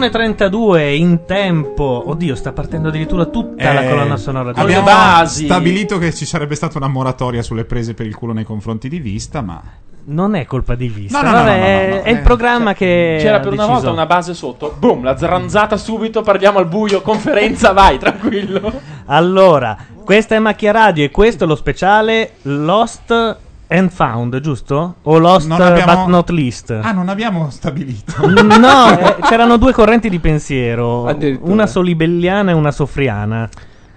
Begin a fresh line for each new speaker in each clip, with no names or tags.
e 32 in tempo. Oddio, sta partendo addirittura tutta la
Eh,
colonna sonora di
abbiamo
Basi.
stabilito che ci sarebbe stata una moratoria sulle prese per il culo nei confronti di Vista, ma
Non è colpa di vista.
No, no, no,
vabbè,
no, no, no, no.
è il programma che
C'era
ha
per una
deciso.
volta una base sotto, boom, la zranzata subito, parliamo al buio, conferenza, vai, tranquillo.
Allora, questa è Macchia Radio e questo è lo speciale Lost and Found, giusto? O Lost
Non abbiamo-
but not least.
ah, non abbiamo stabilito.
No, eh, c'erano due correnti di pensiero, una solibelliana e una sofriana.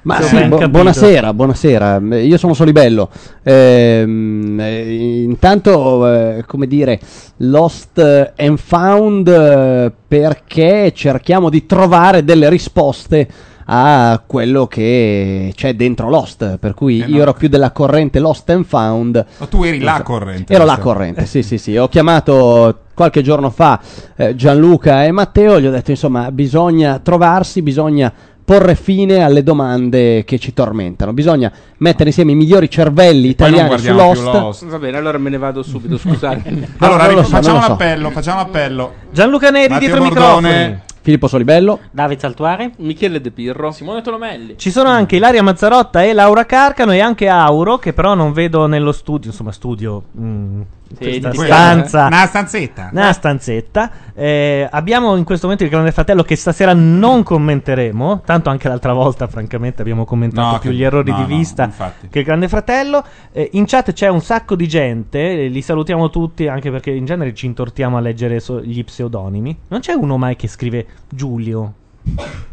Ma
Se ho
sì,
ben
bu-
capito.
buonasera, buonasera. Mm, Io sono Solibello. Ehm, eh, intanto, eh, come dire, Lost and Found eh, perché cerchiamo di trovare delle risposte a quello che c'è dentro Lost. Per
Eh
cui io ero più della corrente Lost and Found.
Ma tu eri
Non
la
Esatto.
so.
corrente.
Ero la
adesso.
corrente, sì, sì, sì. Ho chiamato qualche giorno fa eh, Gianluca e Matteo, gli ho detto insomma, bisogna trovarsi, bisogna porre fine alle domande che ci tormentano, bisogna mettere insieme i migliori cervelli
Poi non
italiani su
guardiamo più
Lost.
Lost.
Va bene, allora me ne vado subito, scusate.
Allora,
non lo
ri-
so,
facciamo
non
un
lo so.
appello, facciamo un appello.
Gianluca Neri
Matteo
dietro i
Bordone.
microfoni.
Filippo Solibello,
David Saltuari?
Michele De Pirro.
Simone Tolomelli.
Ci sono anche Ilaria Mazzarotta e Laura Carcano e anche Auro, che però non vedo nello studio, insomma studio, mm, questa
Senti,
stanza,
Una stanzetta.
una stanzetta. Eh, abbiamo in questo momento il Grande Fratello che stasera non commenteremo, tanto anche l'altra volta francamente abbiamo commentato
No,
più
che-
gli errori
no,
di
no,
vista
infatti.
che il Grande Fratello. Eh, in chat c'è un sacco di gente, eh, li salutiamo tutti anche perché in genere ci intortiamo a leggere so- gli pseudonimi. Non c'è uno mai che scrive Giulio.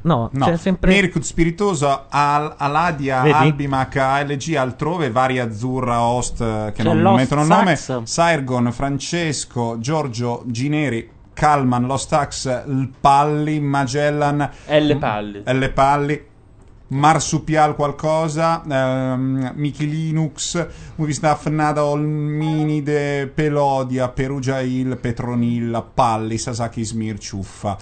No,
No.
c'è cioè, sempre
Mirkut Spiritoso, Al- Aladia,
Vedi?
Albimac, ALG, altrove, vari Azzurra, Host, eh, che
C'è
non
Lost
mettono il nome,
Sax.
Sirgon, Francesco, Giorgio, Gineri, Calman, Lost Ax, L Palli, Magellan,
L. Palli.
L Eh, Palli, Marsupial qualcosa, ehm, Michi Linux, Movistaff, Nada, Olminide, Pelodia, Perugia Hill, Petronilla, Palli, Sasaki Smir, Ciuffa.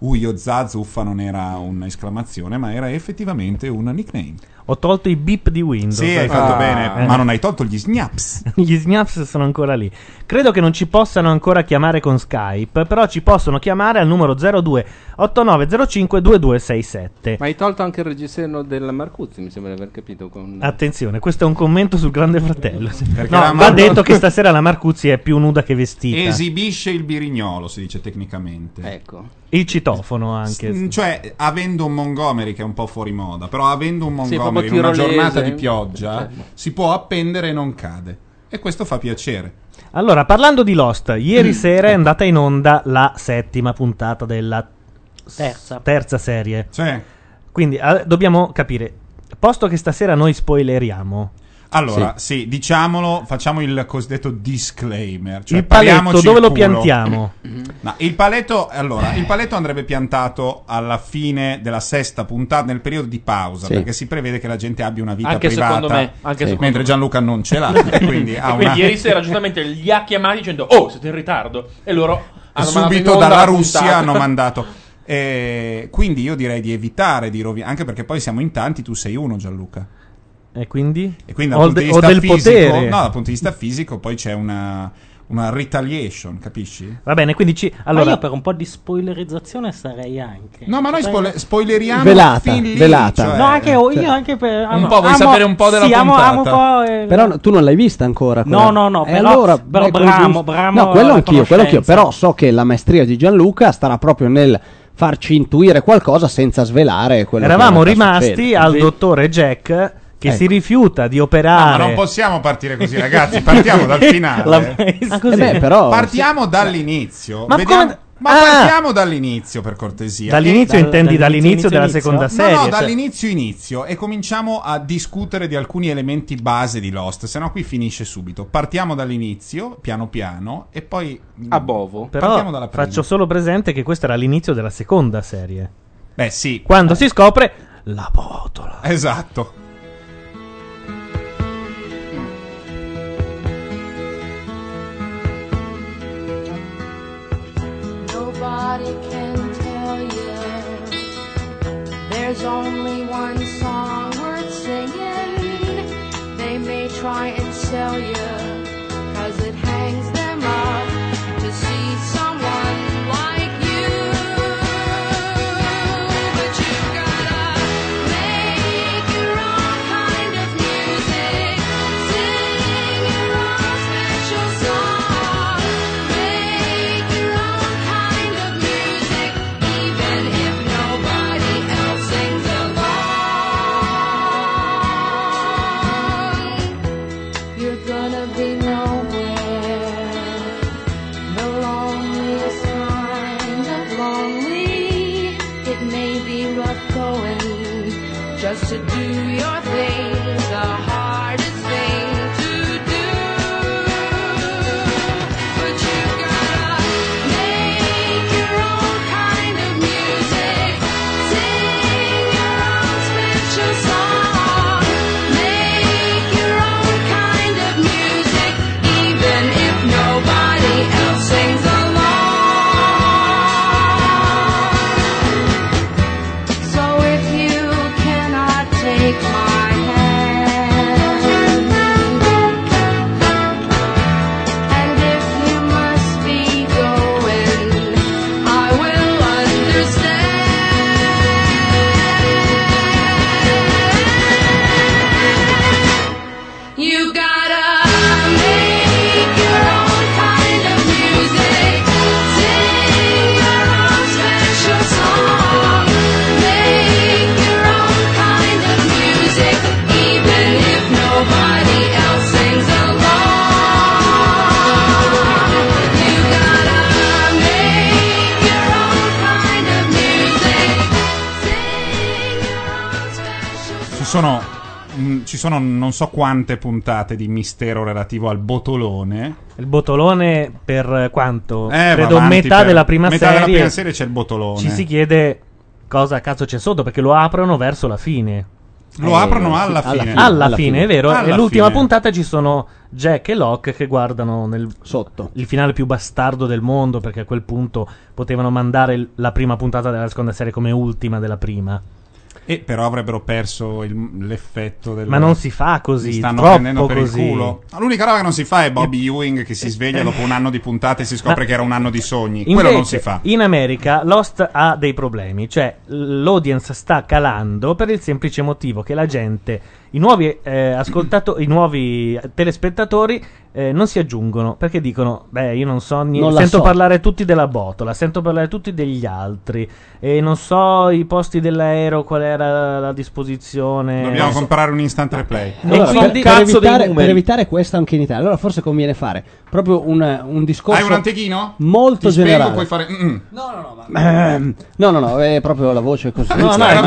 Uio Zazuffa non era un'esclamazione, ma era effettivamente un nickname.
Ho tolto i beep di Windows.
Sì, hai fatto
Ah.
bene, ma non hai tolto gli snaps.
Gli snaps sono ancora lì. Credo che non ci possano ancora chiamare con Skype, però ci possono chiamare al numero 02 8905 2267.
Ma hai tolto anche il reggiseno della Marcuzzi, mi sembra di aver capito. Con...
Attenzione, questo è un commento sul Grande Fratello. No,
la
va
Mar-
detto che stasera la Marcuzzi è più nuda che vestita.
Esibisce il birignolo, si dice tecnicamente.
Ecco.
Il citofono
Mm,
anche.
Cioè, avendo un Montgomery che è un po' fuori moda, però avendo un
Sì,
Montgomery in
proprio
una
tirolese.
giornata di pioggia
Eh,
Certo.
si può appendere e non cade. E questo fa piacere.
Allora, parlando di Lost, ieri sera è andata in onda la settima puntata della
Terza.
terza serie.
Cioè,
Quindi eh, dobbiamo capire, posto che stasera noi spoileriamo,
allora, sì. diciamolo, facciamo il cosiddetto disclaimer. Cioè,
il paletto
parliamoci
dove
il
lo
culo.
piantiamo?
No, il paletto, allora, il paletto andrebbe piantato alla fine della sesta puntata, nel periodo di pausa,
Sì.
perché si prevede che la gente abbia una vita
Anche
privata.
secondo me, anche
Sì.
secondo
Mentre
me.
Gianluca non ce l'ha, e quindi ha
E quindi
una...
ieri sera giustamente li ha chiamati dicendo "Oh, siete in ritardo". E loro hanno mandato in
subito
onda
dalla
Ah, la
Russia
puntata.
hanno mandato. Eh, quindi io direi di evitare di rovinare, anche perché poi siamo in tanti, tu sei uno Gianluca.
E quindi?
E quindi dal
O
punto
de-
di
o
vista
del
fisico,
potere.
no, dal punto di vista fisico poi c'è una, una retaliation, capisci?
Va bene, quindi ci...
Allora,
Allora,
io per un po' di spoilerizzazione sarei anche.
No, ma noi
Potrei-
spoil- spoileriamo
Velata,
fin lì,
velata.
cioè-
No, anche io,
Cioè-
io anche per.
Un po' vuoi sapere un po' della
sì, amo-
puntata?
amo un po'. eh,
Però no- tu non l'hai vista ancora.
No, no, no,
E
però- però bramo,
dai, con ecco, giusto-
bramo
No, quello
la
anch'io, quello anch'io.
conoscenza.
Però so che la maestria di Gianluca starà proprio nel farci intuire qualcosa senza svelare quello
eravamo
che in realtà
rimasti
succede.
al
Sì.
dottore Jack che si
Ecco.
rifiuta di
Ma
operare.
non possiamo partire così, ragazzi, partiamo dal finale.
La maestra-
Eh beh, però,
Partiamo dall'inizio.
Ma
vediamo-
come-
Ma
Ah!
partiamo dall'inizio, per cortesia.
Dall'inizio
E-
Dal-
intendi
dall'inizio
dall'inizio, della
inizio?
seconda
No,
No,
serie?
no,
cioè-
dall'inizio inizio e cominciamo a discutere di alcuni elementi base di Lost, se no qui finisce subito. Partiamo dall'inizio, piano piano, e poi...
A Bovo.
Partiamo
Però
dalla prima.
faccio solo presente che questo era l'inizio della seconda serie.
Beh sì,
Quando si scopre la botola.
esatto.
Nobody can tell you. There's only one song worth singing. They may try and sell you, cause it hangs them up to see someone like you. But you gotta make your own kind of music. Sing your own special song. Make your own kind of music, even if nobody else sings along. You're gonna be nowhere. The loneliest kind of lonely. It may be rough going just to do your thing. The hardest thing to do. But you gotta make your own kind of music. Sing your own special song. Make your own kind of music, even if nobody else sings along. So if you cannot take my hand, and if you must be going, I will understand. You gotta make your own kind of music, sing your own special song, make your own kind of music, even if nobody else sings along. You gotta make your own kind of music, sing your own special song.
Ci sono, mh, ci sono non so quante puntate di mistero relativo al botolone.
Il botolone per eh, quanto?
Eh, va
Credo
avanti
metà
per-
della prima
metà
serie.
della prima serie c'è il botolone.
Ci si chiede cosa cazzo c'è sotto perché lo aprono verso la fine.
Lo
Eh,
aprono
sì,
alla
alla
fine.
fine.
alla, fine, è vero. e
Alla
l'ultima
fine.
puntata ci sono Jack e Locke che guardano nel,
Sotto.
il finale più bastardo del mondo perché a quel punto potevano mandare l- la prima puntata della seconda serie come ultima della prima.
E però avrebbero perso il- l'effetto del...
Ma non si fa così,
Mi stanno
troppo
prendendo per
così. Eh,
il culo. L'unica roba che non si fa è Bobby Ewing che si sveglia dopo un anno di puntate e si scopre
Ma-
che era un anno di sogni.
Invece,
Quello non si fa.
In America Lost ha dei problemi, cioè l'audience sta calando per il semplice motivo che la gente, i nuovi, eh, ascoltato- i nuovi telespettatori eh, non si aggiungono perché dicono, beh io non so niente,
Non la
sento
so."
parlare tutti della botola, sento parlare tutti degli altri e non so i posti dell'aereo, qual era la disposizione.
Dobbiamo
non so.
comprare un instant replay.
E
Allora,
quindi-
per, per
cazzo dei
evitare,
numeri.
per evitare questo anche in Italia, allora forse conviene fare proprio un, un discorso.
Hai un antichino?
Molto
Ti spiego,
generale.
puoi fare... mm.
Ehm, No, no, no, è proprio la voce così.
No, no,
Eh,
era
ma-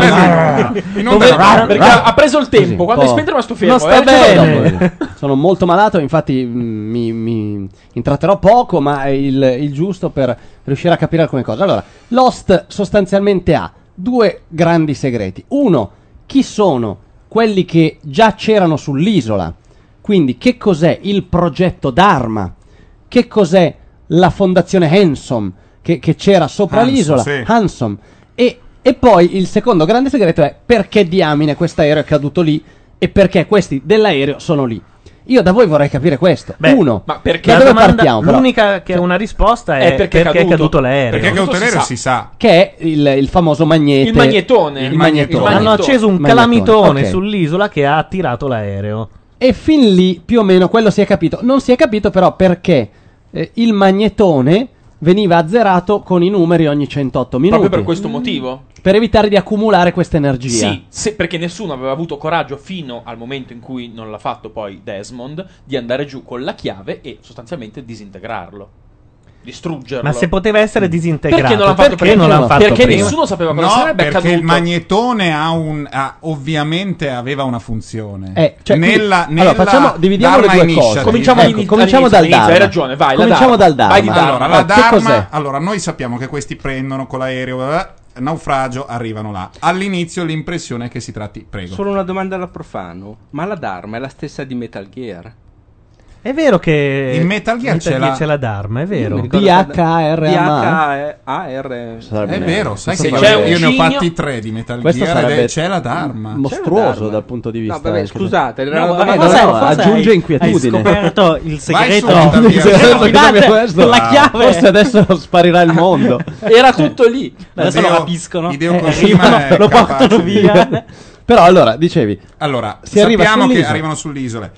bello. In onda
Dove-
era-
perché ha ha preso il tempo.
Così,
Quando hai
po'.
spento rimasto fermo.
Non sta
eh, cioè,
bene.
dopo.
Sono molto malato, infatti mh, mi, mi intratterò poco, ma è il, il giusto per riuscire a capire alcune cose. Allora, Lost sostanzialmente ha due grandi segreti. Uno, chi sono quelli che già c'erano sull'isola? Quindi, che cos'è il progetto d'arma? Che cos'è la fondazione Hansom che, che c'era sopra
Hanson,
l'isola?
sì.
Hansom. E, e poi il secondo grande segreto è perché diamine quest'aereo è caduto lì e perché questi dell'aereo sono lì. Io da voi vorrei capire questo.
Beh,
Uno,
ma perché
da
La
dove
domanda-
partiamo? però? Cioè,
l'unica che è una risposta è,
È perché è
è
caduto.
caduto l'aereo.
Perché
Tutto
Cautelero
si
si sa.
Che è il, il famoso magnete.
Il magnetone.
Il
Il magnetone.
magnetone.
Hanno
Magnetone.
acceso un
Magnetone,
calamitone
ok.
sull'isola che ha attirato l'aereo.
E fin lì più o meno quello si è capito. Non si è capito però perché eh, il magnetone veniva azzerato con i numeri ogni 108 minuti.
Proprio per questo motivo.
Per evitare di accumulare questa energia.
Sì, se- perché nessuno aveva avuto coraggio fino al momento in cui non l'ha fatto poi Desmond di andare giù con la chiave e sostanzialmente disintegrarlo. distruggerlo.
Ma se poteva essere disintegrato,
Perché non l'hanno fatto
perché non
prima?
l'hanno fatto
Perché
prima?
nessuno sapeva cosa
Mm. no,
sarebbe
perché
accaduto.
il magnetone ha un, ha- ovviamente aveva una funzione.
Eh, cioè, quindi-
nella, nella
allora, facciamo- dividiamo le
Dharma
due
Initiative.
cose.
Cominciamo
Ecco,
all'inizio,
cominciamo
all'inizio,
dal
all'inizio,
Dharma.
Hai ragione, vai. la
Cominciamo
Dharma.
dal Dharma.
Vai di Dharma.
Allora,
Allora,
la
che cos'è?
Dharma, allora, noi sappiamo che questi prendono con l'aereo, bla, bla, bla, naufragio, arrivano là. All'inizio l'impressione è che si tratti, prego.
Solo una domanda alla profano. Ma la Dharma è la stessa di Metal Gear?
È vero che
In Metal Gear c'è la-
c'è la Dharma, è vero.
Io mi DHRMA.
DHAR.
Sarebbe-
È
Eh,
vero, sai
questo
che
sarebbe-
io,
Mm.
c'è un
io ne ho
cigno-
fatti tre di Metal
Questo
Gear ed è-
sarebbe
c'è la Dharma.
mostruoso dal punto di vista.
No, vabbè,
anche del-
scusate, era
No,
una
vabbè,
Eh,
domanda-
no,
forse-
no,
forse
aggiunge
hai-
inquinitudine.
Hai scoperto il segreto.
su,
No,
Metal Gear.
esatto,
Guardate,
dammi questo.
con la chiave.
Forse adesso sparirà il mondo.
Era tutto lì.
Adesso
Hideo-
lo capiscono.
Hideo
eh,
Kojima
arrivano,
è
lo
capace
portano
di-
via.
Però allora, dicevi,
Allora,
Si arriva
sappiamo che
sull'isola.
arrivano sull'isola.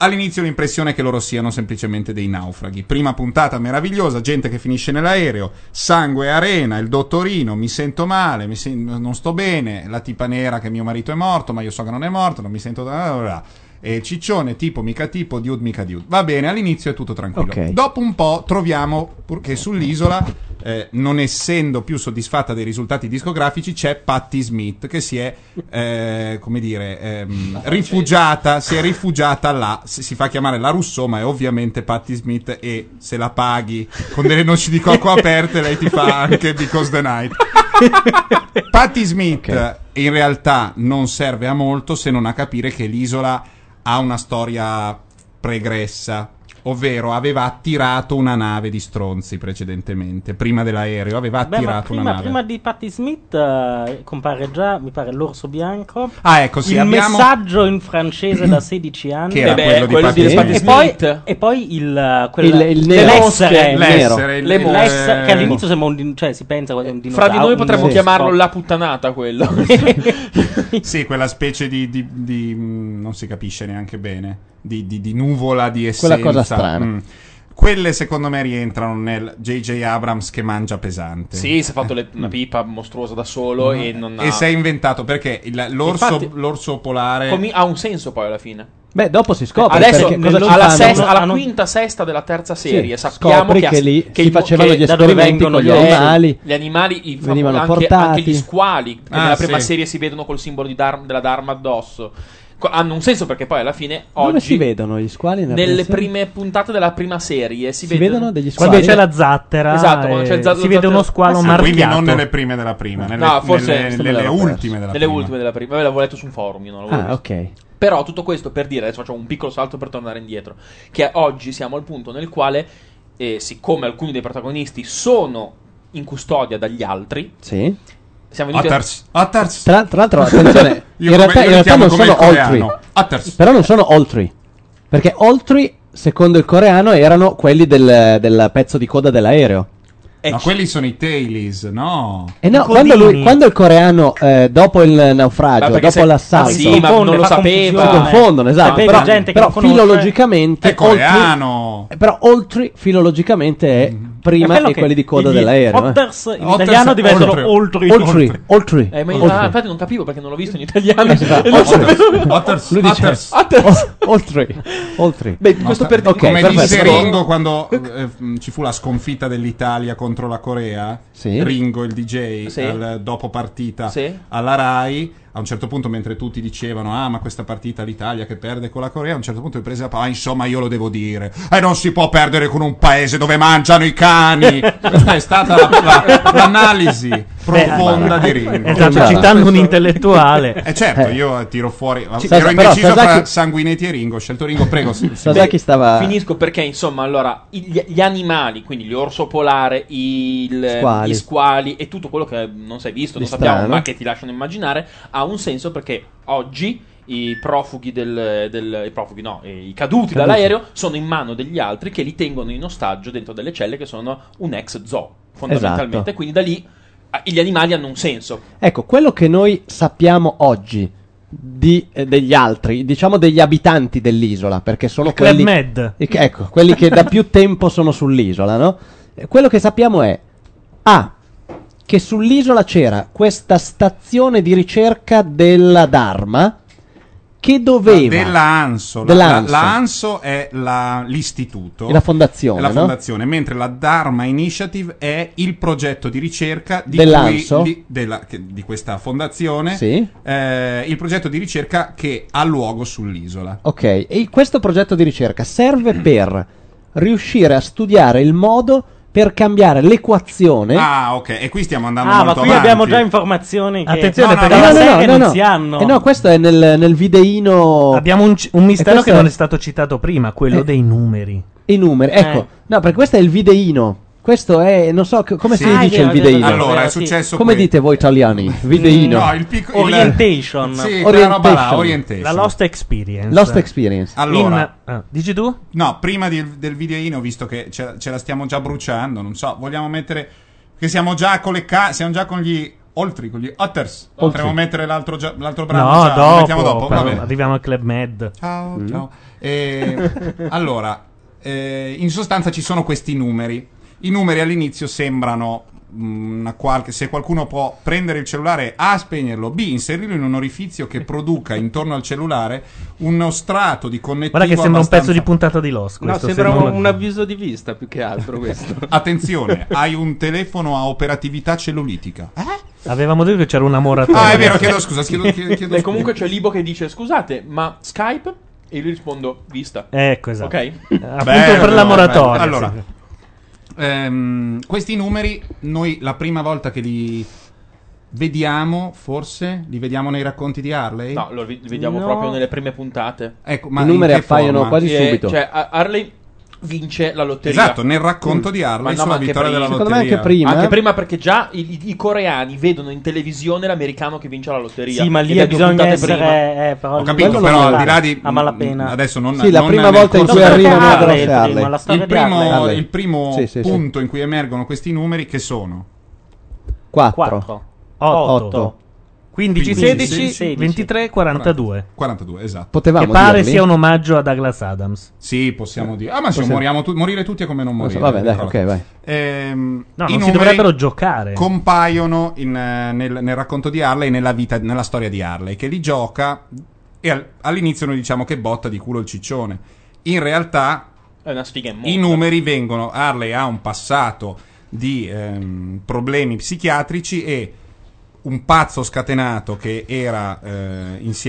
All'inizio l'impressione è che loro siano semplicemente dei naufraghi. Prima puntata meravigliosa, gente che finisce nell'aereo, sangue e arena, il dottorino, mi sento male, mi sen- non sto bene, la tipa nera che mio marito è morto, ma io so che non è morto, non mi sento... bla, bla, bla. E il ciccione, tipo, mica tipo, dude, mica dude. Va bene, all'inizio è tutto tranquillo.
Ok.
Dopo un po' troviamo pur- che sull'isola, eh, non essendo più soddisfatta dei risultati discografici, c'è Patti Smith che si è, eh, come dire, ehm, rifugiata, si è rifugiata là, si, si fa chiamare la Russo, ma è ovviamente Patti Smith e se la paghi con delle noci di cocco aperte lei ti fa anche Because the Night. Patti Smith eh,
Ok.
in realtà non serve a molto se non a capire che l'isola ha una storia pregressa. Ovvero aveva attirato una nave di stronzi precedentemente, prima dell'aereo, aveva
Beh, ma
attirato una
prima,
nave.
prima di Patti Smith eh, compare già, mi pare, l'orso bianco.
Ah, ecco, sì,
il
abbiamo-
messaggio in francese da 16 anni.
Che era
Beh,
quello di
quello
Patti
di
Smith.
Patti
e, poi,
Smith.
e poi il, eh,
il,
quella-
il
le
nero,
mosche.
il
l'essere,
nero.
il-
Le
il-
mosche.
L'essere, che
il-
all'inizio sembra un, din- cioè si pensa quasi a un
Fra
dinosauro.
di noi potremmo
un-
chiamarlo la puttanata quello.
Sì, quella specie di, di- di, mm, non si capisce neanche bene, di, di- di nuvola di essenza.
cosa strana.
Mm. Quelle secondo me rientrano nel JJ Abrams che mangia pesante.
sì, si è fatto le- una pipa mostruosa da solo e non ha...
E si è inventato perché il- l'orso,
Infatti-
l'orso polare...
comi- ha un senso poi alla fine.
Beh, dopo si scopre
Adesso,
perché cosa ci
alla,
fanno?
sesta- alla
Hanno-
quinta, sesta della terza
Sì,
serie, sappiamo
scopri
che,
che,
ha-
lì
che
si
i-
facevano
che
gli
da dove
esperimenti
vengono
con gli
gli orsi.
animali.
Gli animali, il famo-
Venivano
anche,
portati.
anche gli squali, che
Ah,
nella
sì.
prima serie si vedono col simbolo di Dar- della Dharma addosso. Co- hanno un senso perché poi alla fine
Dove
oggi
si vedono gli squali? nella
nelle
pensione?
prime puntate della prima serie si,
si vedono degli squali.
Quando c'è la zattera,
Esatto, quando c'è il
eh,
za-
si
lo
vede uno
zattero-
squalo
Ah, quindi
marchiato.
non nelle prime della prima, nelle,
No, forse-
nelle-
forse
me
nelle
l'ero perso.
ultime della
Nelle
prima.
ultime della prima, Io l'avevo letto su un forum, io non l'avevo
Ah,
visto.
ok.
Però tutto questo per dire, adesso faccio un piccolo salto per tornare indietro, che oggi siamo al punto nel quale, eh, siccome alcuni dei protagonisti sono in custodia dagli altri,
Sì.
siamo venuti a-
Attars, attars.
Tra, tra l'altro, attenzione, in
Io come-
realtà,
io
in realtà
li chiamo
non
come
sono
il
oltri.
coreano. Attars.
Però non sono oltri. Perché oltri, secondo il coreano, erano quelli del, del pezzo di coda dell'aereo.
eh,
Ma
ci-
quelli sono i tailies, no?
E Eh no,
I
quando,
codini.
lui- quando il coreano, eh, dopo il
ma
naufragio,
perché
dopo
se-
l'assalto,
Ah, sì,
si
ma non
Confonde,
lo
fa
sapeva.
confusione.
confondono,
Ah,
esatto.
vedi
Però,
gente che
però
non conosce.
filologicamente,
È coreano. Mm.
oltri- però oltri filologicamente è prima
È bello
di
che
quelli di coda
gli
dell'aereo. eh.
Otters in
Otters
italiano
oltre.
diventano oltri.
Oltri, oltri.
Eh, ma io-
oltri.
ah, infatti non capivo perché non l'ho visto in italiano.
Eh, si fa
E non
oltre.
sapevo-
Attars,
Lui dice-
attars.
O- oltre, oltre.
Beh, questo per dire
ok,
come disse
perfetto.
Ringo quando eh, mh, ci fu la sconfitta dell'Italia contro la Corea,
Sì.
Ringo il DJ
Sì.
al- dopo partita
Sì.
alla Rai, a un certo punto mentre tutti dicevano "Ah, ma questa partita l'Italia che perde con la Corea", a un certo punto mi prese la palla, "Ah, insomma, io lo devo dire. E eh, non si può perdere con un paese dove mangiano i cani". Questa è stata la- la- l'analisi profonda di Ringo.
Esatto,
Esatto.
citando un intellettuale.
Eh certo,
Eh.
io tiro fuori.
Sì,
ero
però
indeciso tra
Sasaki-
Sanguinetti e Ringo. Ho scelto Ringo, prego. sì, sì.
Sasaki stava
Finisco perché, insomma, allora, i- gli, gli animali, quindi l'orso polare, il-
Squali.
gli squali e tutto quello che non sei visto,
Di
non sappiamo,
strano.
ma che ti lasciano immaginare, ha un senso perché oggi i profughi del... del- i profughi no, eh, i caduti,
Caduti.
dall'aereo sono in mano degli altri che li tengono in ostaggio dentro delle celle che sono un ex zoo, fondamentalmente.
Esatto.
Quindi da lì eh, gli animali hanno un senso.
Ecco, quello che noi sappiamo oggi di- eh, degli altri, diciamo degli abitanti dell'isola, perché sono
Club
quelli,
Med.
i- ecco, quelli che da più tempo sono sull'isola, no? Eh, Quello che sappiamo è A che sull'isola c'era questa stazione di ricerca della Dharma che doveva
Della ANSO. La-
Dell'Anso.
La, la ANSO è la- l'istituto.
È la fondazione,
È la
no?
fondazione, mentre la Dharma Initiative è il progetto di ricerca di,
Dell'Anso?
cui- di- della- che- di questa fondazione.
Sì.
eh, il progetto di ricerca che ha luogo sull'isola.
Ok, e questo progetto di ricerca serve per riuscire a studiare il modo per cambiare l'equazione.
Ah, ok. E qui stiamo andando
Ah, ma
molto
qui
avanti.
abbiamo già informazioni che
Attenzione,
no,
perché
no,
la
no, no,
serie
no,
non
no.
si hanno.
Eh no, questo è nel, nel videino.
Abbiamo un, c- un
E
mistero
questo
che non
è-
è stato citato prima, quello
Eh.
dei numeri.
I numeri, ecco.
Eh.
No, perché questo è il videino. Questo è, non so, c- come
Sì.
si
Ah, è
dice
vero,
il
è vero,
videino?
Allora, è
Sì.
successo
come
que-
dite voi italiani? Videino.
No, il piccolo
Orientation.
Sì, quella roba là,
Orientation.
orientation.
La Lost Experience.
Lost Experience.
Allora,
In- ah, dici tu?
No, prima di- del videino, visto che ce, ce la stiamo già bruciando, non so, vogliamo mettere. Che siamo già con le ca- siamo già con gli oltri, con gli otters. Potremmo mettere l'altro, gio- l'altro brano.
no,
già, lo mettiamo
dopo.
dopo. va
quando
bene.
arriviamo al Club Med.
Ciao,
Mm.
Mm.
ciao. Eh, allora, eh, in sostanza ci sono questi numeri. I numeri all'inizio sembrano mh, una qualche. Se qualcuno può prendere il cellulare A, spegnerlo, B, inserirlo in un orifizio che produca intorno al cellulare uno strato di connettivo.
Guarda che sembra un pezzo
abbastanza-
di puntata di Lost.
No,
questo,
sembra
se non-
un, un avviso di vista più che altro questo.
Attenzione, hai un telefono a operatività cellulitica.
Avevamo detto che c'era una moratoria.
Ah, è vero, chiedo scusa, chiedo, chiedo- chiedo
Beh,
scusa.
comunque c'è Libo che dice scusate, ma Skype? E io gli rispondo vista.
Ecco, esatto.
Ok?
Eh, Appunto
Bello,
per la moratoria.
bello. Allora,
sì.
ehm, questi numeri, noi la prima volta che li vediamo, forse, li vediamo nei racconti di Harley?
No, lo vi- vediamo
No.
proprio nelle prime puntate.
Ecco, ma
I numeri
in che
appaiono
forma?
quasi- Di
Eh,
subito.
Cioè, a- Harley vince la lotteria. Mm.
Esatto, nel racconto di
Ma
Harley
no,
sulla
ma anche
vittoria
prima.
della
Secondo
lotteria.
me anche prima. eh.
Anche prima perché già i, i coreani vedono in televisione l'americano che vince la lotteria.
Sì, ma lì
Ed è due
bisogna
puntate
essere.
prima.
eh, però
Ho
lì
capito,
quello
però
non
al di là
vale. Ah,
di
A malapena.
Mm, adesso non
Sì, la
non
prima
nel
volta in
corso
cui
del-
arrivano a
Harley
grosse
prima,
Harley.
la
il
storia di Harley.
primo,
Harley.
il primo
Sì, sì, sì.
punto in cui emergono questi numeri che sono
4.
4.
8,
8.
15,
15,
16,
16,
23, 42.
42, esatto.
Potevamo
che pare
dirli?
sia un omaggio a Douglas Adams.
Sì, possiamo dire. Ah, ma se
Possiamo-
moriamo tu- morire tutti è come non
Non
morire.
so, Vabbè, dai,
ricordo.
ok, vai.
Ehm,
No, non
i
si
numeri
dovrebbero giocare.
Compaiono in, eh, nel, nel racconto di Harley, nella, vita, nella storia di Harley, che li gioca e al- all'inizio noi diciamo che botta di culo il ciccione. In realtà
È una sfiga immonda.
i numeri vengono. Harley ha un passato di ehm, problemi psichiatrici e un pazzo scatenato che era eh,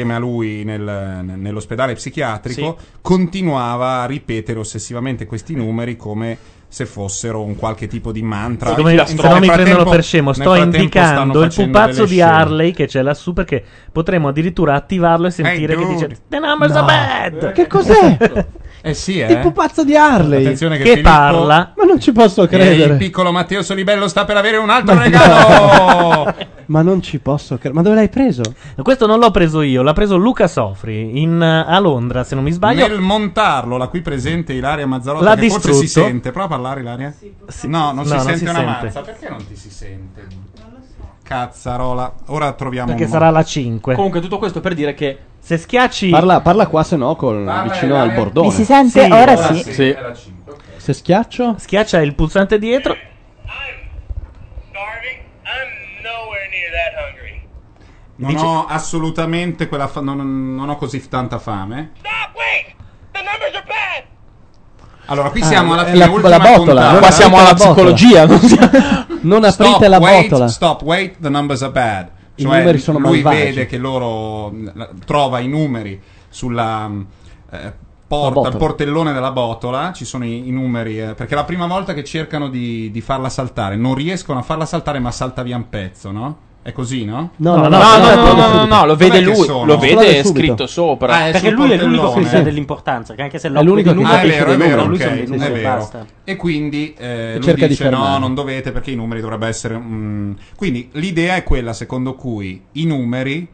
insieme a lui nel- nell'ospedale psichiatrico continuava a ripetere ossessivamente questi numeri come se fossero un qualche tipo di mantra.
Come-
la
se
strada.
non mi
Nel
prendono
frattempo-
per scemo,
nel
sto
frattempo
indicando
stanno
il
facendo
pupazzo
delle
di
scene.
Harley che c'è lassù perché potremmo addirittura attivarlo e sentire
Hey,
che
dude.
dice The numbers are bad!
Che cos'è?
Eh sì, eh.
Il pupazzo di Harley.
Attenzione che,
che
Filippo-
parla.
Ma non ci posso
E il
credere.
piccolo Matteo Solibello sta per avere un altro regalo.
Ma non ci posso credere. Ma dove l'hai preso?
Questo non l'ho preso io, l'ha preso Luca Sofri in, eh, a Londra, se non mi sbaglio.
Nel montarlo, la qui presente Ilaria Mazzarotta,
L'ha
che forse si
distrutto.
sente. Prova a parlare, Ilaria?
Sì.
No, non si
No, non
sente
si
una
sente.
mazza. Perché non ti si sente? Cazzarola. Ora troviamo
Perché
un
sarà
modo.
la 5.
Comunque tutto questo per dire che
Se schiacci
Parla, parla qua, se no, col,
Parla,
vicino
Ilaria.
al
Mi
bordone.
si sente?
Sì,
ora
ora
sì.
eh. Sì,
Sì.
è la 5.
Se schiaccio,
Schiaccia il pulsante dietro.
starving. I'm nowhere near that hungry.
Non ho assolutamente quella fa- non, non ho così tanta fame.
Stop! Wait! The numbers are bad.
Allora, qui siamo alla
Eh, è
fine
la-
ultima
la botola,
puntata.
non
Qua
la-
qua
siamo-
siamo alla
botola.
psicologia. Non siamo...
non aprite
Stop,
la
wait,
botola.
Stop, wait, the numbers are bad.
I
Cioè,
numeri sono
lui
malvagi.
vede che loro mh, la- trova i numeri sulla mh, eh, porta,
botola.
il portellone della botola, ci sono i, i numeri, eh, perché è la prima volta che cercano di, di farla saltare, non riescono a farla saltare, ma salta via un pezzo, no? È così, no?
No, no, no, non
No, no, no,
aprite
no, no,
subito.
no, lo vede
Com'è che
lui,
sono?
lo
Guardate
vede
subito.
scritto sopra.
Ah, è
Perché
sul
lui è l'unico che
portellone.
sa dell'importanza, che anche se l'ha
l'unico che
Ah, è
capisce
vero, è
dei
vero,
numeri,
ok,
sono dei
è
numeri,
vero.
basta.
E quindi eh, lui
cerca di
dice no,
fermarli.
non dovete perché i numeri dovrebbe essere... mm. Quindi l'idea è quella secondo cui i numeri...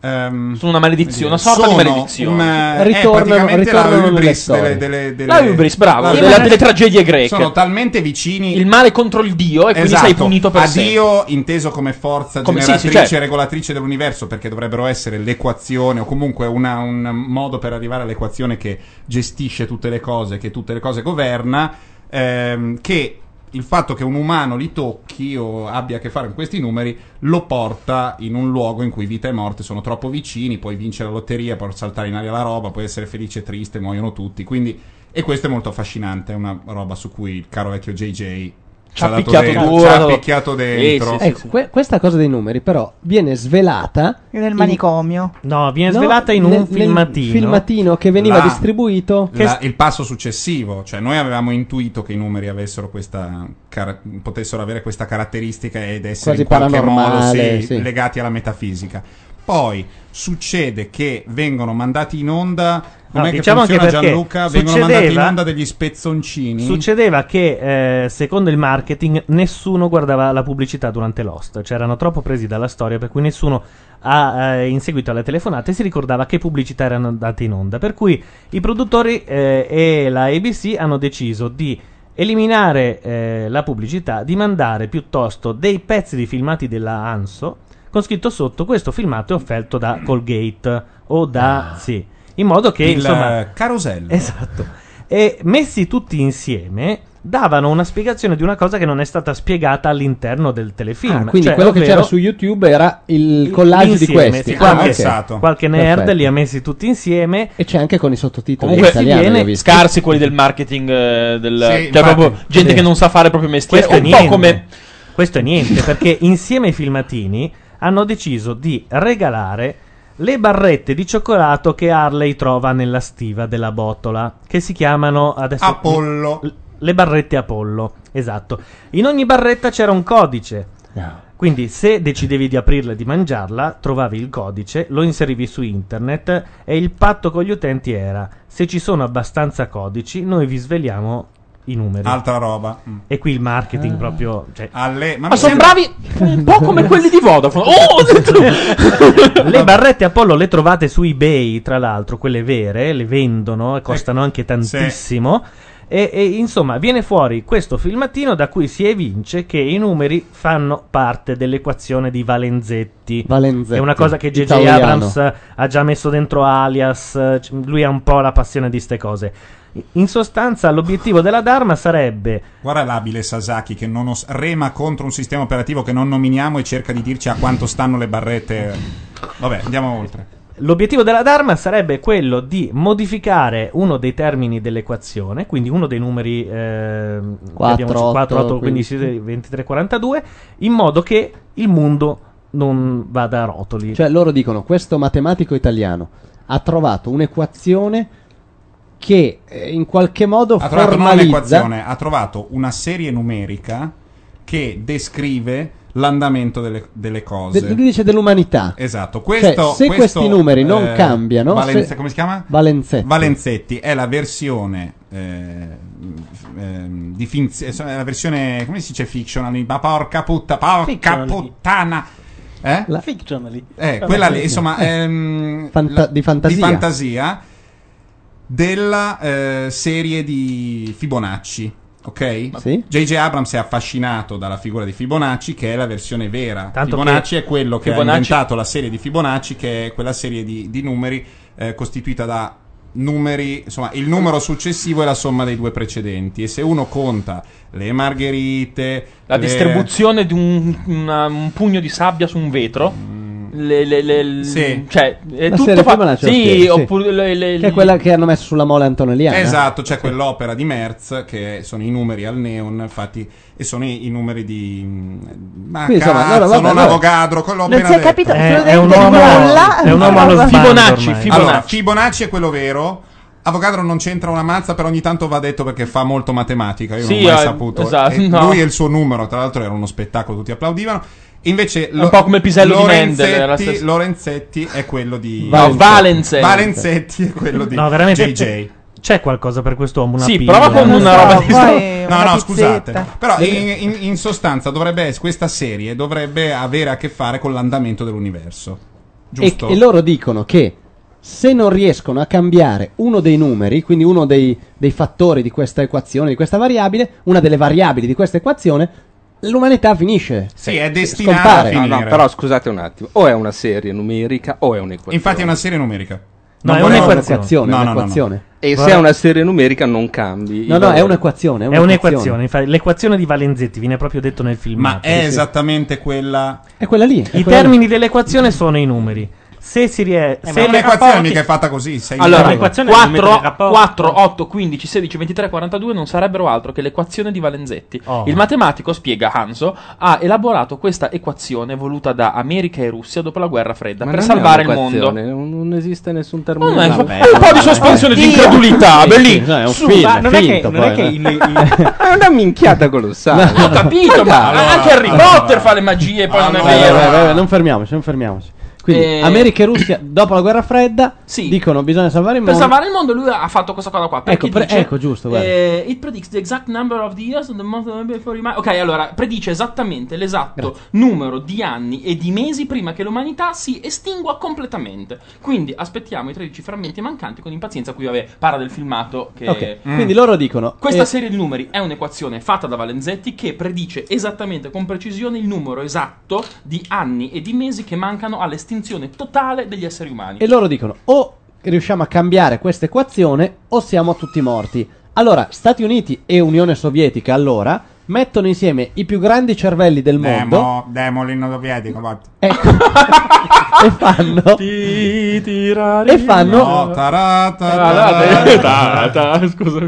ehm,
Sono una maledizione, una sorta
sono
di maledizione.
un, eh,
Ritornano-
è praticamente
ritornano
la
nelle
hubris
storie.
delle, delle, delle-
La hubris, bravo,
la-
della-
delle-
delle tragedie greche.
Sono talmente vicini
Il male contro il Dio e quindi
Esatto.
sei punito per sempre.
Addio inteso come forza
Come- sì, sì,
generatrice
certo.
e regolatrice dell'universo, perché dovrebbero essere l'equazione o comunque una- un modo per arrivare all'equazione che gestisce tutte le cose, che tutte le cose governa, ehm, che il fatto che un umano li tocchi o abbia a che fare con questi numeri lo porta in un luogo in cui vita e morte sono troppo vicini, poi vince la lotteria, poi saltare in aria la roba, puoi essere felice e triste, muoiono tutti. Quindi, e questo è molto affascinante, è una roba su cui il caro vecchio JJ ci ha, dato
picchiato
dentro,
duro.
ci ha picchiato dentro.
Ecco, que- questa cosa dei numeri, però, viene svelata
Nel manicomio.
No, viene
No,
svelata in
nel-
un
nel
filmatino.
filmatino che veniva
La-
distribuito.
la- il passo successivo, cioè noi avevamo intuito che i numeri avessero questa cara- potessero avere questa caratteristica ed essere
Quasi
in qualche modo
paranormale,
sì,
sì.
legati alla metafisica. Poi succede che vengono mandati in onda com'è
No,
che
diciamo anche
funziona
perché
Gianluca? Vengono
succedeva-
mandati in onda degli spezzoncini.
Succedeva che, eh, secondo il marketing, nessuno guardava la pubblicità durante Lost. Cioè, erano troppo presi dalla storia, per cui nessuno ha, eh, in seguito alle telefonate si ricordava che pubblicità erano andate in onda. Per cui i produttori eh, e la ABC hanno deciso di eliminare eh, la pubblicità, di mandare piuttosto dei pezzi di filmati della ANSO con scritto sotto questo filmato è offerto da Colgate o da... sì, in modo che...
Il,
insomma,
carosello.
Esatto e messi tutti insieme davano una spiegazione di una cosa che non è stata spiegata all'interno del
Ah,
telefilm.
quindi
Cioè,
quello che
ovvero,
c'era su YouTube era il collage di
insieme,
questi.
sì,
Ah,
qualche,
esatto.
ok.
qualche nerd
Perfetto.
li ha messi tutti insieme.
E c'è anche con i sottotitoli
Comunque,
in italiano.
viene
li ho visti.
scarsi quelli del marketing eh, del
Sì,
cioè
infatti.
proprio gente
Sì.
che non sa fare il proprio mestiere
Questo è
un po'
niente.
come
Questo è niente, perché insieme ai filmatini hanno deciso di regalare le barrette di cioccolato che Harley trova nella stiva della botola, che si chiamano adesso
Apollo.
Le barrette Apollo, esatto. In ogni barretta c'era un codice.
Ah,
Quindi se decidevi di aprirla e di mangiarla, trovavi il codice, lo inserivi su internet e il patto con gli utenti era se ci sono abbastanza codici, noi vi sveliamo i numeri.
Altra roba. Mm.
E qui il marketing proprio... Cioè,
Alle- ma
ma
mi
sono
sembra-
bravi un po' come quelli di Vodafone oh
le barrette Apollo le trovate su eBay, tra l'altro, quelle vere, le vendono e costano anche tantissimo. E, e, insomma, viene fuori questo filmatino da cui si evince che i numeri fanno parte dell'equazione di Valenzetti.
Valenzetti,
È una cosa che JJ
italiano.
Abrams eh, ha già messo dentro alias. eh, c- Lui ha un po' la passione di ste cose. In sostanza, l'obiettivo della Dharma sarebbe
Guarda l'abile Sasaki che non os- rema contro un sistema operativo che non nominiamo e cerca di dirci a quanto stanno le barrette. Vabbè, andiamo oltre.
L'obiettivo della Dharma sarebbe quello di modificare uno dei termini dell'equazione, quindi uno dei numeri ehm, che
Quattro,
abbiamo su- quattro,
otto,
otto, quindici,
quindici.
23, 42, in modo che il mondo non vada a rotoli.
Cioè, loro dicono: questo matematico italiano ha trovato un'equazione che eh, in qualche modo
Ha trovato non
formalizza.
un'equazione, ha trovato una serie numerica che descrive l'andamento delle, delle cose.
De- lui dice dell'umanità. Cioè,
Esatto, questo-
se
questo,
questi numeri non
eh,
cambiano,
Valenze-
se-
come si chiama?
Valenzetti.
Valenzetti è la versione eh, ehm, di finzione, la versione come si dice fictional, ma porca putta, porca
Fictional.
puttana. Eh?
La-
Fictionally.
Eh, quella lì, insomma, ehm,
Fanta-
la-
di fantasia.
di fantasia della eh, serie di Fibonacci. Ok?
Sì.
J.J. Abrams è affascinato dalla figura di Fibonacci, che è la versione vera.
Tanto
Fibonacci
che-
è quello che ha
Fibonacci-
inventato la serie di Fibonacci, che è quella serie di, di numeri eh, costituita da numeri, insomma, il numero successivo è la somma dei due precedenti. E se uno conta le margherite,
la
le-
distribuzione di un, una- un pugno di sabbia su un vetro le, le, le, le-
Mm. Sì.
cioè è
La
tutto
serie
fa-
prima la ce la spieghi,
sì
sì.
oppure le- le-
Che è quella che hanno messo sulla mole antonelliana.
Esatto, c'è quell'opera di Merz che sono i numeri al neon, infatti, e sono i, i numeri di. mm, Ma
Quindi, insomma,
cazzo,
allora, vabbè,
non
allora.
Avogadro, quello ho
Non
appena
si è
detto.
capito
È-
assolutamente
è un uomo-
nulla.
è un uomo allo
Roba-
sbando
Fibonacci,
ormai.
Fibonacci.
Allora, Fibonacci è quello vero. Avogadro non c'entra una mazza, però ogni tanto va detto perché fa molto matematica. Io non
Sì,
ho mai
eh,
saputo.
esatto,
E
no.
Lui e il suo numero, tra l'altro, era uno spettacolo, tutti applaudivano. Invece,
un po' come Pisello di Mendel, era la
Lorenzetti,
stessa-
Lorenzetti è quello di.
no Valenze
Valenzetti è quello di
no, veramente
JJ.
c'è qualcosa per quest'uomo, una
Sì,
eh.
pillola.
prova con
Non
una
so,
roba di-
poi
No,
Eh, una
no,
pizzetta.
scusate. Però in, in- in sostanza dovrebbe essere- questa serie dovrebbe avere a che fare con l'andamento dell'universo.
E,
Giusto?
e loro dicono che se non riescono a cambiare uno dei numeri, quindi uno dei, dei fattori di questa equazione, di questa variabile, una delle variabili di questa equazione, l'umanità finisce.
Sì, è destinato
Scompare.
a
No,
No,
finire.
no, però scusate un attimo, o è una serie numerica o è un'equazione.
Infatti è una serie numerica.
No, è
Non è
un'equazione.
un'equazione,
No,
è
no, no, no.
un'equazione.
E se
Vabbè.
è una serie numerica non cambi. i
No, no,
valori.
è un'equazione.
È un'equazione, infatti, l'equazione di Valenzetti viene proprio detto nel
Ma
filmato.
è
Sì, sì.
esattamente quella.
È quella lì. è
I
quella lì.
termini dell'equazione sono i numeri. Se si riesce.
Se un'equazione mica Eh, è fatta così. sei
Allora,
bravo.
l'equazione è il
4,
metro di rapporto.
4, 8, 15, 16, 23, 42 non sarebbero altro che l'equazione di Valenzetti.
Oh.
Il matematico, spiega Hanso, ha elaborato questa equazione voluta da America e Russia dopo la guerra fredda
Ma
per
non è
salvare il mondo.
un'equazione, Non, non esiste
Oh,
nessun
Ma
termine.
non è-
magico.
è un po' di sospensione di incredulità, bellissimo.
no, è un
Su,
film,
ma
è
non
Non è che,
Finto,
non è
poi,
che
eh.
il, il-
È Ah, una minchiata colossale.
Ho capito, ma
Allora,
anche Harry
allora.
Potter fa le magie e poi non è
Allora.
Vai, vai,
vero.
vai, vai, vai, non fermiamoci, non fermiamoci. Quindi,
Eh,
America e Russia, dopo la guerra fredda,
Sì.
dicono bisogna salvare il
Per
mondo.
salvare il mondo lui ha fatto questa cosa qua. perché
Ecco, pre-
dice,
ecco, giusto, guarda.
eh, it predicts the exact number of the years and the month of- before you- Ok, allora, predice esattamente l'esatto numero di anni e di mesi prima che l'umanità si estingua completamente. Quindi aspettiamo i 13 frammenti mancanti con impazienza. Qui, vabbè, parla del filmato che...
Ok, Quindi loro dicono:
Questa
eh,
serie di numeri è un'equazione fatta da Valenzetti che predice esattamente con precisione il numero esatto di anni e di mesi che mancano all'estinzione totale degli esseri umani.
E loro dicono: o riusciamo a cambiare questa equazione, o siamo tutti morti. Allora, Stati Uniti e Unione Sovietica, allora, mettono insieme i più grandi cervelli del mondo
Demo, demo l'inno sovietico. va.
ecco, e fanno. E fanno,
No, tarà,
Ah,
Eh,
tarà, tarà.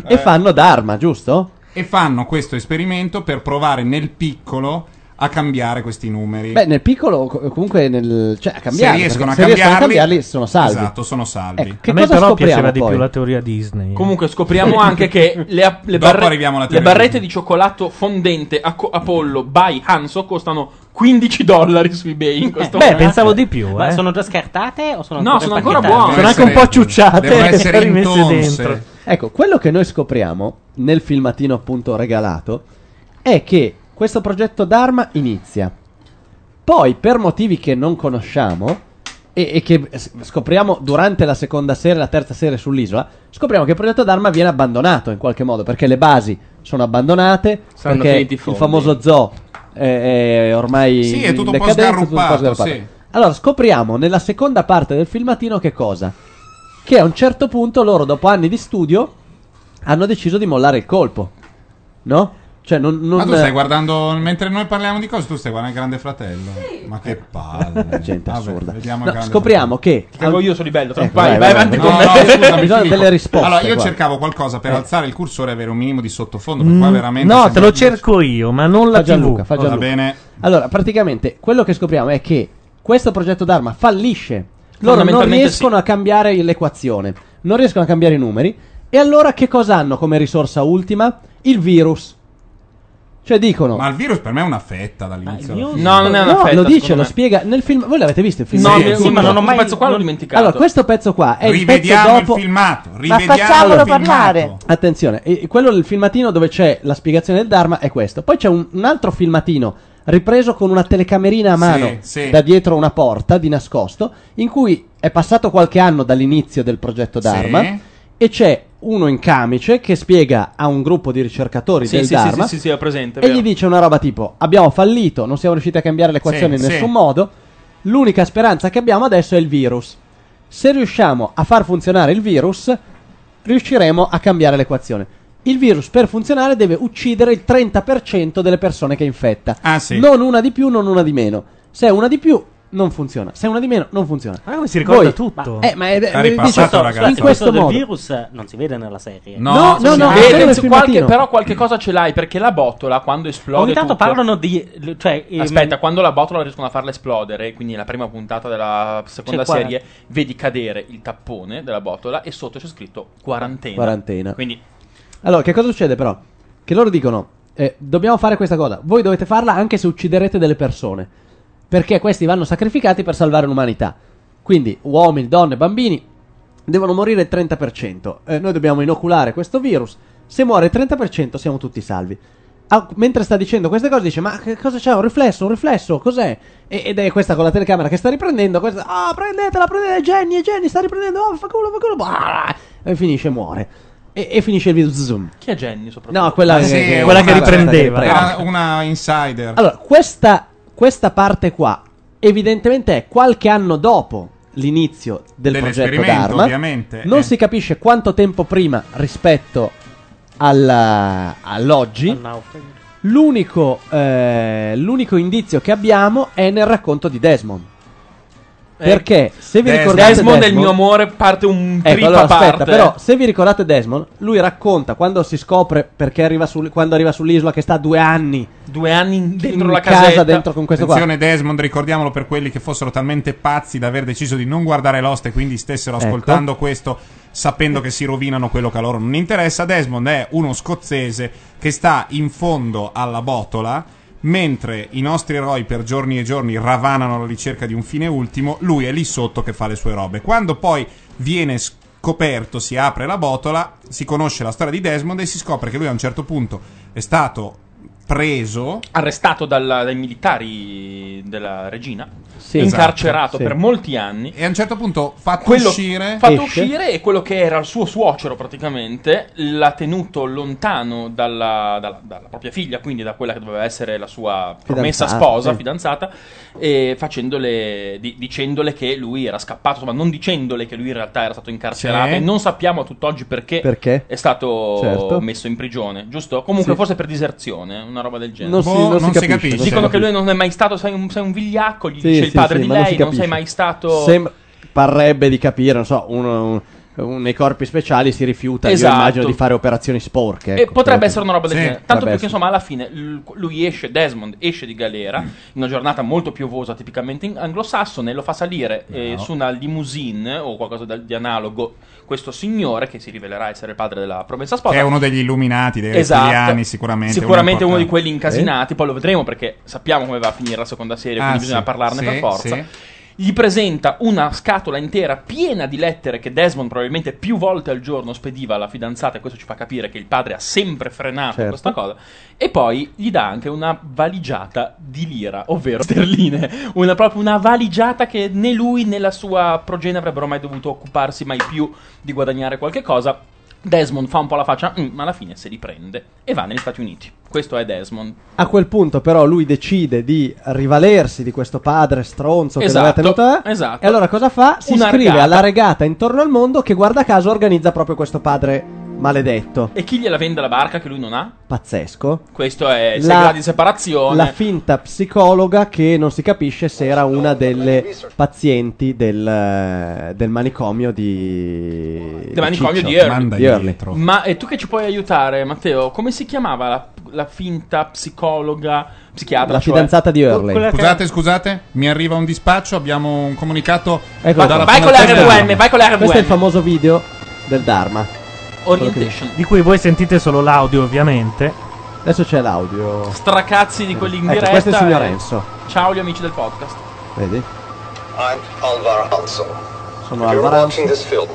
e fanno d'arma, giusto?
E fanno questo esperimento per provare nel piccolo a cambiare questi numeri.
Beh, nel piccolo, co- comunque, nel, cioè, a
se
cambiare.
riescono a
se riescono a
cambiarli,
cambiarli, sono salvi.
Esatto, sono salvi.
Ecco, che
a me
cosa
però
scopriamo
piaceva di
poi?
più la teoria Disney.
Comunque scopriamo anche che le, le
Dopo
barre-
arriviamo alla
le
teoria.
barrette di cioccolato fondente a co- Apollo by Hanso costano 15 dollari su eBay in questo
Beh,
momento.
pensavo di più,
Ma
eh.
sono già scartate o sono
No,
ancora
sono ancora
impacchettate?
Devono
buone.
Sono anche un
essere-
po' ciucciate
Devono
e
essere
rimesse
intonse.
dentro.
Ecco, quello che noi scopriamo nel filmatino appunto regalato è che questo progetto d'arma inizia. Poi, per motivi che non conosciamo e, e che s- scopriamo durante la seconda serie e la terza serie sull'isola, scopriamo che il progetto d'arma viene abbandonato in qualche modo perché le basi sono abbandonate,
Saranno
perché
finiti i
il
fondi.
famoso zoo eh, è, è ormai
Sì, è
in
tutto un po'
decadenza, tutto un po'
sgarruppato,
sgarruppato.
sì.
Allora, scopriamo nella seconda parte del filmatino che cosa? Che a un certo punto loro, dopo anni di studio, hanno deciso di mollare il colpo. No? Cioè, non... non
Ma tu stai guardando, mentre noi parliamo di cose, tu stai guardando il Grande Fratello. Ma che palle. Ah,
Gente
Vabbè,
assurda.
vediamo il
No,
Grande
scopriamo che...
Scrivo io, sono di bello. tra-
Ecco, vai,
vai, vai
vai,
avanti
vai.
con
No,
me.
no, scusami,
Bisogna
ti dico.
delle risposte,
Allora, io
guarda. Eh.
cercavo qualcosa per alzare il cursore e avere un minimo di sottofondo. Per qua
Mm,
veramente
No, te lo
sembra-
cerco io, ma non la
Fa Gianluca,
TV.
fa
Va
Gianluca.
bene.
Allora, praticamente, quello che scopriamo è che questo progetto d'arma fallisce. Loro non
Fondamentalmente
riescono a cambiare l'equazione, non riescono a cambiare i numeri. E allora che cosa hanno come risorsa ultima? Il virus. Cioè dicono...
Ma il virus per me è una fetta
Ma
dall'inizio.
il mio-
No, non è una
no,
fetta,
lo dice,
secondo
lo
me.
spiega nel film. Voi l'avete visto il film?
No,
Sì,
mi-
sì,
sì, ma
ma
non ho
non
mai...
mai-
Questo qua l'ho
non-
dimenticato.
Allora, questo pezzo qua è il pezzo
Rivediamo
dopo.
il filmato. Rivediamo
facciamolo
il filmato.
parlare.
Attenzione, e- e quello del filmatino dove c'è la spiegazione del Dharma è questo. Poi c'è un, un altro filmatino ripreso con una telecamerina a
Sì,
mano
sì.
da dietro una porta di nascosto, in cui è passato qualche anno dall'inizio del progetto Dharma
Sì.
e c'è uno in camice che spiega a un gruppo di ricercatori
Sì,
del
sì, sì,
Dharma
sì, sì, sì, è presente. è
e
vero.
gli dice una roba tipo abbiamo fallito, non siamo riusciti a cambiare l'equazione
Sì,
in
sì.
nessun modo, l'unica speranza che abbiamo adesso è il virus. Se riusciamo a far funzionare il virus, riusciremo a cambiare l'equazione. Il virus per funzionare deve uccidere il 30% delle persone che infetta.
Ah, sì.
Non una di più, non una di meno. Se è una di più, non funziona. Se è una di meno, non funziona.
Ma come si ricorda
Voi-
tutto?
Eh, ma è,
Ha ripassato,
dice-
ragazzi.
in questo
del
modo.
virus eh, non si vede nella serie.
No,
No, no,
sì,
no,
sì.
è
Vede,
solo il
se- qualche,
filmatino.
però qualche cosa ce l'hai perché la botola quando esplode.
Ogni tanto
tutto-
parlano di. Cioè, ehm,
Aspetta, quando la botola riescono a farla esplodere, quindi nella prima puntata della seconda
C'è
Cioè,
qua-
serie, vedi cadere il tappone della botola e sotto c'è scritto quarantena.
Quarantena.
Quindi
Allora, che cosa succede però? Che loro dicono, eh, dobbiamo fare questa cosa, voi dovete farla anche se ucciderete delle persone, perché questi vanno sacrificati per salvare l'umanità. Quindi uomini, donne, bambini devono morire il 30%. Eh, noi dobbiamo inoculare questo virus, se muore il 30% siamo tutti salvi. Ah, mentre sta dicendo queste cose dice, ma che cosa c'è? Un riflesso, un riflesso, cos'è? E- ed è questa con la telecamera che sta riprendendo, questa, ah, prendetela, prendetela, Jenny, Jenny, sta riprendendo, ah, fa culo, fa culo, ah, e finisce, muore. E, e finisce il video, zoom.
chi è Jenny soprattutto?
No, quella,
Ah, sì,
che,
quella che
riprendeva.
Era una insider.
Allora, questa, questa parte qua evidentemente è qualche anno dopo l'inizio del progetto
Dell'esperimento,
Dharma.
ovviamente,
Non
eh.
si capisce quanto tempo prima rispetto alla- all'oggi. L'unico, eh, l'unico indizio che abbiamo è nel racconto di Desmond. Perché se vi
Des-
ricordate
eh, Desmond è il mio amore, parte un
Ecco,
trip
allora,
a parte.
aspetta, però se vi ricordate Desmond, lui racconta quando si scopre perché arriva sul- quando arriva sull'isola che sta due anni
Due anni in- dentro
in
la
casa
casetta.
dentro con questo qua.
Attenzione Desmond, ricordiamolo per quelli che fossero talmente pazzi da aver deciso di non guardare Lost e quindi stessero
Ecco.
ascoltando questo sapendo che si rovinano quello che a loro non interessa. Desmond è uno scozzese che sta in fondo alla botola. Mentre i nostri eroi per giorni e giorni ravanano alla ricerca di un fine ultimo, lui è lì sotto che fa le sue robe. Quando poi viene scoperto, si apre la botola, si conosce la storia di Desmond e si scopre che lui a un certo punto è stato preso
Arrestato dalla- dai militari della regina,
Sì,
incarcerato
esatto, sì.
per molti anni.
E a un certo punto fatto
Quello-
uscire.
fatto
Esce.
uscire e quello che era il suo suocero praticamente l'ha tenuto lontano dalla, dalla- dalla propria figlia, quindi da quella che doveva essere la sua promessa
Fidanzata,
sposa,
sì.
fidanzata, e facendole, di- dicendole che lui era scappato, insomma non dicendole che lui in realtà era stato incarcerato
Sì.
e non sappiamo a tutt'oggi perché,
Perché?
è stato
Certo.
messo in prigione, giusto? Comunque
Sì.
forse per diserzione, una roba del genere.
Non, si,
Boh,
non,
non
si
si
capisce.
capisce.
non si
Dicono che
capisce.
lui non è mai stato, sei un, sei un vigliacco, gli
Sì,
dice
sì,
il padre
sì,
di
ma non si
lei, non, sei
capisce.
mai stato...
Sembra- parrebbe di capire, non so, uno, un- un- nei corpi speciali si rifiuta,
Esatto.
io immagino, di fare operazioni sporche.
E
ecco,
potrebbe
però-
essere una roba del
Sì,
genere. Tanto
potrebbe
più che,
essere.
insomma, alla fine l- lui esce, Desmond esce di galera in una giornata molto piovosa, tipicamente in- anglosassone. Lo fa salire eh, su una limousine o qualcosa da- di analogo. Questo signore che si rivelerà essere il padre della promessa sposa.
Che è uno degli illuminati, dei
Esatto,
rettiliani, sicuramente.
Sicuramente uno, di
importante.
quelli
Eh?
incasinati. Poi lo vedremo perché sappiamo come va a finire la seconda serie,
Eh? Ah,
quindi
sì,
bisogna parlarne
sì,
per forza.
sì.
Gli presenta una scatola intera piena di lettere che Desmond probabilmente più volte al giorno spediva alla fidanzata e questo ci fa capire che il padre ha sempre frenato
Certo.
questa cosa. E poi gli dà anche una valigiata di lira, ovvero sterline, una, proprio una valigiata che né lui né la sua progenie avrebbero mai dovuto occuparsi mai più di guadagnare qualche cosa. Desmond fa un po' la faccia, "Mm", ma alla fine se li prende e va negli Stati Uniti. Questo è Desmond.
A quel punto, però, lui decide di rivalersi di questo padre stronzo
Esatto,
che l'aveva tenuto. eh,
esatto.
E allora cosa fa? Si
Una
iscrive
regata.
alla regata intorno al mondo che, guarda caso, organizza proprio questo padre maledetto.
E chi gliela vende la barca che lui non ha?
Pazzesco.
Questo è il gradi Eh, di separazione.
la finta psicologa che non si capisce se era una delle pazienti del, eh, del manicomio di
Del manicomio
Ciccio.
di Early.
Manda
Di Early.
indietro.
Ma eh, tu che ci puoi aiutare, Matteo? Come si chiamava la, la finta psicologa, psichiatra?
La
cioè?
fidanzata di Early.
Quella che-
Scusate, scusate, mi arriva un dispaccio. Abbiamo un comunicato.
Ecco,
Vai,
Dalla
vai con la
Fondazione
RVM,
Dharma.
vai con la RVM.
Questo è il famoso video del Dharma.
Orientation.
Di cui voi sentite solo l'audio, ovviamente.
Adesso c'è l'audio.
Stracazzi di quelli in
Ecco,
diretta.
questo è il signor
eh.
Enzo.
Ciao gli amici del podcast.
Vedi?
I'm Alvar Hanso.
Sono
If you're
Alvar
watching
Hanso.
this film,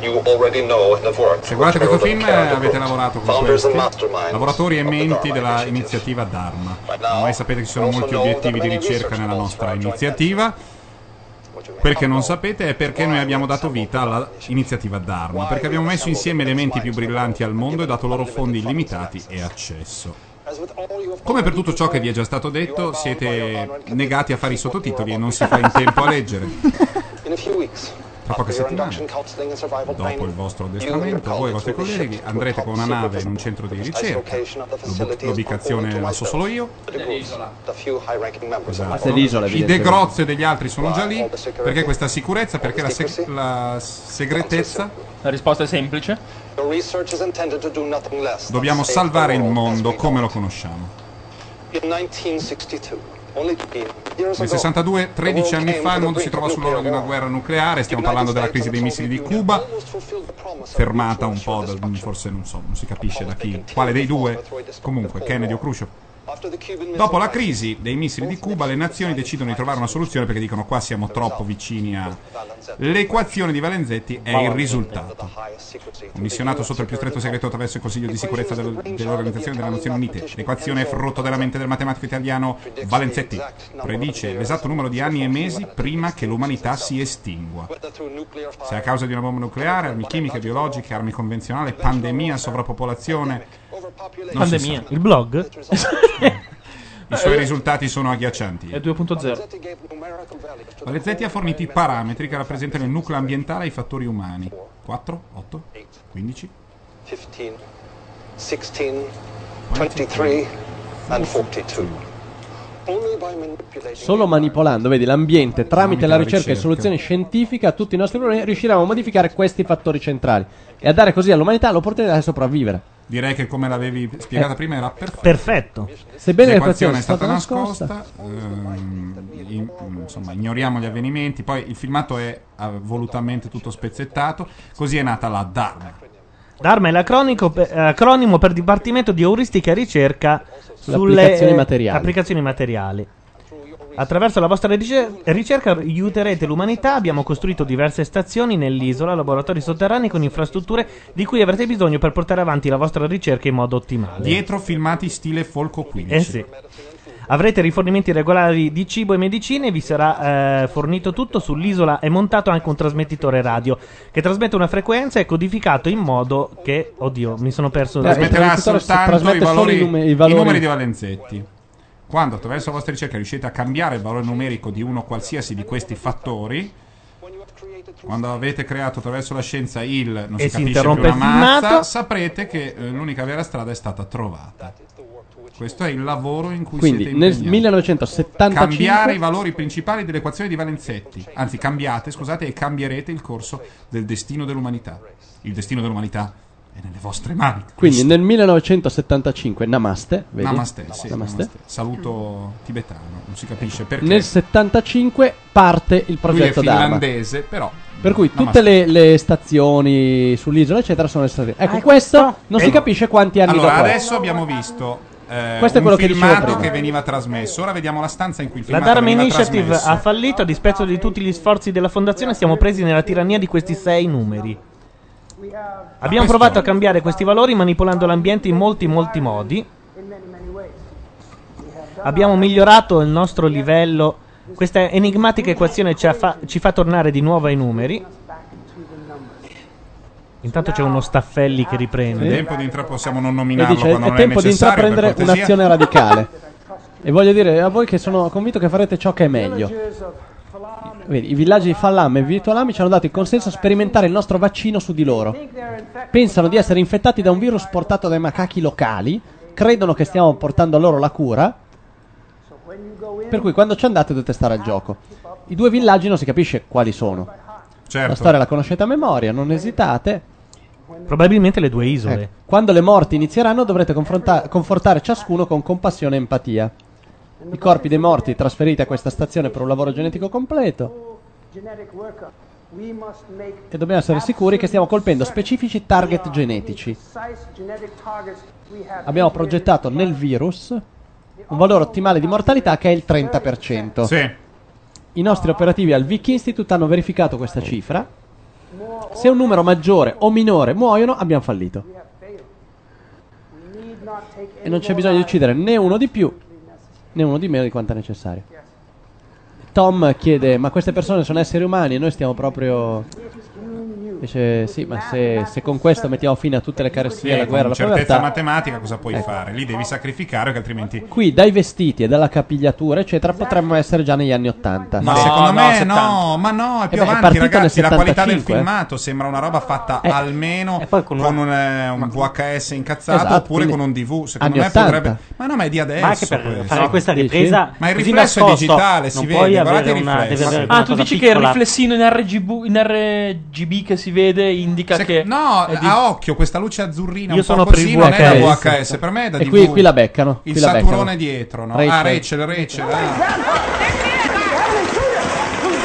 you already know and have worked
Se guardate questo film,
Cioè,
eh, avete lavorato con questi lavoratori
lavoratori
e menti della iniziativa Dharma. Ormai sapete che ci sono molti obiettivi di ricerca nella nostra iniziativa. Quel che non sapete è perché noi abbiamo dato vita all'iniziativa Dharma, perché abbiamo messo insieme le menti più brillanti al mondo e dato loro fondi illimitati e accesso. Come per tutto ciò che vi è già stato detto, siete negati a fare i sottotitoli e non si fa in tempo a leggere.
Tra poche settimane, dopo il vostro addestramento, voi e i vostri colleghi andrete con una nave in un centro di ricerca. L'ubi-
L'ubicazione la eh, so solo io.
Esatto.
Ah, sei l'isola,
I
evidentemente.
degrozze degli altri sono già lì. Perché questa sicurezza? Perché la, sec- la segretezza?
La risposta è semplice.
Dobbiamo salvare il mondo come lo conosciamo. Nel 62, 13 anni fa, il mondo si trova sull'ora di una guerra nucleare. Stiamo parlando della crisi dei missili di Cuba, fermata un po', da, forse non so, non si capisce da chi, quale dei due. Comunque, Kennedy o Khrushchev. Dopo la crisi dei missili di Cuba, le nazioni decidono di trovare una soluzione perché dicono qua siamo troppo vicini a... L'equazione di Valenzetti è il risultato. Missionato sotto il più stretto segreto attraverso il Consiglio di sicurezza del- dell'Organizzazione delle Nazioni Unite, l'equazione F frutto della mente del matematico italiano Valenzetti predice l'esatto numero di anni e mesi prima che l'umanità si estingua. Se a causa di una bomba nucleare, armi chimiche, biologiche, armi convenzionali, pandemia, sovrappopolazione,
sovrappopolazione,
non si
Pandemia.
Il blog?
I suoi risultati sono agghiaccianti.
È 2.0.
Vanzetti ha fornito i parametri che rappresentano il nucleo ambientale ai fattori umani. 4, 8,
15,
15.
16, 23 and 42. Only by manipulating
Solo manipolando, vedi, l'ambiente tramite la
la
ricerca e
ricerca.
soluzione scientifica a tutti i nostri problemi riusciremo a modificare questi fattori centrali e a dare così all'umanità l'opportunità di sopravvivere.
Direi che come l'avevi spiegata prima era perfetto.
Perfetto. Sebbene
l'equazione è
l'equazione
stata
è stata
nascosta, ehm, in- insomma, ignoriamo gli avvenimenti. Poi il filmato è eh, volutamente tutto spezzettato. Così è nata la DARNA.
Dharma è l'acronico per- acronimo per Dipartimento di Euristica e Ricerca sulle
applicazioni
eh,
materiali.
applicazioni materiali. Attraverso la vostra ricer- ricerca aiuterete l'umanità. Abbiamo costruito diverse stazioni nell'isola, laboratori sotterranei con infrastrutture di cui avrete bisogno per portare avanti la vostra ricerca in modo ottimale.
Dietro filmati stile Folco 15.
Eh sì. Avrete rifornimenti regolari di cibo e medicine, vi sarà eh, fornito tutto. Sull'isola è montato anche un trasmettitore radio che trasmette una frequenza e codificato in modo che. Oddio, mi sono perso.
trasmetterà soltanto i valori, i, numeri di
valore.
Valenzetti. Quando attraverso la vostra ricerca riuscite a cambiare il valore numerico di uno qualsiasi di questi fattori, quando avete creato attraverso la scienza il non
E
si
si
capisce più
interrompe
una
il filmato.
mazza, saprete che eh, l'unica vera strada è stata trovata. Questo è il lavoro in cui
Quindi
siete
nel
impegnati.
1975
Cambiare i valori principali dell'equazione di Valenzetti. Anzi, cambiate, scusate, e cambierete il corso del destino dell'umanità. Il destino dell'umanità è nelle vostre mani.
Quindi nel 1975 Namaste, vedi?
Namaste, sì,
Namaste. Ecco.
namaste. saluto tibetano, non si capisce perché.
Nel 75 parte il
Lui è
progetto Dharma.
finlandese, però.
Per cui
Namaste.
tutte le, le stazioni sull'isola eccetera sono state Ecco, questo non si
Ecco.
capisce quanti anni
Allora,
dopo è.
adesso abbiamo visto eh,
Questo è
un
quello che dicevo
filmato
prima.
che veniva trasmesso. Ora vediamo la stanza in cui il
La
filmato
Dharma
veniva
Initiative
trasmesso.
ha fallito a dispetto di tutti gli sforzi della fondazione. Siamo presi nella tirannia di questi sei numeri. Abbiamo provato a cambiare questi valori manipolando l'ambiente in molti, molti modi. Abbiamo migliorato il nostro livello. Questa enigmatica equazione ci, ha fa- ci fa tornare di nuovo ai numeri. Intanto c'è uno Staffelli che
È
riprende.
tempo di intra- possiamo non
E
nominarlo
dice
quando
è
non è
tempo di
necessario. per
intraprendere
cortesia.
un'azione radicale. e voglio dire a voi che sono convinto che farete ciò che è meglio. Vedi, I villaggi di Fallam e Virtualam ci hanno dato il consenso a sperimentare il nostro vaccino su di loro. Pensano di essere infettati da un virus portato dai macachi locali, credono che stiamo portando loro la cura, per cui quando ci andate dovete stare al gioco. I due villaggi non si capisce quali sono.
Certo.
La storia la conoscete a memoria, non esitate. Ecco,
Probabilmente le due isole.
Quando le morti inizieranno dovrete confronta- confortare ciascuno con compassione e empatia. I corpi dei morti trasferiti a questa stazione per un lavoro genetico completo e dobbiamo essere sicuri che stiamo colpendo specifici target genetici. Abbiamo progettato nel virus un valore ottimale di mortalità che è il 30%.
Sì.
I nostri operativi al Vic Institute hanno verificato questa cifra. Se un numero maggiore o minore muoiono, abbiamo fallito. E non c'è bisogno di uccidere né uno di più né uno di meno di quanto è necessario. Tom chiede: Ma queste persone sono esseri umani? E noi stiamo proprio. Dice: Sì, ma se, se con questo mettiamo fine a tutte le
Sì,
carestie, la
con
guerra, la
certezza
povertà.
matematica cosa puoi
Ecco.
fare? Lì devi sacrificare, che altrimenti.
Qui dai vestiti e dalla capigliatura, eccetera, potremmo essere già negli anni 80.
Ma secondo me Esatto. no, ma no, è
Eh
più
beh, è
avanti,
partito nel
ragazzi. La qualità del
75, eh.
filmato sembra una roba fatta almeno con, un, eh, un VHS incazzato
Esatto,
oppure
quindi
con un DV. Secondo
anni
me
80.
potrebbe. Ma no, ma è di adesso.
Ma anche per
questo.
fare questa ripresa
Ma il
così
riflesso è
nascosto,
digitale,
non
si
puoi
vede. Guardate il
avere una- deve
riflesso.
avere
Ah, tu
cosa
dici che il
piccola.
riflessino in RGB, in RGB che si vede indica che.
No,
è di-
a occhio, questa luce azzurrina
Io
un
sono
po' così
per
non è da
VHS.
VHS, per me è da
E
DV.
qui- qui la beccano,
Il
qui la
saturone
beccano.
dietro, no?
Rachel.
Ah, Rachel, Rachel. ah.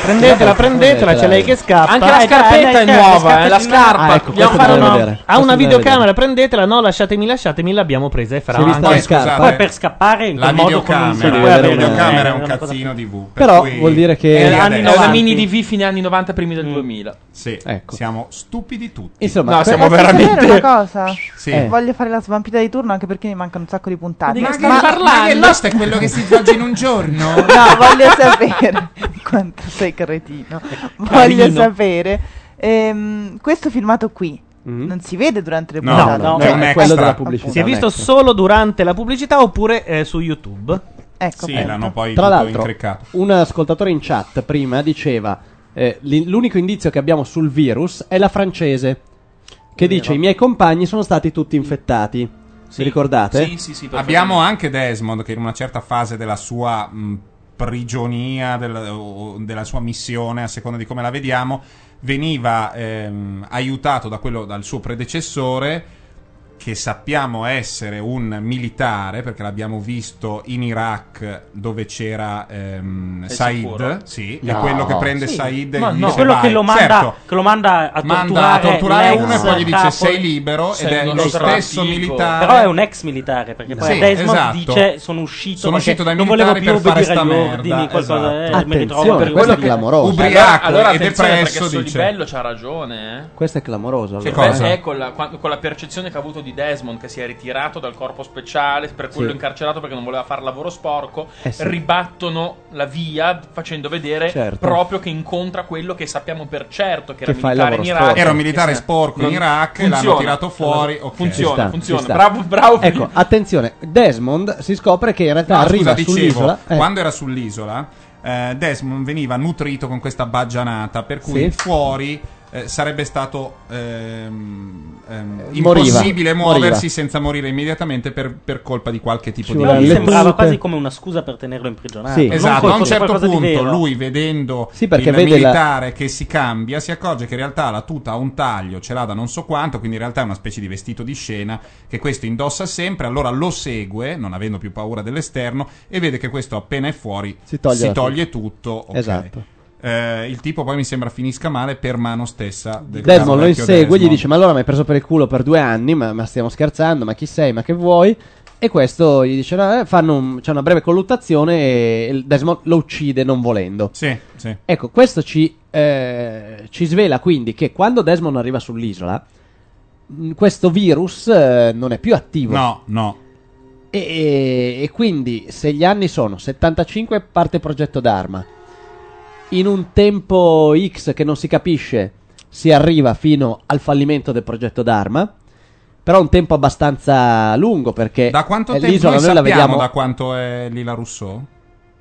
Prendetela, prendetela, c'è lei che scappa.
Anche la
Eh,
scarpetta
dai,
è
dai,
nuova, eh,
scarpetta
la
è
scarpa.
nuova.
Ah, ecco, Dobbiamo questo fare
dobbiamo una- vedere.
Ha una
Questo dobbiamo
videocamera, prendetela, no, lasciatemi, lasciatemi, l'abbiamo presa e farà
Si è vista
anche.
la scarpa?
Poi per scappare in
La
quel modo
videocamera,
con un
eh,
solo-
la
guarda,
videocamera
una-
è un
una cosa-
cazzino di V.
Però vuol dire che-
È
Sì,
anni
adesso.
90, mini DV, fine anni 90, primi del 2000.
Mm. Sì, siamo stupidi tutti.
Ecco. Insomma,
No, siamo
Posso
veramente-
sapere una cosa?
Sì.
Eh. Voglio fare la svampita di turno anche perché mi mancano un sacco di puntate.
Ma, che- ma, ma che Lost è quello che si svolge in un giorno?
No, voglio sapere quanto sei cretino. Voglio
Carino.
sapere. ehm, questo filmato qui
Mm-hmm.
non si vede durante le
No, Cioè,
puntate.
no,
ecco.
no, è quello della pubblicità. Si è visto solo durante la pubblicità oppure eh, su YouTube?
Ecco,
Sì,
appunto.
l'hanno poi
Tra
tutto
l'altro,
incriccato.
un ascoltatore in chat prima diceva: eh, li- L'unico indizio che abbiamo sul virus è la francese, che dice: I miei compagni sono stati tutti infettati. Vi ricordate?
Abbiamo anche Desmond che in una certa fase della sua mh, prigionia, del- o della sua missione, a seconda di come la vediamo, veniva ehm, aiutato da quello- dal suo predecessore che sappiamo essere un militare perché l'abbiamo visto in Iraq dove c'era ehm,
Sei sicuro?
Said sì, è
No.
quello che prende
Sì.
Said e
Ma
gli
no.
dice
Quello che
"Vai".
lo manda-
Certo.
che lo manda a
Manda a
torturare
torturare
l'ex
uno e poi gli dice
capo-
sei libero ed
Sei
è
uno
lo
stratego.
stesso militare
Però è un ex militare, perché poi
Sì,
Desmond
esatto.
dice sono uscito,
Sono
perché
uscito dai
non volevo
militari
più
per fare
obbedire
sta
agli
merda,
ordini, qualcosa,
esatto.
eh, me ne trovo per
quello è
l'ultimo.
clamoroso.
Ubriaco
allora,
e
attenzione,
depresso,
perché
dice.
Solibello c'ha ragione, eh.
Questo è clamoroso.
Cioè,
allora.
beh, è con la, qua- con la percezione che ha avuto di Desmond, che si è ritirato dal corpo speciale, per quello
Sì.
incarcerato perché non voleva fare lavoro sporco,
Eh sì.
ribattono la via facendo vedere
Certo.
proprio che incontra quello che sappiamo per certo che,
Che
era
fa il
militare in
lavoro
Iraq.
sporco. Era un
militare
Che-
sporco in
non-
Iraq, l'hanno
funziona. Esatto.
tirato fuori,
Allora,
ok.
Ci
Funziona,
sta,
funziona.
ci sta.
Bravo, bravo.
Ecco, attenzione, Desmond si scopre che in realtà
No,
arriva
scusa, dicevo,
sull'isola. eh,
quando era sull'isola, eh, Desmond veniva nutrito con questa baggianata, per cui
Sì.
fuori eh, sarebbe stato ehm, ehm,
Eh, moriva,
impossibile
moriva.
muoversi senza morire immediatamente per, per colpa di qualche tipo
Però
di
mi
virus.
sembrava quasi come una scusa per tenerlo imprigionato.
Sì.
non
Esatto, a un
qualcosa-
certo
qualcosa di
punto
vero.
lui vedendo
Sì, perché
il
vede la-
militare che si cambia si accorge che in realtà la tuta ha un taglio, ce l'ha da non so quanto, quindi in realtà è una specie di vestito di scena che questo indossa sempre, allora lo segue, non avendo più paura dell'esterno, e vede che questo appena è fuori si
toglie
toglie,
la tuta.
tutto. ok.
Esatto.
Eh, il tipo poi mi sembra finisca male per mano stessa del
Desmond lo
vecchio
insegue, gli
Desmond.
dice: Ma allora mi hai preso per il culo per due anni, ma, ma stiamo scherzando, ma chi sei, ma che vuoi? E questo gli dice: no, eh, fanno un- C'è una breve colluttazione e il Desmond lo uccide non volendo.
Sì, sì.
Ecco, questo ci, eh, ci svela quindi che quando Desmond arriva sull'isola, mh, questo virus eh, non è più attivo.
No, no.
E, e- e quindi se gli anni sono 75 parte progetto d'arma, in un tempo X che non si capisce si arriva fino al fallimento del progetto d'arma, però un tempo abbastanza lungo perché
Da quanto
eh,
tempo
l'isola
noi
noi la
sappiamo
vediamo...
da quanto è lì la Rousseau?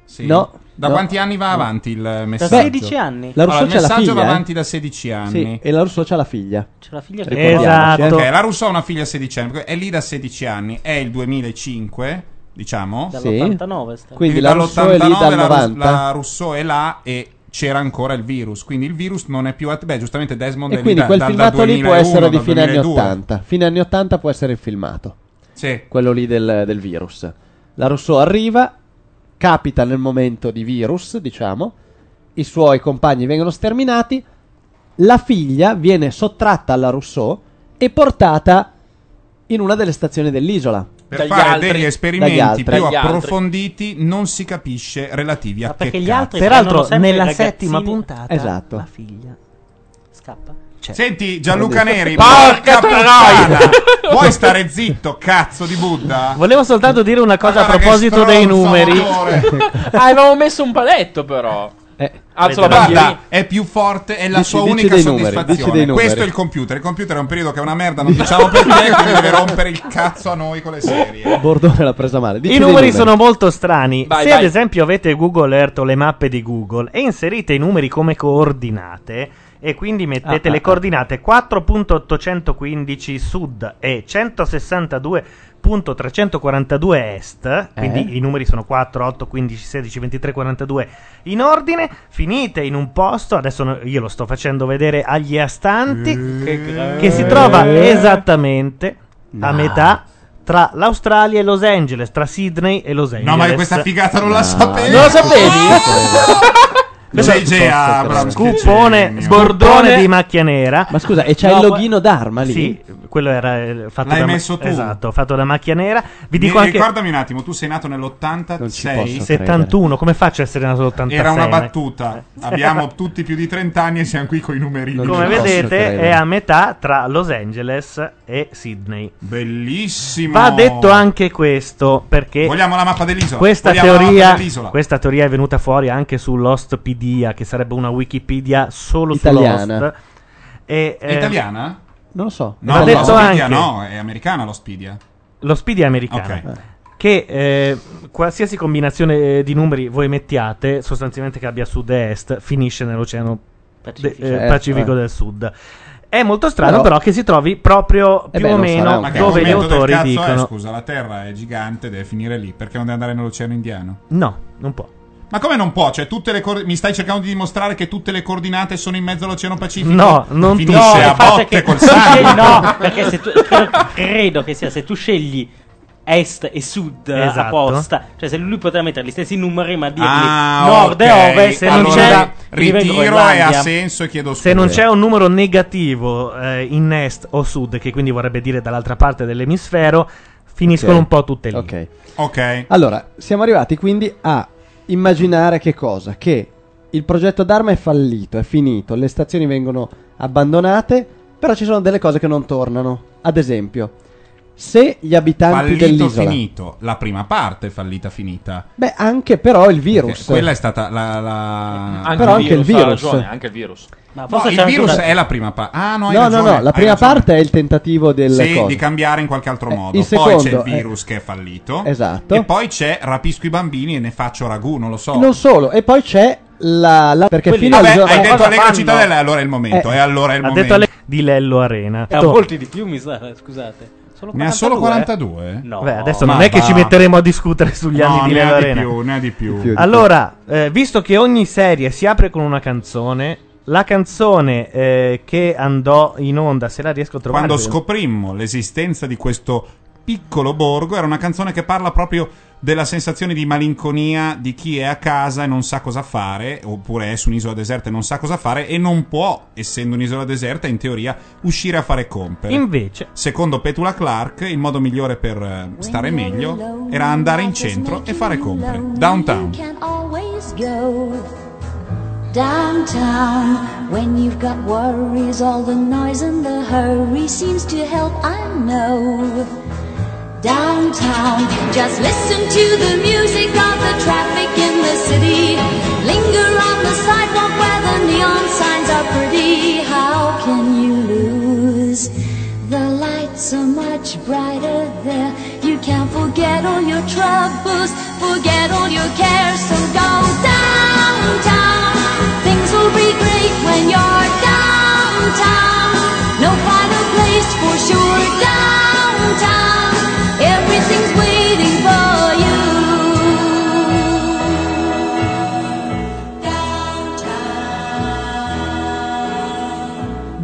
Sì.
No,
Da
no.
quanti anni va
No.
avanti il
Da
messaggio?
16 anni. La Rousseau
Allora, il
c'ha la
messaggio va
figlia, eh?
avanti da 16 anni.
Sì, e la Rousseau c'ha la figlia. C'è
la figlia
Ricordiamoci,
Ok,
eh.
la Rousseau ha una figlia a 16 anni, perché è lì da 16 anni, è il 2005, diciamo. Eh,
Dall'89 sta.
Quindi la Rousseau è lì dal
la, Rus-
90.
la Rousseau è là e c'era ancora il virus, quindi il virus non è più att- beh, giustamente Desmond è
E
lì
quindi
da-
quel
dal- dal
filmato lì può
2001,
essere di
dal
fine anni
2002.
80. Fine anni 80 può essere il filmato.
Sì.
Quello lì del, del virus. La Rousseau arriva, capita nel momento di virus, diciamo, i suoi compagni vengono sterminati, la figlia viene sottratta alla Rousseau e portata in una delle stazioni dell'isola.
Per fare degli
Dagli
esperimenti
altri.
più
Dagli altri.
approfonditi non si capisce relativi a che
perché gli
cazzo.
altri Peraltro, prendono sempre nella i ragazzini- settima
puntata,
Esatto.
la figlia
scappa.
Cioè,
Senti Gianluca
Quindi-
Neri,
Porca
porca
troia!
puttana! Vuoi stare zitto, cazzo di Buddha?
Volevo soltanto dire una cosa
Guarda
a
che
proposito dei
stronzo,
numeri.
amore.
Ah, avevamo messo un paletto però.
Eh.
Alzo la
Guarda,
bandierina.
è più forte, è la
Dici-
sua
dici
unica
dei numeri,
soddisfazione.
dici dei numeri.
Questo è il computer. Il computer è un periodo che è una merda, non diciamo perché, quindi deve rompere il cazzo a noi con le serie.
Bordone l'ha presa male. Dici
I
dei
numeri sono molto strani.
Vai,
Se
vai.
ad esempio avete Google Earth o le mappe di Google e inserite i numeri come coordinate e quindi mettete
Ah,
le
ah,
coordinate 4.815 sud e 162.342 est,
Eh?
quindi i numeri sono 4, 8, 15, 16, 23, 42 in ordine, finite in un posto, adesso no- io lo sto facendo vedere agli astanti, che, si trova
Eh?
esattamente a
No.
metà tra l'Australia e Los Angeles, tra Sydney e Los Angeles.
No, ma questa figata non la sapevo.
Non lo sapevi?
JJ Abrams. che
Cupone,
genio.
bordone di macchia nera.
Ma scusa, e c'è
No,
il
qua-
loghino d'arma lì?
Sì, quello era eh, fatto
L'hai
da
messo tu.
Esatto, fatto da macchia nera. Vi dico
Mi-
anche
Ricordami un attimo, tu sei nato nell'86.
71, come faccio a essere nato l'86?
Era una
Eh.
battuta. Abbiamo tutti più di 30 anni e siamo qui con i numerini.
Come vedete è a metà tra Los Angeles e Sydney.
Bellissimo.
Va detto anche questo perché
Vogliamo la mappa dell'isola?
Questa
Vogliamo la mappa
teoria,
dell'isola?
questa teoria è venuta fuori anche su Lostpedia, che sarebbe una Wikipedia solo
Italiana.
su Lost. E, eh,
È italiana?
Non lo so.
Va
No,
detto
lo Spidia
anche-
no, è americana lo Spidia.
Lo Speedy è americano.
Ok.
che eh, qualsiasi combinazione eh, di numeri voi mettiate, sostanzialmente che abbia sud e est, finisce nell'oceano de-
Pacifico.
eh,
Certo,
Pacifico
eh.
del Sud. È molto strano,
Però- Eh
però, che si trovi proprio
Eh
più o meno
Ma che
dove gli
argomento del
autori
cazzo
dicono.
È, scusa, la Terra è gigante, deve finire lì. Perché non deve andare nell'Oceano Indiano?
No, non può.
Ma come non può? Cioè, tutte le coor- mi stai cercando di dimostrare che tutte le coordinate sono in mezzo all'Oceano Pacifico?
No, non
Finisce
tutte.
a
Il fatto
botte
è che-
col
Eh,
sangue.
no, perché se tu, credo, credo che sia se tu scegli est e sud eh,
Esatto.
apposta, cioè se lui potrà mettere gli stessi numeri ma dirgli
Ah,
nord
ok.
e ovest,
Se non
allora
c'è-
divengo
ritiro e
Groenlandia.
ha senso e chiedo
Se non c'è un numero negativo eh, in est o sud, che quindi vorrebbe dire dall'altra parte dell'emisfero, finiscono
Ok.
un po' tutte lì.
Ok.
Ok.
Allora, siamo arrivati quindi a immaginare che cosa? Che il progetto d'arma è fallito, è finito, le stazioni vengono abbandonate, però ci sono delle cose che non tornano. Ad esempio, se gli abitanti
Fallito
dell'isola...
finito. La prima parte è fallita finita.
Beh, anche però il virus.
Quella è stata la. la-
Anche Però il anche il virus, ha virus. ragione,
anche il virus.
Ma
No,
forse
il
c'è anche
virus
una-
è la prima parte. Ah, no, hai
no,
ragione,
no, no, la
hai
prima
ragione.
parte è il tentativo del...
Sì,
coso.
di cambiare in qualche altro
Eh,
modo.
il
poi c'è il
secondo, eh.
virus che è fallito.
Esatto.
E poi c'è rapisco i bambini e ne faccio ragù, non lo so.
Non solo, e poi c'è la... la- perché
Quelli-
fino al
Vabbè,
giorno...
hai detto Allegro Cittadella, e allora è il momento.
Eh.
E allora è il
Ha
momento.
detto alle- di Lello Arena.
Eh, a molti di più mi sa, scusate. Solo eh.
Ne ha solo 42?
No.
Beh, adesso
Ma
non è che
va.
ci metteremo a discutere sugli
No,
anni di
ne ha
Lello
di
Arena.
più, ne ha di più. Di più, di più.
allora, eh, visto che ogni serie si apre con una canzone, la canzone eh, che andò in onda, se la riesco a trovare.
Quando scoprimmo l'esistenza di questo piccolo borgo, era una canzone che parla proprio della sensazione di malinconia di chi è a casa e non sa cosa fare, oppure è su un'isola deserta e non sa cosa fare, e non può, essendo un'isola deserta, in teoria uscire a fare compere.
Invece,
secondo Petula Clark, il modo migliore per eh, stare meglio era andare in centro e fare compere. Downtown.
can always go downtown when you've got worries. All the noise and the hurry seems to help, I know. Downtown, just listen to the music of the traffic in the city. Linger on the sidewalk where the neon signs are pretty. How can you lose? The lights are much brighter there. You can't forget all your troubles, forget all your cares. So go downtown. Things will be great when you're downtown. No final place for sure downtown. Everything's waiting for you.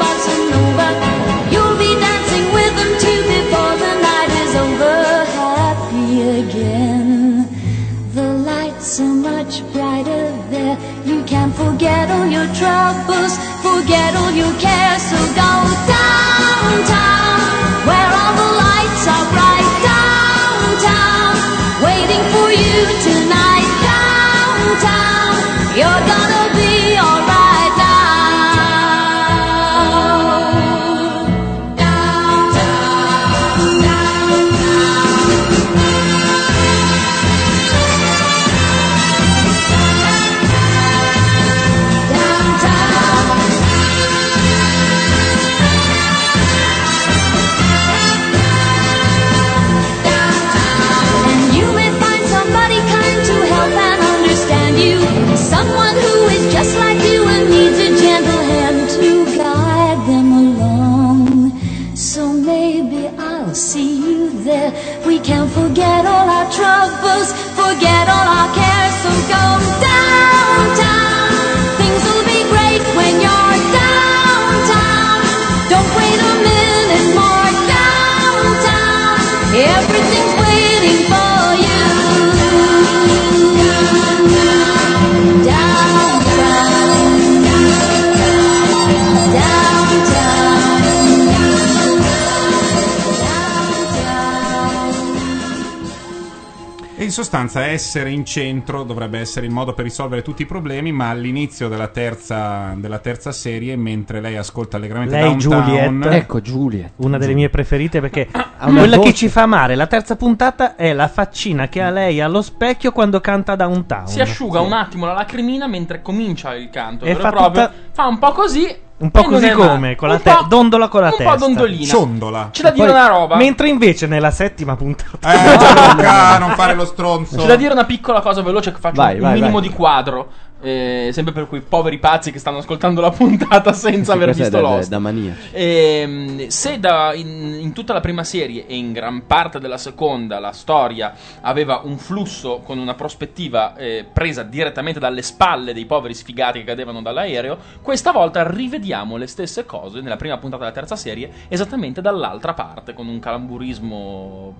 bossa nova. You'll be dancing with them too before the night is over. Happy again. The lights are much brighter there. You can forget all your troubles, forget all your cares. So go downtown, where all the lights are bright. Downtown, waiting for you tonight. Downtown, you're gonna be alright now. Downtown, downtown. Downtown.
in sostanza essere in centro dovrebbe essere il modo per risolvere tutti i problemi, ma all'inizio della terza, della terza serie, mentre lei ascolta allegramente
Lei,
Downtown...
Juliet. Ecco,
Juliet.
Una delle mie preferite perché
una
quella
voce.
che ci fa amare la terza puntata è la faccina che ha lei allo specchio quando canta Downtown.
Si asciuga
Ah, Sì.
un attimo la lacrimina mentre comincia il canto.
E
vero e
fa
proprio.
tutta-
Fa un po' così.
Un po'
e Eh, non
così
è
come,
male.
con la
Un
te-
po'-
dondola con la
un po'
testa.
dondolina. Sondola. C'è da dire
Poi-
una roba.
Mentre invece nella settima puntata...
Ah, non fare lo stronzo.
C'è da dire una piccola cosa veloce che faccio
Vai,
un
vai,
minimo
vai.
di quadro. eh, sempre per quei poveri pazzi che stanno ascoltando la puntata senza aver
Questa è
visto
da, da,
Lost.
da mania.
Ehm, se da- in, in tutta la prima serie e in gran parte della seconda la storia aveva un flusso con una prospettiva eh, presa direttamente dalle spalle dei poveri sfigati che cadevano dall'aereo, questa volta rivediamo le stesse cose nella prima puntata della terza serie esattamente dall'altra parte con un calamburismo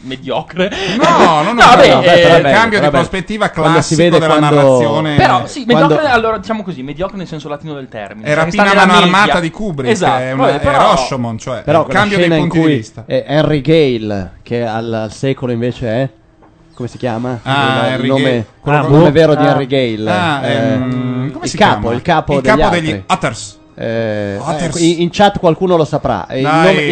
mediocre.
No, no, no,
vabbè,
no, no,
eh,
però è bello, cambio di però è bello. prospettiva
Quando
classico
si vede
della
quando-
narrazione.
Però sì,
Quando-
mediocre, allora diciamo così, mediocre nel senso latino del termine.
Era
cioè che sta
Pina
nella
Mano
media.
Armata di Kubrick, eh,
esatto,
è una-
vabbè,
è
però-
Roshoman, cioè,
Però eh,
il
quella
cambio dei
scena in
punti di
cui
vista.
eh, Henry Gale, che al, al secolo invece è. Come si chiama?
Ah,
il,
Henry
il nome,
Gale.
quello-
Ah,
il nome
boh.
vero di
Ah.
Henry Gale.
Ah,
eh,
ehm, come
il
si
capo,
chiama?
il capo
Il
degli
capo degli
altri.
Otters.
Eh,
Otters.
ecco, in, in chat qualcuno lo saprà. Eh,
Dai,
il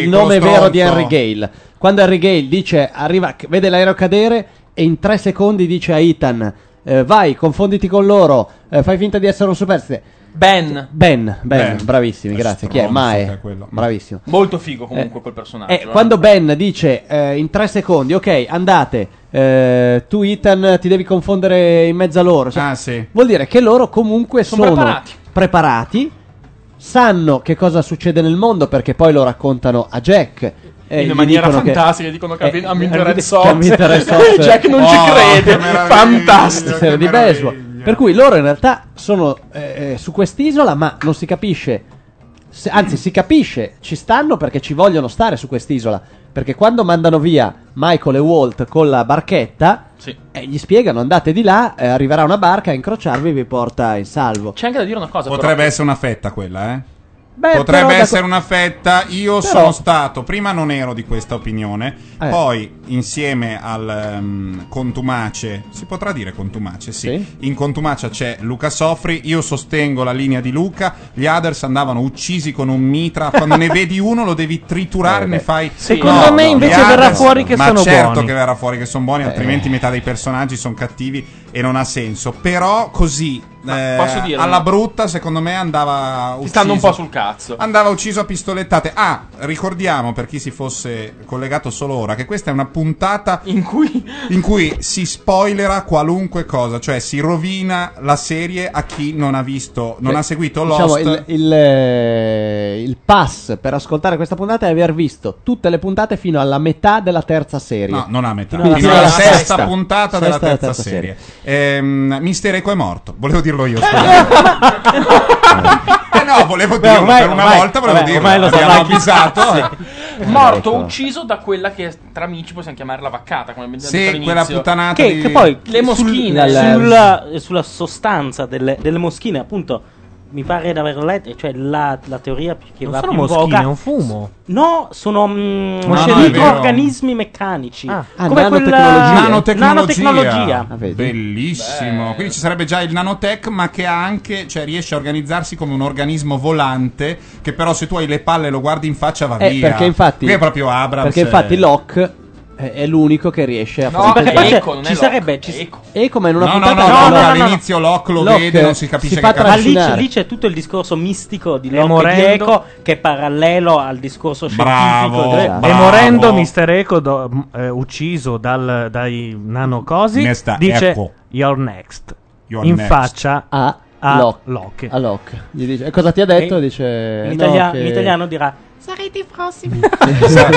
quello
nome, il nome vero di
stronzo.
Henry Gale. Quando Henry Gale dice, arriva, c- vede l'aereo cadere e in tre secondi dice a Ethan: eh, Vai, confonditi con loro, eh, fai finta di essere un superstite.
Ben.
Ben, Ben,
Ben.
bravissimi,
È
grazie. Chi è?
stronzo che
Mae.
è quello.
Bravissimo.
Molto figo comunque quel personaggio,
eh,
eh.
quando Ben dice eh, in tre secondi, ok, andate, eh, tu Ethan ti devi confondere in mezzo a loro. Cioè,
Ah,
Vuol dire che loro comunque
Sono
sono,
preparati.
preparati, sanno che cosa succede nel mondo perché poi lo raccontano a Jack. eh,
in
gli
maniera
dicono che-
fantastica, dicono che
eh,
I'm in the
eh,
red
I'm in the red
sox.
sox.
Jack non ci
Oh,
crede.
che meraviglia,
Fantastico.
serie di baseball. Per cui loro in realtà sono eh, eh, su quest'isola, ma non si capisce. se- anzi, si capisce, ci stanno perché ci vogliono stare su quest'isola. Perché quando mandano via Michael e Walt con la barchetta,
Sì.
eh, gli spiegano andate di là, eh, arriverà una barca a incrociarvi e vi porta in salvo.
C'è anche da dire una cosa.
Potrebbe
però.
essere una fetta quella, eh.
Beh, però
Potrebbe
da-
essere una fetta.
Però-
Io
Eh.
sono stato, prima non ero di questa opinione, poi insieme al ehm, contumace, si potrà dire contumace, sì. In contumacia c'è Luca Sofri, io sostengo la linea di Luca, gli others andavano uccisi con un mitra, quando ne vedi uno lo devi triturare,
Eh,
ne
beh.
fai...
Secondo me
gli
invece
others-
verrà fuori che
ma
sono
certo
buoni. Eh.
che verrà fuori che sono buoni, altrimenti metà dei personaggi sono cattivi e non ha senso. Però così... eh,
posso dire
alla
una-
brutta secondo me andava
Ti stanno un
ucciso.
po' sul cazzo.
Andava ucciso a pistolettate. Ah, ricordiamo per chi si fosse collegato solo ora che questa è una puntata
in cui,
si spoilera qualunque cosa, cioè si rovina la serie a chi non ha visto, non
Beh,
ha seguito
diciamo,
Lost.
il, il, eh, il pass per ascoltare questa puntata è aver visto tutte le puntate fino alla metà della terza serie.
No, non a metà.
Quindi
Fino alla sesta,
sesta.
puntata
Sesta
della terza, serie. Ehm, Mister Eco è morto. Volevo dirlo io. scusate. eh no, volevo dirlo.
ormai-
per una
ormai-
volta volevo
vabbè,
dirlo.
Eh,
ormai lo
Abbiamo
saprai chi-
avvisato. eh.
Esatto.
Morto, ucciso da quella che tra amici possiamo chiamare la vaccata, come abbiamo
Sì,
detto all'inizio.
quella puttanata
Che, che poi
le
Esatto.
moschine.
sul-
sul-
sulla, sulla sostanza delle, delle moschine, appunto. Mi pare di aver letto, cioè la, la teoria che
Non
va
sono
più in
moschine,
voga-
è un fumo.
No, sono mm,
Mosce- No, no, è vero.
microorganismi meccanici.
Ah,
come quella nanotecnologia.
Ah,
Bellissimo. Quindi ci sarebbe già il nanotech, ma che ha anche, cioè riesce a organizzarsi come un organismo volante. Che però se tu hai le palle e lo guardi in faccia va
Eh,
via.
perché infatti,
Qui è proprio Abrams.
perché
eh.
infatti Locke è, è l'unico che riesce a
No,
fare
perché
quel-
Eco non è
ci
Locke,
sarebbe
è
ci-
Eco.
Eco, ma in una
No, no,
puntata
no,
c'è
no,
Locke.
Ecco. all'inizio Locke lo vede, non si capisce
si
che
fa
cazzo-
Ma lì,
trascinare.
lì c'è tutto il discorso mistico di
E
Locke e di
morendo-
Eco che è parallelo al discorso
Ecco,
scientifico. di-
e morendo Mister Eco do- m- eh, ucciso dal- dai nanocosi
Mister
dice
Eco.
You're next
You're
in
next.
faccia
a,
a
Locke.
Locke.
A Locke. Gli dice, e cosa ti ha detto?
E-
dice
l'italia-
Eh, no, che-
L'italiano dirà
Sarete i prossimi.
Esatto.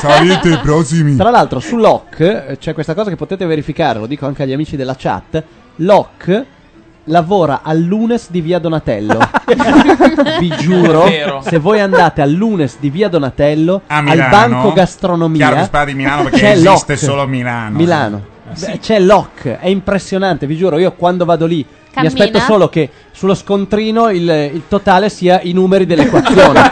Sarete prossimi.
Tra l'altro, su Locke eh, c'è questa cosa che potete verificare, lo dico anche agli amici della chat. Locke lavora all'Unes di via Donatello. Vi giuro,
È vero.
se voi andate all'Unes di via Donatello,
A
al
Milano,
banco gastronomia,
chiaro che si parla di Milano perché
c'è
esiste
Locke.
solo a Milano.
Milano.
Eh, sì.
Beh, C'è Locke, è impressionante, vi giuro. Io quando vado lì mi
Cammina.
aspetto solo che sullo scontrino il, il totale sia i numeri dell'equazione.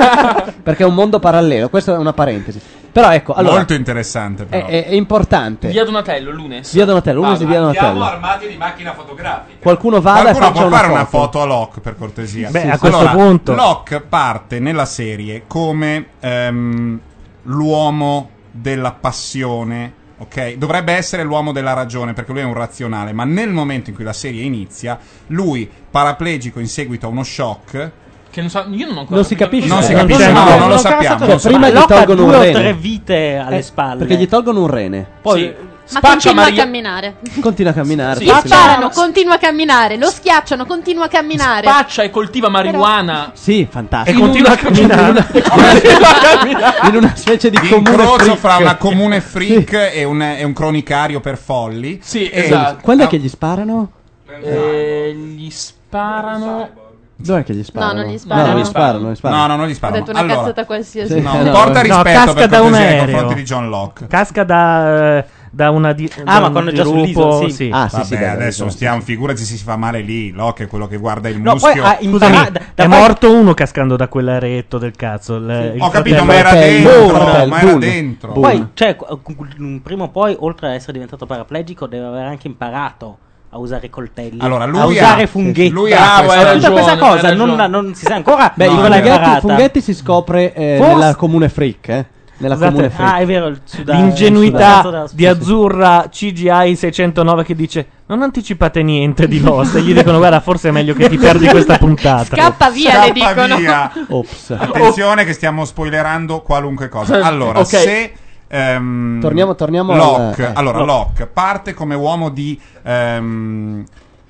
perché è un mondo parallelo. Questa è una parentesi. Però ecco, allora...
Molto interessante,
È,
però.
è- è importante.
Via Donatello, lunes.
Via Donatello, lunes di Via Donatello.
armati di macchina fotografica.
Qualcuno vada e
Qualcuno
faccia
può
una
fare
foto.
una foto a Locke, per cortesia.
Beh, Sì, a sì. questo
Allora,
punto-
Locke parte nella serie come ehm, l'uomo della passione. Ok, dovrebbe essere l'uomo della ragione perché lui è un razionale, ma nel momento in cui la serie inizia, lui paraplegico in seguito a uno shock.
Che non so, io non ho ancora.
Non si capisce.
Non si
Eh, non
capisce, no,
si
non,
capisce.
lo
Cioè,
sappiamo.
prima gli tolgono un
due o
rene.
tre vite alle spalle.
Eh, Perché gli tolgono un rene. Poi
Sì.
Ma
Spaccia
continua
Maria-
a camminare.
continua a camminare.
Lo
continua a camminare.
sparano, continua a camminare. Lo schiacciano, continua a camminare.
Spaccia e coltiva marijuana.
Sì, fantastico.
E continua a camminare.
in una specie di comune
incrocio
freak.
fra una comune freak e, un, e un cronicario per folli.
Sì, esatto.
E-
Eh, Quando è che gli sparano?
Eh, gli sparano.
Dov'è che gli sparano?
non gli sparano.
No, non gli sparano, non gli sparano.
No, no, non gli
Ho
sparano.
detto una
Allora,
cazzata qualsiasi.
Sì.
No,
Eh, no,
porta
eh.
rispetto
No, casca
per
da un
cortesia nei
aereo.
confronti di John Locke.
Casca da, eh, da una di,
Ah,
da un dirupo,
Ah,
Vabbè, adesso stiamo, figurati se si fa male lì. Locke è quello che guarda il
No, poi
muschio.
ha Scusami, è morto uno cascando da quell'aretto del cazzo. il- il
Ho
fratello-
capito, ma era
fratello.
dentro,
Fratello.
ma era dentro.
Eh, Poi, cioè, qu- qu- prima o poi, oltre ad essere diventato paraplegico, deve aver anche imparato a usare coltelli,
Allora, lui
a usare
ha-
funghetti.
lui ha Ah, questa- hai
Tutta eh, questa
ragione,
cosa
hai
non,
ragione.
non si sa ancora.
Beh, i
non l'ha
funghetti,
imparata.
funghetti si scopre eh,
Forse-
nella comune freak, eh. Nella
Scusate,
comune freak.
ah, è vero, il Sudano- il
L'ingenuità
Sudano-
di Azzurra CGI 609 che dice non anticipate niente di Lost e gli dicono guarda forse è meglio che ti perdi questa puntata.
Scappa via,
Scappa
le dicono.
via. Attenzione che stiamo spoilerando qualunque cosa. Allora,
Ok.
se ehm,
Torniamo- torniamo
Locke,
al- eh,
allora
Locke.
Locke parte come uomo di ehm,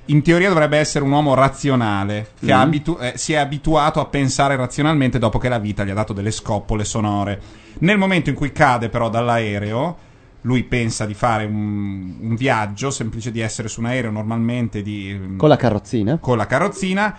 in teoria dovrebbe essere un uomo razionale che ha
Mm.
abitu- eh, si è abituato a pensare razionalmente dopo che la vita gli ha dato delle scoppole sonore. Nel momento in cui cade però dall'aereo, lui pensa di fare un, un viaggio, semplice di essere su un aereo normalmente di,
Con la carrozzina.
con la carrozzina.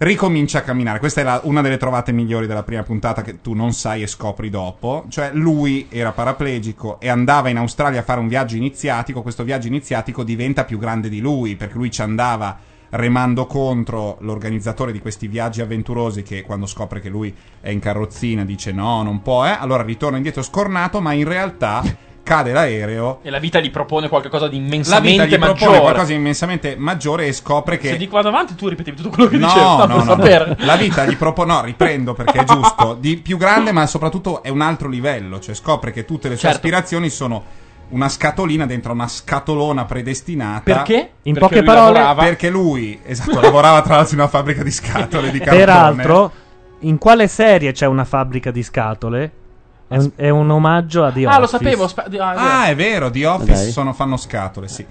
Ricomincia a camminare. Questa è la- una delle trovate migliori della prima puntata che tu non sai e scopri dopo. Cioè, lui era paraplegico e andava in Australia a fare un viaggio iniziatico. Questo viaggio iniziatico diventa più grande di lui perché lui ci andava remando contro l'organizzatore di questi viaggi avventurosi che quando scopre che lui è in carrozzina dice no, non può, eh. Allora ritorna indietro scornato, ma in realtà cade l'aereo
E la vita gli propone qualcosa di
la vita gli
immensamente
propone
maggiore.
qualcosa di immensamente maggiore e scopre che
Se dico vado avanti, tu ripeti tutto quello che
no,
dicevo.
no,
tanto
no,
per
no.
sapere.
La vita gli propone. No, riprendo perché è giusto. Di più grande, ma soprattutto è un altro livello. Cioè, scopre che tutte le sue
Certo.
aspirazioni sono una scatolina dentro una scatolona predestinata.
Perché? In Perché poche lui parole- lavorava.
Perché lui, esatto, lavorava tra l'altro in una fabbrica di scatole di cartone.
Peraltro, in quale serie c'è una fabbrica di scatole? È un, è un omaggio a The
Ah, lo
Office.
sapevo. spa- di- ah, è vero.
Ah, è vero, di
Dai.
Office sono- fanno scatole, sì.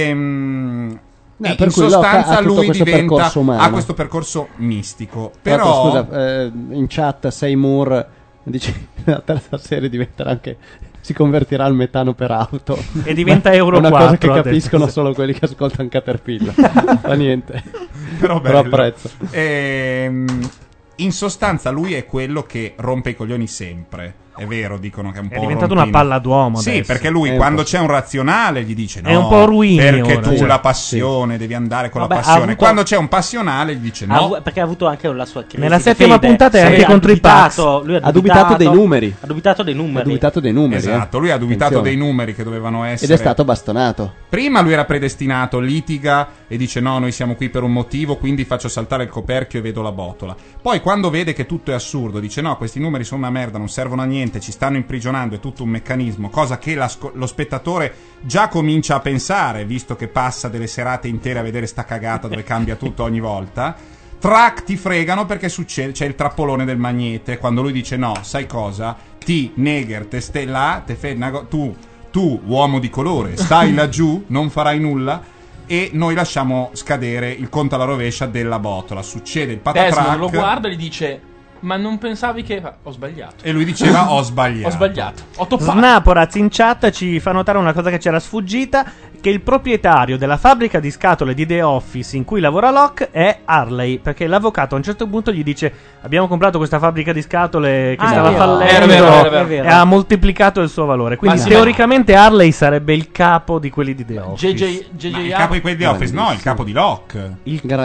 Ehm,
No,
e
per
in
cui Locke ha
sostanza
tutto
lui
questo
diventa
percorso umano.
ha questo percorso mistico.
Tra l'altro,
Però
scusa, eh, in chat Seymour dice la terza serie diventerà anche si convertirà al metano per auto
E diventa
Ma
Euro
Una cosa
4,
che
ha detto,
capiscono
sì.
solo quelli che ascoltano Caterpillar. Ma niente.
però bello.
apprezzo.
Ehm, in sostanza, lui è quello che rompe i coglioni sempre. È vero, dicono che è un po'
diventato
rompino.
una palla d'uomo
Sì,
adesso.
perché lui
È un
quando
po'.
c'è un razionale gli dice: No,
È un po' Ruini
perché
ora,
tu
cioè.
la passione devi andare con
Vabbè,
la
ha
passione.
avuto-
Quando c'è un passionale, gli dice:
Ha
No,
avu- perché ha avuto anche la sua crisi.
Nella settima puntata è anche contro i Bucks.
Ha dubitato dei numeri.
Ha dubitato dei numeri.
Ha dubitato dei numeri.
Esatto,
eh.
lui ha dubitato
Attenzione.
dei numeri che dovevano essere.
Ed è stato bastonato.
Prima lui era predestinato, litiga e dice no, noi siamo qui per un motivo, quindi faccio saltare il coperchio e vedo la botola. Poi quando vede che tutto è assurdo, dice no, questi numeri sono una merda, non servono a niente, ci stanno imprigionando, è tutto un meccanismo, cosa che la sco- lo spettatore già comincia a pensare, visto che passa delle serate intere a vedere sta cagata dove cambia tutto ogni volta. Track ti fregano perché succede, c'è il trappolone del magnete, quando lui dice no, sai cosa? Ti, neger, te stella, te fennago, tu tu, uomo di colore, stai laggiù, non farai nulla. E noi lasciamo scadere il conto alla rovescia della botola. Succede il
Eh,
Desmond lo
patatrack.
guarda e gli dice: Ma non pensavi che. fa- Ho sbagliato.
E lui diceva: Ho sbagliato.
Ho sbagliato. Ho toppato.
Snaporaz in chat ci fa notare una cosa che c'era sfuggita. che il proprietario della fabbrica di scatole di The Office in cui lavora Locke è Harley, perché l'avvocato a un certo punto gli dice abbiamo comprato questa fabbrica di scatole che
Ah, è
stava
vero.
fallendo
Era vero, era vero, era
e
vero.
ha moltiplicato il suo valore. Quindi
Ma sì, ma-
teoricamente Harley sarebbe il capo di quelli di The Office.
Ma il capo di quelli di Office, no, il capo di Locke.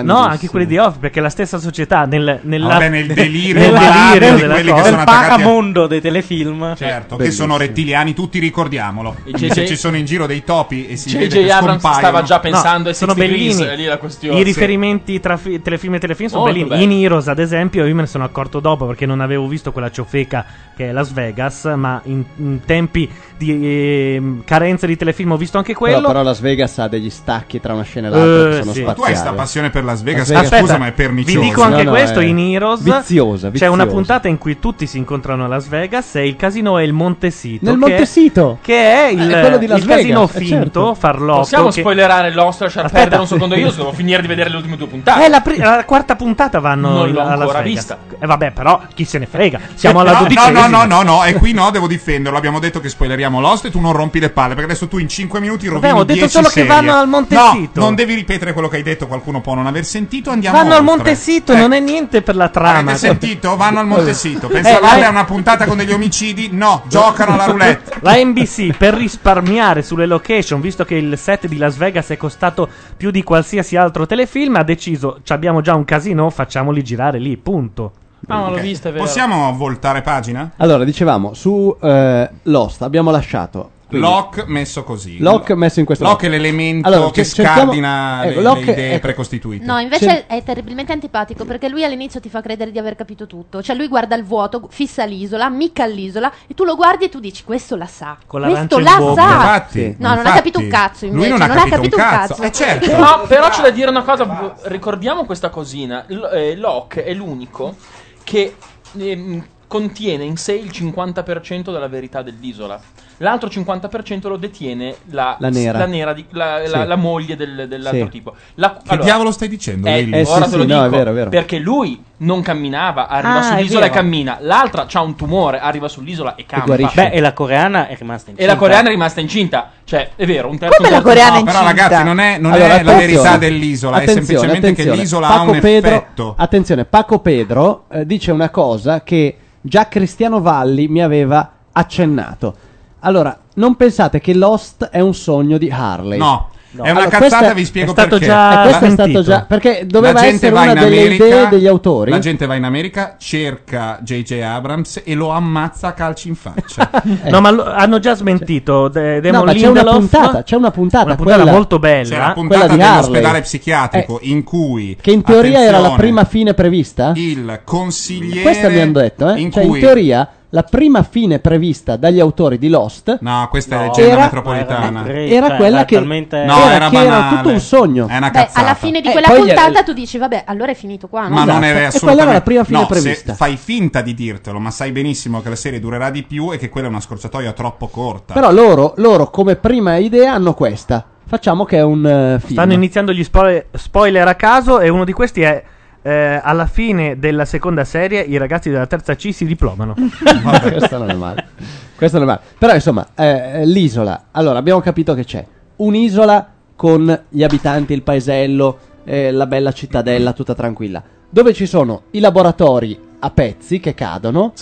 No, anche quelli di Off, perché la stessa società nel, nella,
Vabbè, nel delirio,
nel
malati,
delirio
di
della
quelli
cosa.
che sono attaccati a-
Mondo dei telefilm.
Certo, che sono rettiliani, tutti ricordiamolo.
E
J.J. Se ci sono in giro dei topi e si
J.J.
vede che
Abrams
scompaiono.
stava già pensando
No,
ai
sono
60 Degrees,
bellini.
è lì la questione.
I
Sì.
riferimenti tra fi- telefilm e telefilm sono
Molto
bellini.
belli.
In Heroes, ad esempio, io me ne sono accorto dopo perché non avevo visto quella ciofeca che è Las Vegas, ma in, in tempi di ehm, carenza di telefilm ho visto anche quello.
Però, però Las Vegas ha degli stacchi tra una scena e l'altra
Eh,
che sono
sì.
spaziali.
Ma tu hai sta
passione per Las Vegas, Ah,
Aspetta,
scusa, ma è perniciosa.
Vi dico anche
No, no,
questo
è
in Heroes.
viziosa,
C'è
viziosa.
una puntata in cui tutti si incontrano a Las Vegas e il casino è il Montecito.
Nel
che-
Montecito.
Che è il,
È quello di Las
il casino
Vegas, eh,
finto,
certo.
farlocco.
Possiamo
che-
spoilerare l'Ost, lasciar
Aspetta.
perdere un secondo io, se devo finire di vedere le ultime due puntate.
È la, pri- la quarta puntata vanno
Non
in-
l'ho
a Las
ancora
Vegas.
vista.
Eh, vabbè, però chi se ne frega. Siamo alla
no,
dodicesima.
No, no, no, no, no, e qui no, devo difenderlo. Abbiamo detto che spoileriamo Lost e tu non rompi le palle, perché adesso tu in 5 minuti rovini
Abbiamo detto
10
solo che
serie.
vanno al Montecito.
No, non devi ripetere quello che hai detto, qualcuno può non aver sentito, andiamo
Vanno al
oltre. Eh,
Montecito, non è niente per la trama.
Avete sentito? Vanno al Montecito.
Eh,
Pensavate
eh.
a una puntata con degli omicidi? No, giocano alla roulette.
La NBC per risparmiare sulle location, visto che il set di Las Vegas è costato più di qualsiasi altro telefilm, ha deciso: "Ci abbiamo già un casino, facciamoli girare lì, punto.
Ah, non l'ho
Ok.
vista, è vero.
Possiamo voltare pagina?
Allora, dicevamo, su eh, Lost abbiamo lasciato... quindi-
Lock messo così.
Locke messo in questo
Lock è
modo.
l'elemento
Allora,
che
cer- cerchiamo-
scardina le-
ecco,
le,
Locke
idee
è-
precostituite.
No, invece è terribilmente antipatico perché lui all'inizio ti fa credere di aver capito tutto. Cioè, lui guarda il vuoto, fissa l'isola, mica l'isola, e tu lo guardi e tu dici: Questo la sa.
Con l'arancia
questo la
in bocca.
sa.
Infatti,
no, non ha
infatti.
capito un cazzo.
Lui
Invece,
non ha capito un cazzo. Eh, certo.
No, però c'è da dire una cosa. Ricordiamo questa cosina. L- eh, Locke è l'unico che ehm, contiene in sé il 50% della verità dell'isola. L'altro 50% lo detiene la,
La nera.
di- la, la-
Sì.
la moglie del- dell'altro
Sì.
tipo. La-
Che diavolo stai dicendo,
Eh,
Lilly? Eh,
ora
sì,
te lo
sì,
dico,
no, è vero, è vero.
Perché lui non camminava, arriva
Ah,
sull'isola
è
e
vero.
cammina. L'altra ha un tumore, arriva sull'isola e campa.
Beh, e la coreana è rimasta in
E la coreana è rimasta incinta. Cioè, è vero, un terzo
Come
un
la
terzo-
coreana No, però, incinta? ragazzi, non è- non è Eh, la
attenzione.
verità dell'isola, è semplicemente che l'isola ha un
Pedro,
effetto.
Attenzione, Paco Pedro eh, dice una cosa che già Cristiano Valli mi aveva accennato. Allora, non pensate che Lost è un sogno di Harley.
No, No. è una
Allora,
cazzata,
questa-
vi spiego perché. La-
eh, questo è stato
sentito.
già perché
La
doveva
gente
essere
va
una
in
delle
America-
idee degli autori.
La gente va in America, cerca J.J. Abrams e lo ammazza a calci in faccia.
No, ma lo- hanno già smentito De-
Eh. No,
Damon
ma c'è una
Lindelof.
puntata, c'è una puntata,
Una puntata
quella-
molto bella.
C'è la
quella
puntata
di
dell'ospedale
Harley. Eh,
psichiatrico in cui
Che in teoria era la
attenzione,
prima fine prevista?
il consigliere
Questa abbiamo detto, eh?
in
cioè,
cui
in teoria la prima fine prevista dagli autori di Lost
No, questa è
No.
leggenda
Era-
metropolitana.
era quella che,
No,
era,
era
che era
banale.
tutto un sogno.
È una
Beh,
cazzata.
alla fine di quella
poi gli-
puntata tu dici: Vabbè, allora è finito qua.
Ma
no?
non è
Esatto.
assolutamente
E quella era la prima fine
no,
prevista.
Se fai finta di dirtelo, ma sai benissimo che la serie durerà di più e che quella è una scorciatoia troppo corta.
Però loro, loro come prima idea hanno questa. Facciamo che è un eh, film.
Stanno iniziando gli spoil- spoiler a caso e uno di questi è eh, alla fine della seconda serie i ragazzi della terza C si diplomano.
Questo non è male. Questo non è male. Però insomma, eh, l'isola. Allora, abbiamo capito che c'è un'isola con gli abitanti, il paesello, eh, la bella cittadella tutta tranquilla, dove ci sono i laboratori a pezzi che cadono.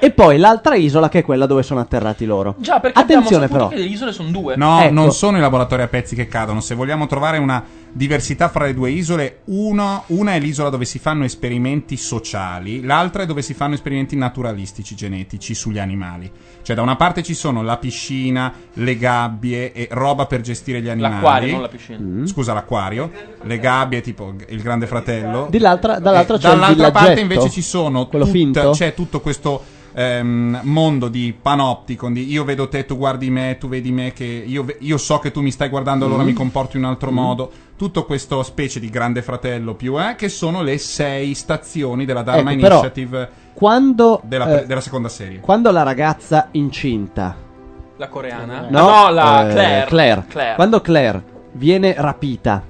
E poi l'altra isola che è quella dove sono atterrati loro.
Già, perché
Attenzione però.
abbiamo saputo che le isole sono due.
No,
Ecco.
non sono i laboratori a pezzi che cadono. Se vogliamo trovare una diversità fra le due isole, uno- una è l'isola dove si fanno esperimenti sociali, l'altra è dove si fanno esperimenti naturalistici genetici sugli animali. Cioè, da una parte ci sono la piscina, le gabbie e roba per gestire gli animali.
L'acquario, non la piscina.
Mm.
Scusa, l'acquario. Le gabbie, tipo g- il grande fratello.
Di l'altra- dall'altra
E
c'è il
dall'altra parte
villaggetto,
invece ci sono
quello
tut-
finto.
c'è tutto questo ehm, mondo di panopticon di io vedo te, tu guardi me, tu vedi me che io, ve- io so che tu mi stai guardando allora
Mm.
mi comporti in un altro
Mm.
modo. Tutto questo specie di grande fratello più eh, che sono le sei stazioni della Dharma
Ecco, però,
Initiative
Quando,
della, pre-
eh,
della seconda serie.
quando la ragazza incinta
La coreana?
No,
Ah, no, la
eh,
Claire.
Claire. Quando Claire viene rapita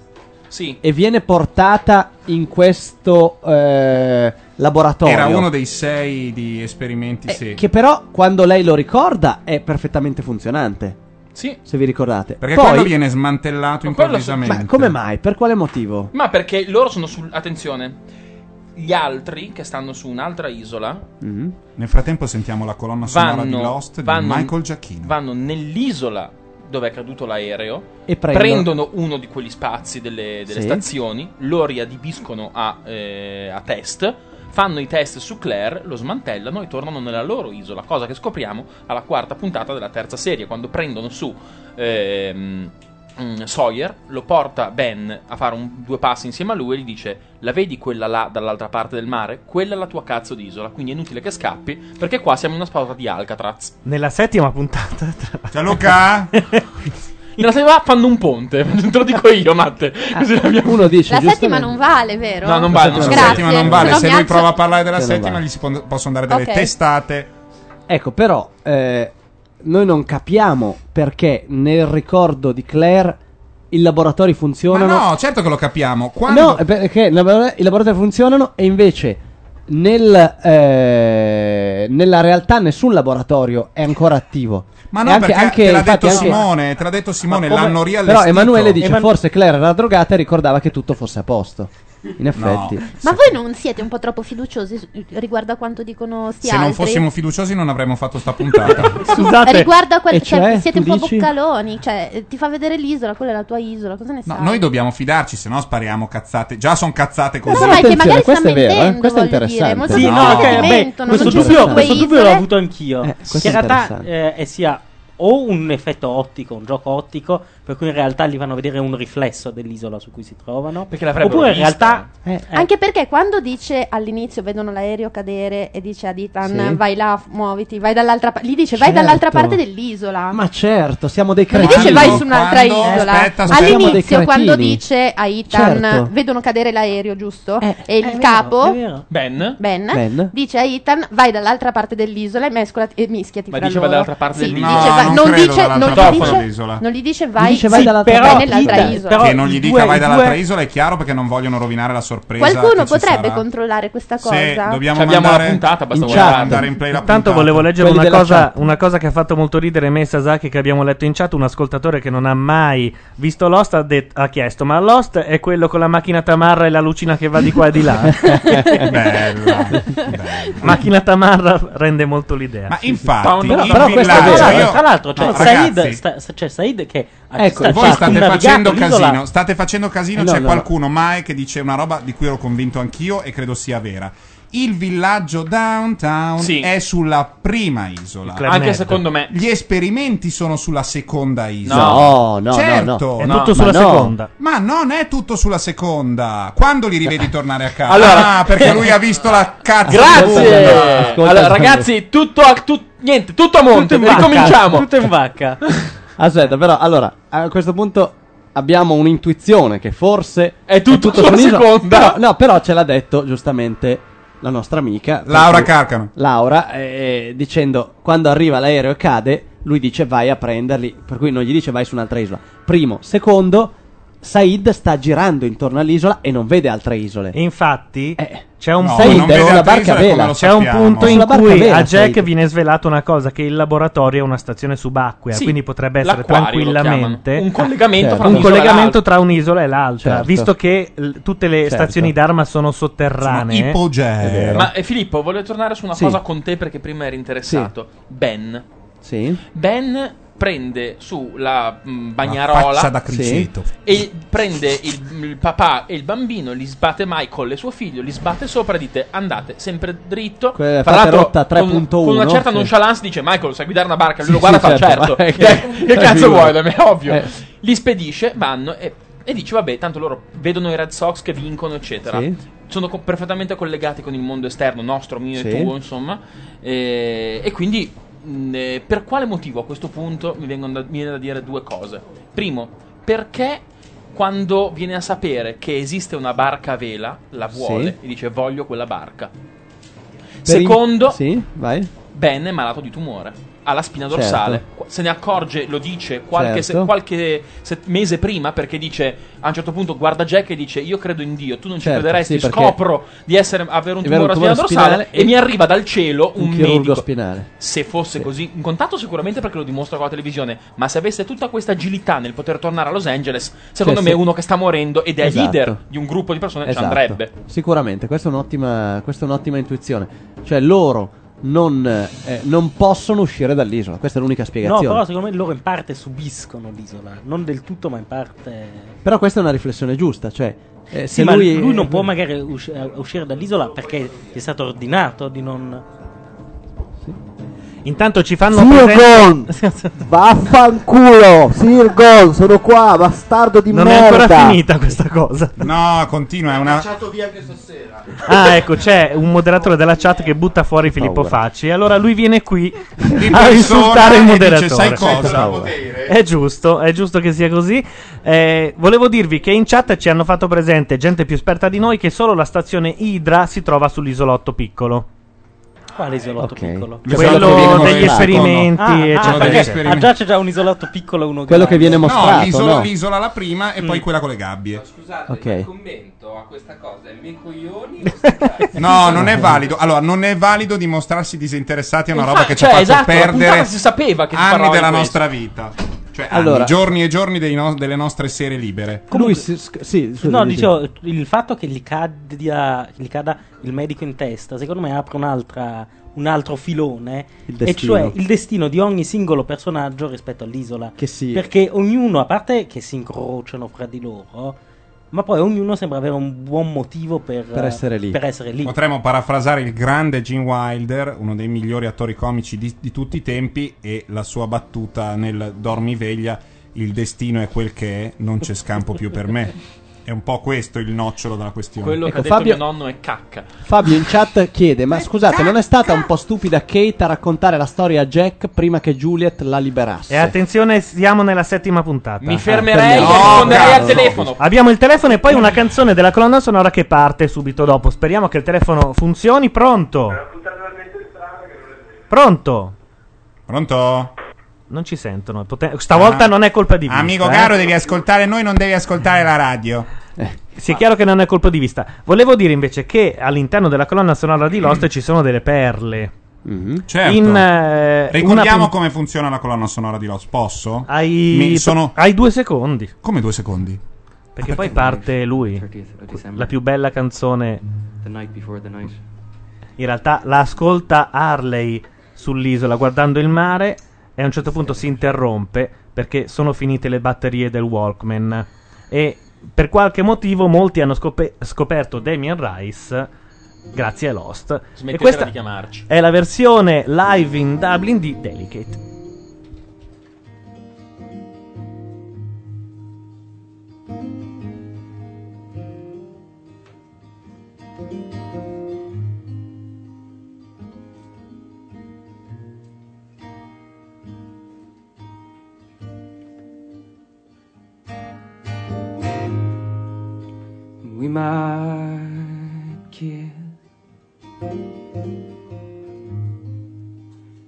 Sì.
e viene portata in questo eh, laboratorio,
Era uno dei
Eh,
sei di esperimenti, sì.
che però quando lei lo ricorda è perfettamente funzionante. se vi ricordate.
Perché
Poi,
quello viene smantellato improvvisamente.
ma come mai? Per quale motivo?
Ma perché loro sono sul. Attenzione. Gli altri che stanno su un'altra isola
Mm.
Nel frattempo sentiamo la colonna sonora
vanno,
di Lost
vanno-
di Michael Giacchino.
vanno nell'isola dove è caduto l'aereo
E prendono-
uno di quegli spazi delle, delle
Sì.
stazioni, lo riadibiscono a, eh, a test, fanno i test su Claire, lo smantellano e tornano nella loro isola, cosa che scopriamo alla quarta puntata della terza serie, quando prendono su ehm, mm, Sawyer, lo porta Ben a fare un- due passi insieme a lui e gli dice la vedi quella là dall'altra parte del mare? Quella è la tua cazzo di isola, quindi è inutile che scappi perché qua siamo in una spausa di Alcatraz.
Nella settima puntata.
Ciao Luca!
Nella settima fanno un ponte, te lo dico io, Matte. Così l'abbiamo-
Ah. Uno dice
La settima non vale, vero?
No, non
vale,
vale, non
la
vale.
settima non vale.
Grazie,
Se
mi
lui
alzo.
prova a parlare della
Se non
settima,
vale.
gli si pon- possono dare delle
Ok.
testate.
Ecco, però eh, noi non capiamo perché nel ricordo di Claire i laboratori
Ma
funzionano.
no, certo che lo capiamo. Quando
No, perché i labora- i laboratori funzionano e invece nel, eh, nella realtà nessun laboratorio è ancora attivo.
Ma
E
no,
anche-
perché
anche-
te l'ha
infatti,
detto
anche-
Simone, te l'ha detto Simone,
Ma come-
l'hanno riallestito.
Però Emanuele dice forse Claire era drogata e ricordava che tutto fosse a posto. In effetti.
Ma voi non siete un po' troppo fiduciosi su- riguardo a quanto dicono sti
se
altri?
non fossimo fiduciosi non avremmo fatto sta puntata.
Riguardo a quel-
E
cioè,
cioè,
siete un
tu
po'
dici?
boccaloni, cioè eh, ti fa vedere l'isola, quella è la tua isola, cosa ne
No,
sai?
noi dobbiamo fidarci, se no spariamo cazzate. Già sono cazzate
Ma
così.
sai che magari sta mentendo,
questo è
voglio
interessante.
dire, molto
Sì,
spesso
no,
ti
ok, beh,
mentono,
questo
non ci sono
dubbio-
due
questo
isole.
dubbio l'ho avuto anch'io.
Eh, questo
che in
è
realtà
interessante.
eh, è sia o un effetto ottico, un gioco ottico, per cui in realtà gli fanno vedere un riflesso dell'isola su cui si trovano. Perché
l'avrebbero
Oppure in
vista.
realtà.
Eh.
eh,
Anche perché quando dice all'inizio vedono l'aereo cadere e dice a Ditan
Sì.
vai là, muoviti, vai dall'altra parte, gli dice vai
Certo.
dall'altra parte dell'isola.
Ma certo, siamo dei
Non gli
cretini.
dice vai su un'altra
Eh,
isola.
Siamo dei
All'inizio
cretini.
quando dice a Ethan
Certo.
vedono cadere l'aereo, giusto? e il
vero, è
capo
vero. Ben.
Ben,
Ben.
dice a Ethan vai dall'altra parte dell'isola e, mescolati- e mischiati
Ma
fra
dice
loro.
va dall'altra parte
Sì,
dell'isola.
dice,
No,
vai-
non
non,
credo
dice, non,
dall'altra
gli
parte
dice,
dell'isola.
non gli dice vai,
dice, vai
sì,
dall'altra
però
parte.
nell'altra
Ethan,
isola.
che non gli dica
due-
vai dall'altra
due-
isola è chiaro perché non vogliono rovinare la sorpresa.
Qualcuno
che ci
potrebbe
sarà.
controllare questa cosa?
Se dobbiamo
Ci abbiamo
mandare
la puntata, basta
in
guardare.
chat, andare in play la
Intanto
puntata.
volevo leggere
Quelli
una
della
cosa,
chat.
una cosa che ha fatto molto ridere me e Sasaki che abbiamo letto in chat. Un ascoltatore che non ha mai visto Lost ha, det- ha chiesto: Ma Lost è quello con la macchina tamarra e la lucina che va di qua e di là?
eh.
Macchina tamarra rende molto l'idea.
Ma
infatti,
però,
il
però questo è
villaggio-
vero.
Io- Tra l'altro, cioè,
No,
Said
ragazzi.
sta- sta- c'è Said che ha
Ecco,
sta-
voi
sta
state
navigato
facendo
l'isola-
casino. State facendo casino.
Eh, no,
c'è
no, no.
qualcuno, Mae, che dice una roba di cui ero convinto anch'io e credo sia vera. Il villaggio downtown è sulla prima isola.
Club Anche Med. secondo me.
Gli esperimenti sono sulla seconda isola.
No, no, no,
certo.
no. È tutto No. sulla Ma no. seconda.
Ma non è tutto sulla seconda. Quando li rivedi tornare a casa?
Allora-
Ah, perché lui ha visto la cazzo. di bomba.
Grazie! Allora, ragazzi, tutto a tut- niente, tutto a monte, ricominciamo.
Tutto in vacca.
Aspetta, però, allora, a questo punto abbiamo un'intuizione che forse è
tutto
su
sulla
un'isola.
seconda.
Però- no, però ce l'ha detto giustamente la nostra amica per
Laura
cui-
Carcano.
Laura eh, dicendo quando arriva l'aereo e cade, lui dice vai a prenderli, per cui non gli dice vai su un'altra isola. Primo, secondo, Said sta girando intorno all'isola e non vede altre isole. E
infatti c'è un
No,
punto,
non vede Sulla altre barca isole come vela. lo
C'è un
sappiamo.
punto in
Sulla barca
cui
vela,
a Jack
Said.
viene svelata una cosa: che il laboratorio è una stazione subacquea,
Sì,
quindi potrebbe essere
l'acquario lo
tranquillamente
chiamano. Un collegamento
Ah,
fra
un
un'isola e
collegamento
l'altra.
tra un'isola e l'altra,
Certo.
visto che l- tutte le
Certo.
stazioni d'arma sono sotterranee.
Sono ipogee. È vero.
Ma eh, Filippo, voglio tornare su una
Sì.
cosa con te perché prima eri interessato. Ben.
Sì.
Ben prende su la mh, bagnarola
La faccia da criceto. Sì.
e prende il, il papà e il bambino, li sbatte Michael e suo figlio, li sbatte sopra e dite andate sempre dritto.
Que-
Tra
fate
l'altro,
rotta
con,
3.1,
con una certa
sì.
nonchalance dice Michael sai guidare una barca, lui
Sì,
lo guarda
sì,
e fa
certo,
certo.
ma-
Che, che cazzo
tranquillo.
vuoi da me, ovvio.
Eh.
Li spedisce, vanno e, e dice vabbè tanto loro vedono i Red Sox che vincono eccetera.
Sì.
Sono co- perfettamente collegati con il mondo esterno nostro, mio
Sì.
e tuo, insomma. Eh, e quindi, mh, eh, per quale motivo a questo punto mi, vengono da, mi viene da dire due cose. Primo, perché quando viene a sapere che esiste una barca a vela, la vuole
Sì.
e dice voglio quella barca.
Per in-
Secondo,
Sì, vai.
Ben è malato di tumore. ha la spina
Certo.
dorsale. Qu- Se ne accorge, lo dice qualche, se-
Certo.
qualche set- mese prima perché dice a un certo punto guarda Jack e dice io credo in Dio, tu non ci
Certo,
crederesti,
sì, perché-
scopro di essere, avere un
di avere
tumore alla
un
spina
tumore
dorsale
spinale
e,
e
mi arriva dal cielo un,
un chirurgo
medico.
spinale.
Se fosse così, in contatto sicuramente perché lo dimostra con la televisione, ma se avesse tutta questa agilità nel poter tornare a Los Angeles, secondo
Cioè,
me
sì.
uno che sta morendo ed è
Esatto.
leader di un gruppo di persone ci
Esatto.
andrebbe.
Sicuramente, questa è un'ottima, questa è un'ottima intuizione. Cioè, loro non, eh, non possono uscire dall'isola. Questa è l'unica
No,
spiegazione.
però
però...
secondo me loro in parte subiscono l'isola. Non del tutto, ma in parte.
questa è una riflessione giusta. Cioè, eh,
Sì,
se
ma
lui,
non può magari usci- eh, uscire dall'isola perché gli è stato ordinato di non.
Intanto ci fanno
Sirgon! Vaffanculo! Sirgon, sono qua, bastardo di
Non è
merda!
ancora finita questa cosa.
No, continua, è una...
via anche stasera.
Ah, ecco, c'è un moderatore della chat che butta fuori Filippo
Paura.
Facci. Allora lui viene qui a
persona
insultare
e
il
dice,
moderatore.
"Sai cosa?
Paura.
Potere".
È giusto, è giusto che sia così. Eh, volevo dirvi che in chat ci hanno fatto presente gente più esperta di noi che solo la stazione Idra si trova sull'isolotto piccolo.
Quale isolotto Ah, piccolo?
Cioè,
Quello L'isolotto che viene degli mostrato. esperimenti,
Ah, ah,
eccetera.
perché-
Degli
Ah,
esperimenti.
già c'è già un isolotto piccolo uno
Quello che viene
grande.
mostrato,
No, l'isola,
no.
l'isola la prima e poi
Mm.
quella con le gabbie.
Scusate,
Ok.
il commento a questa cosa è me coglioni.
No, non è valido. Allora, non è valido dimostrarsi disinteressati a una roba
Infatti,
che ci ha
cioè,
fatto
esatto, la puntata
perdere
si sapeva che si
anni
parlava
della
di
nostra
questo.
vita. Cioè,
Allora-
anni, giorni e giorni dei no- delle nostre sere libere.
Lui si- sc- sì, scusa,
No,
dici.
dicevo, il fatto che gli, cadia, gli cada il medico in testa, secondo me apre un'altra, un altro filone,
Il
e
destino.
cioè il destino di ogni singolo personaggio rispetto all'isola.
Che sì.
Perché ognuno, a parte che si incrociano fra di loro, ma poi ognuno sembra avere un buon motivo per,
Per
eh,
essere lì.
per essere lì.
Potremmo parafrasare il grande Gene Wilder, uno dei migliori attori comici di, di tutti i tempi, e la sua battuta nel Dormiveglia: Il destino è quel che è, non c'è scampo più per me. È un po' questo il nocciolo della questione.
Quello
Ecco,
che ha detto mio nonno è cacca.
Fabio in chat chiede: Ma scusate, non è stata un po' stupida Kate a raccontare la storia a Jack prima che Juliet la liberasse?
E attenzione, siamo nella settima puntata. Eh,
Mi fermerei e
Oh,
risponderei al telefono.
Abbiamo il telefono e poi una canzone della colonna sonora che parte subito dopo. Speriamo che il telefono funzioni. Pronto? Pronto?
Pronto? Ah.
Non ci sentono. Poten- Stavolta non è colpa di vista.
Amico
eh.
caro, devi ascoltare noi, non devi ascoltare la radio.
Sì, è chiaro che non è colpa di vista. Volevo dire invece che all'interno della colonna sonora di Lost ci sono delle perle.
Certo.
In, eh, una
Ricordiamo
pun-
come funziona la colonna sonora di Lost. Posso?
Ai-
Mi sono-
ai due secondi.
Come due secondi?
Perché poi parte lui, la più bella canzone. In realtà la ascolta Harley sull'isola guardando il mare e a un certo punto si interrompe perché sono finite le batterie del Walkman e per qualche motivo molti hanno scop- scoperto Damien Rice grazie a Lost.
Smettetela
e questa
di chiamarci.
è la versione live in Dublin di Delicate.
We might kiss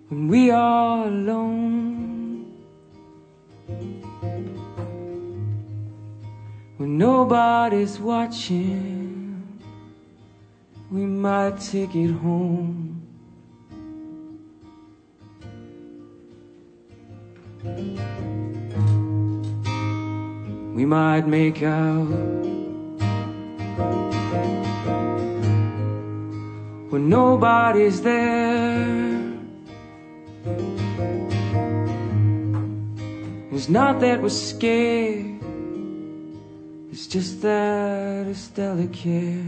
when we are alone, when nobody's watching. We might take it home. We might make out. when nobody's there. It's not that we're scared, it's just that it's delicate.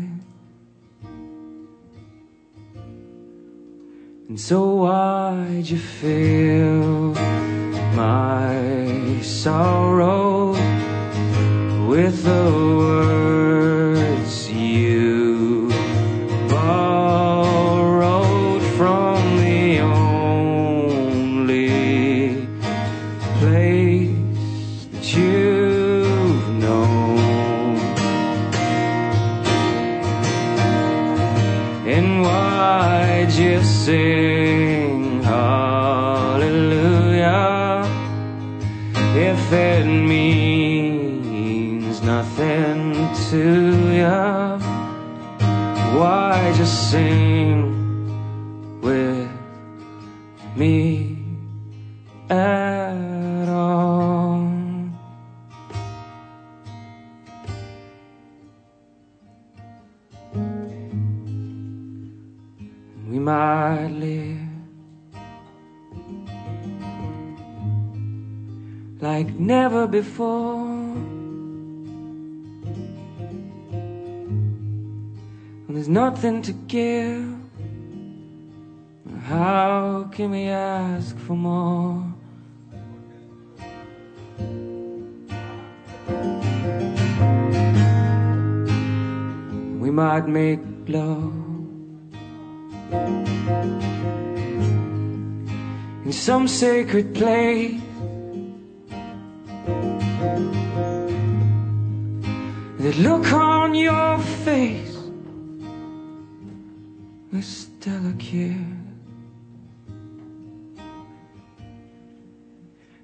And so why'd you fill my sorrow with the words you borrowed from the only place that you've known. And why'd you sing hallelujah? too young. Why just sing with me at all? We might live like never before. when there's nothing to give, how can we ask for more? We might make love in some sacred place. The look on your face is still a kid.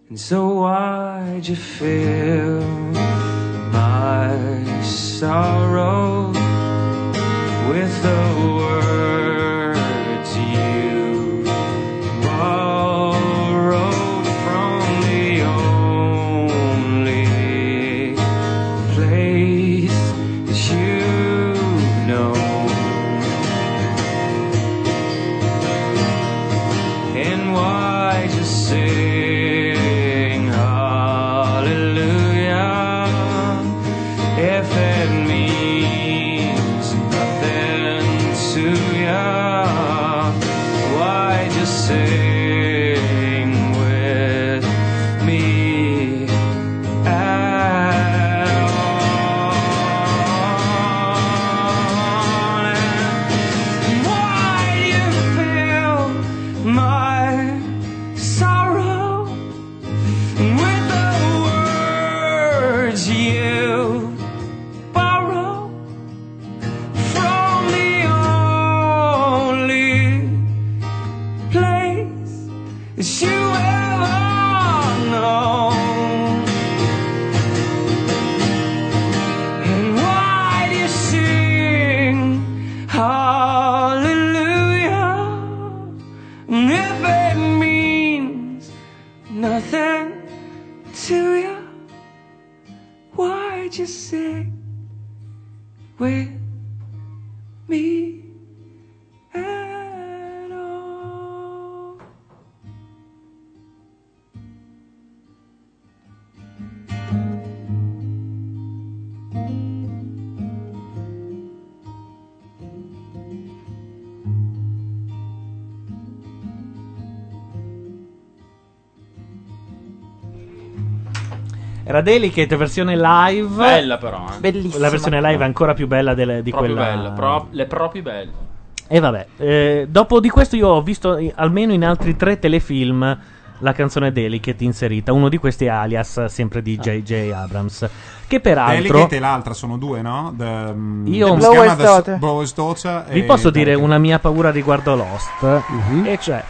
And so why'd you feel my sorrow with the words you borrow from the only place that you know? And why just sing hallelujah if it means nothing to ya? Why just sing with me at all? And why do you feel my sorrow with the words you borrow from the only place that you ever know. And why do you sing hallelujah? If it means nothing to you, why'd you sit with me?
Era Delicate, versione live.
Bella però, eh. Bellissima.
La versione live è ancora più bella delle- di
proprio
quella.
belle, pro- le proprie belle.
E vabbè, eh, dopo di questo io ho visto eh, almeno in altri tre telefilm la canzone Delicate inserita. Uno di questi è Alias, sempre di J.J. Abrams. Che peraltro...
Delicate e l'altra sono due, no? The, mm,
Io-
come si
Blower's
chiama? The S-
Daughter.
Blower's Daughter
Vi
e
posso dire
Delicate.
una mia paura riguardo Lost?
Mhm.
E cioè,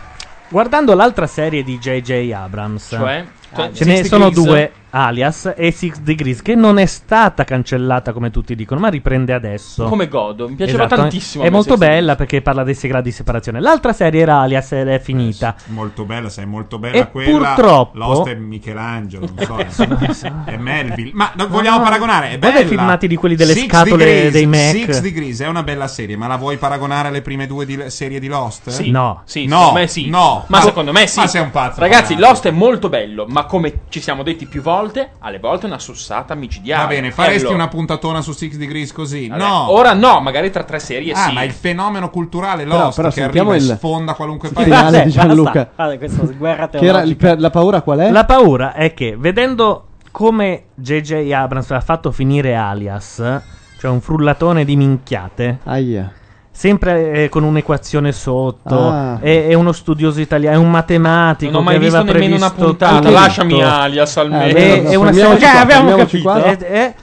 guardando l'altra serie di J.J. Abrams, Ah,
Cioè? Cioè,
ce
Six
ne sono
Degrees?
due, Alias e Six Degrees, che non è stata cancellata come tutti dicono, ma riprende adesso.
Come godo, mi piaceva
Esatto, eh.
tantissimo a
È
me
molto
Six
bella perché parla dei sei gradi di separazione. L'altra serie era Alias ed è finita.
Eh, Molto bella, sei molto bella
E
quella.
purtroppo- Eh,
L'host è Michelangelo, non so. insomma, è Melville. Ma no, vogliamo
No.
paragonare? È
Guarda
bella.
i filmati di quelli delle
Six
scatole
Degrees,
dei Mac.
Six Degrees è una bella serie, ma la vuoi paragonare alle prime due di- serie di Lost?
Sì.
No.
Sì,
Eh? No,
secondo me sì.
no.
Ma
Ma-
secondo me sì.
ma sei un pazzo,
Ragazzi,
Fernando.
Lost è molto bello, ma come ci siamo detti più volte, alle volte è una sussata micidiale.
Va bene, faresti
Bello.
una puntatona su Six Degrees così?
Vabbè,
no.
Ora no, magari tra tre serie
Ah,
sì.
ma il fenomeno culturale
Però-
Lost
però
che
sentiamo
arriva e
il-
sfonda qualunque
il
paese.
finale di Gianluca.
Basta. Guarda, questa guerra
Che era il- per- la paura qual è?
La paura è che vedendo come J.J. Abrams ha fatto finire Alias, cioè un frullatone di minchiate. Sempre eh, con un'equazione sotto,
Ah.
è, è uno studioso italiano, è un matematico.
Non ho mai
che aveva
visto nemmeno una
previsto
puntata,
tutto.
lasciami Alias
Ah,
almeno.
È-
Eh,
è una
fermiamoci
serie-
qua, abbiamo fermiamoci capito. qua.
Ed è-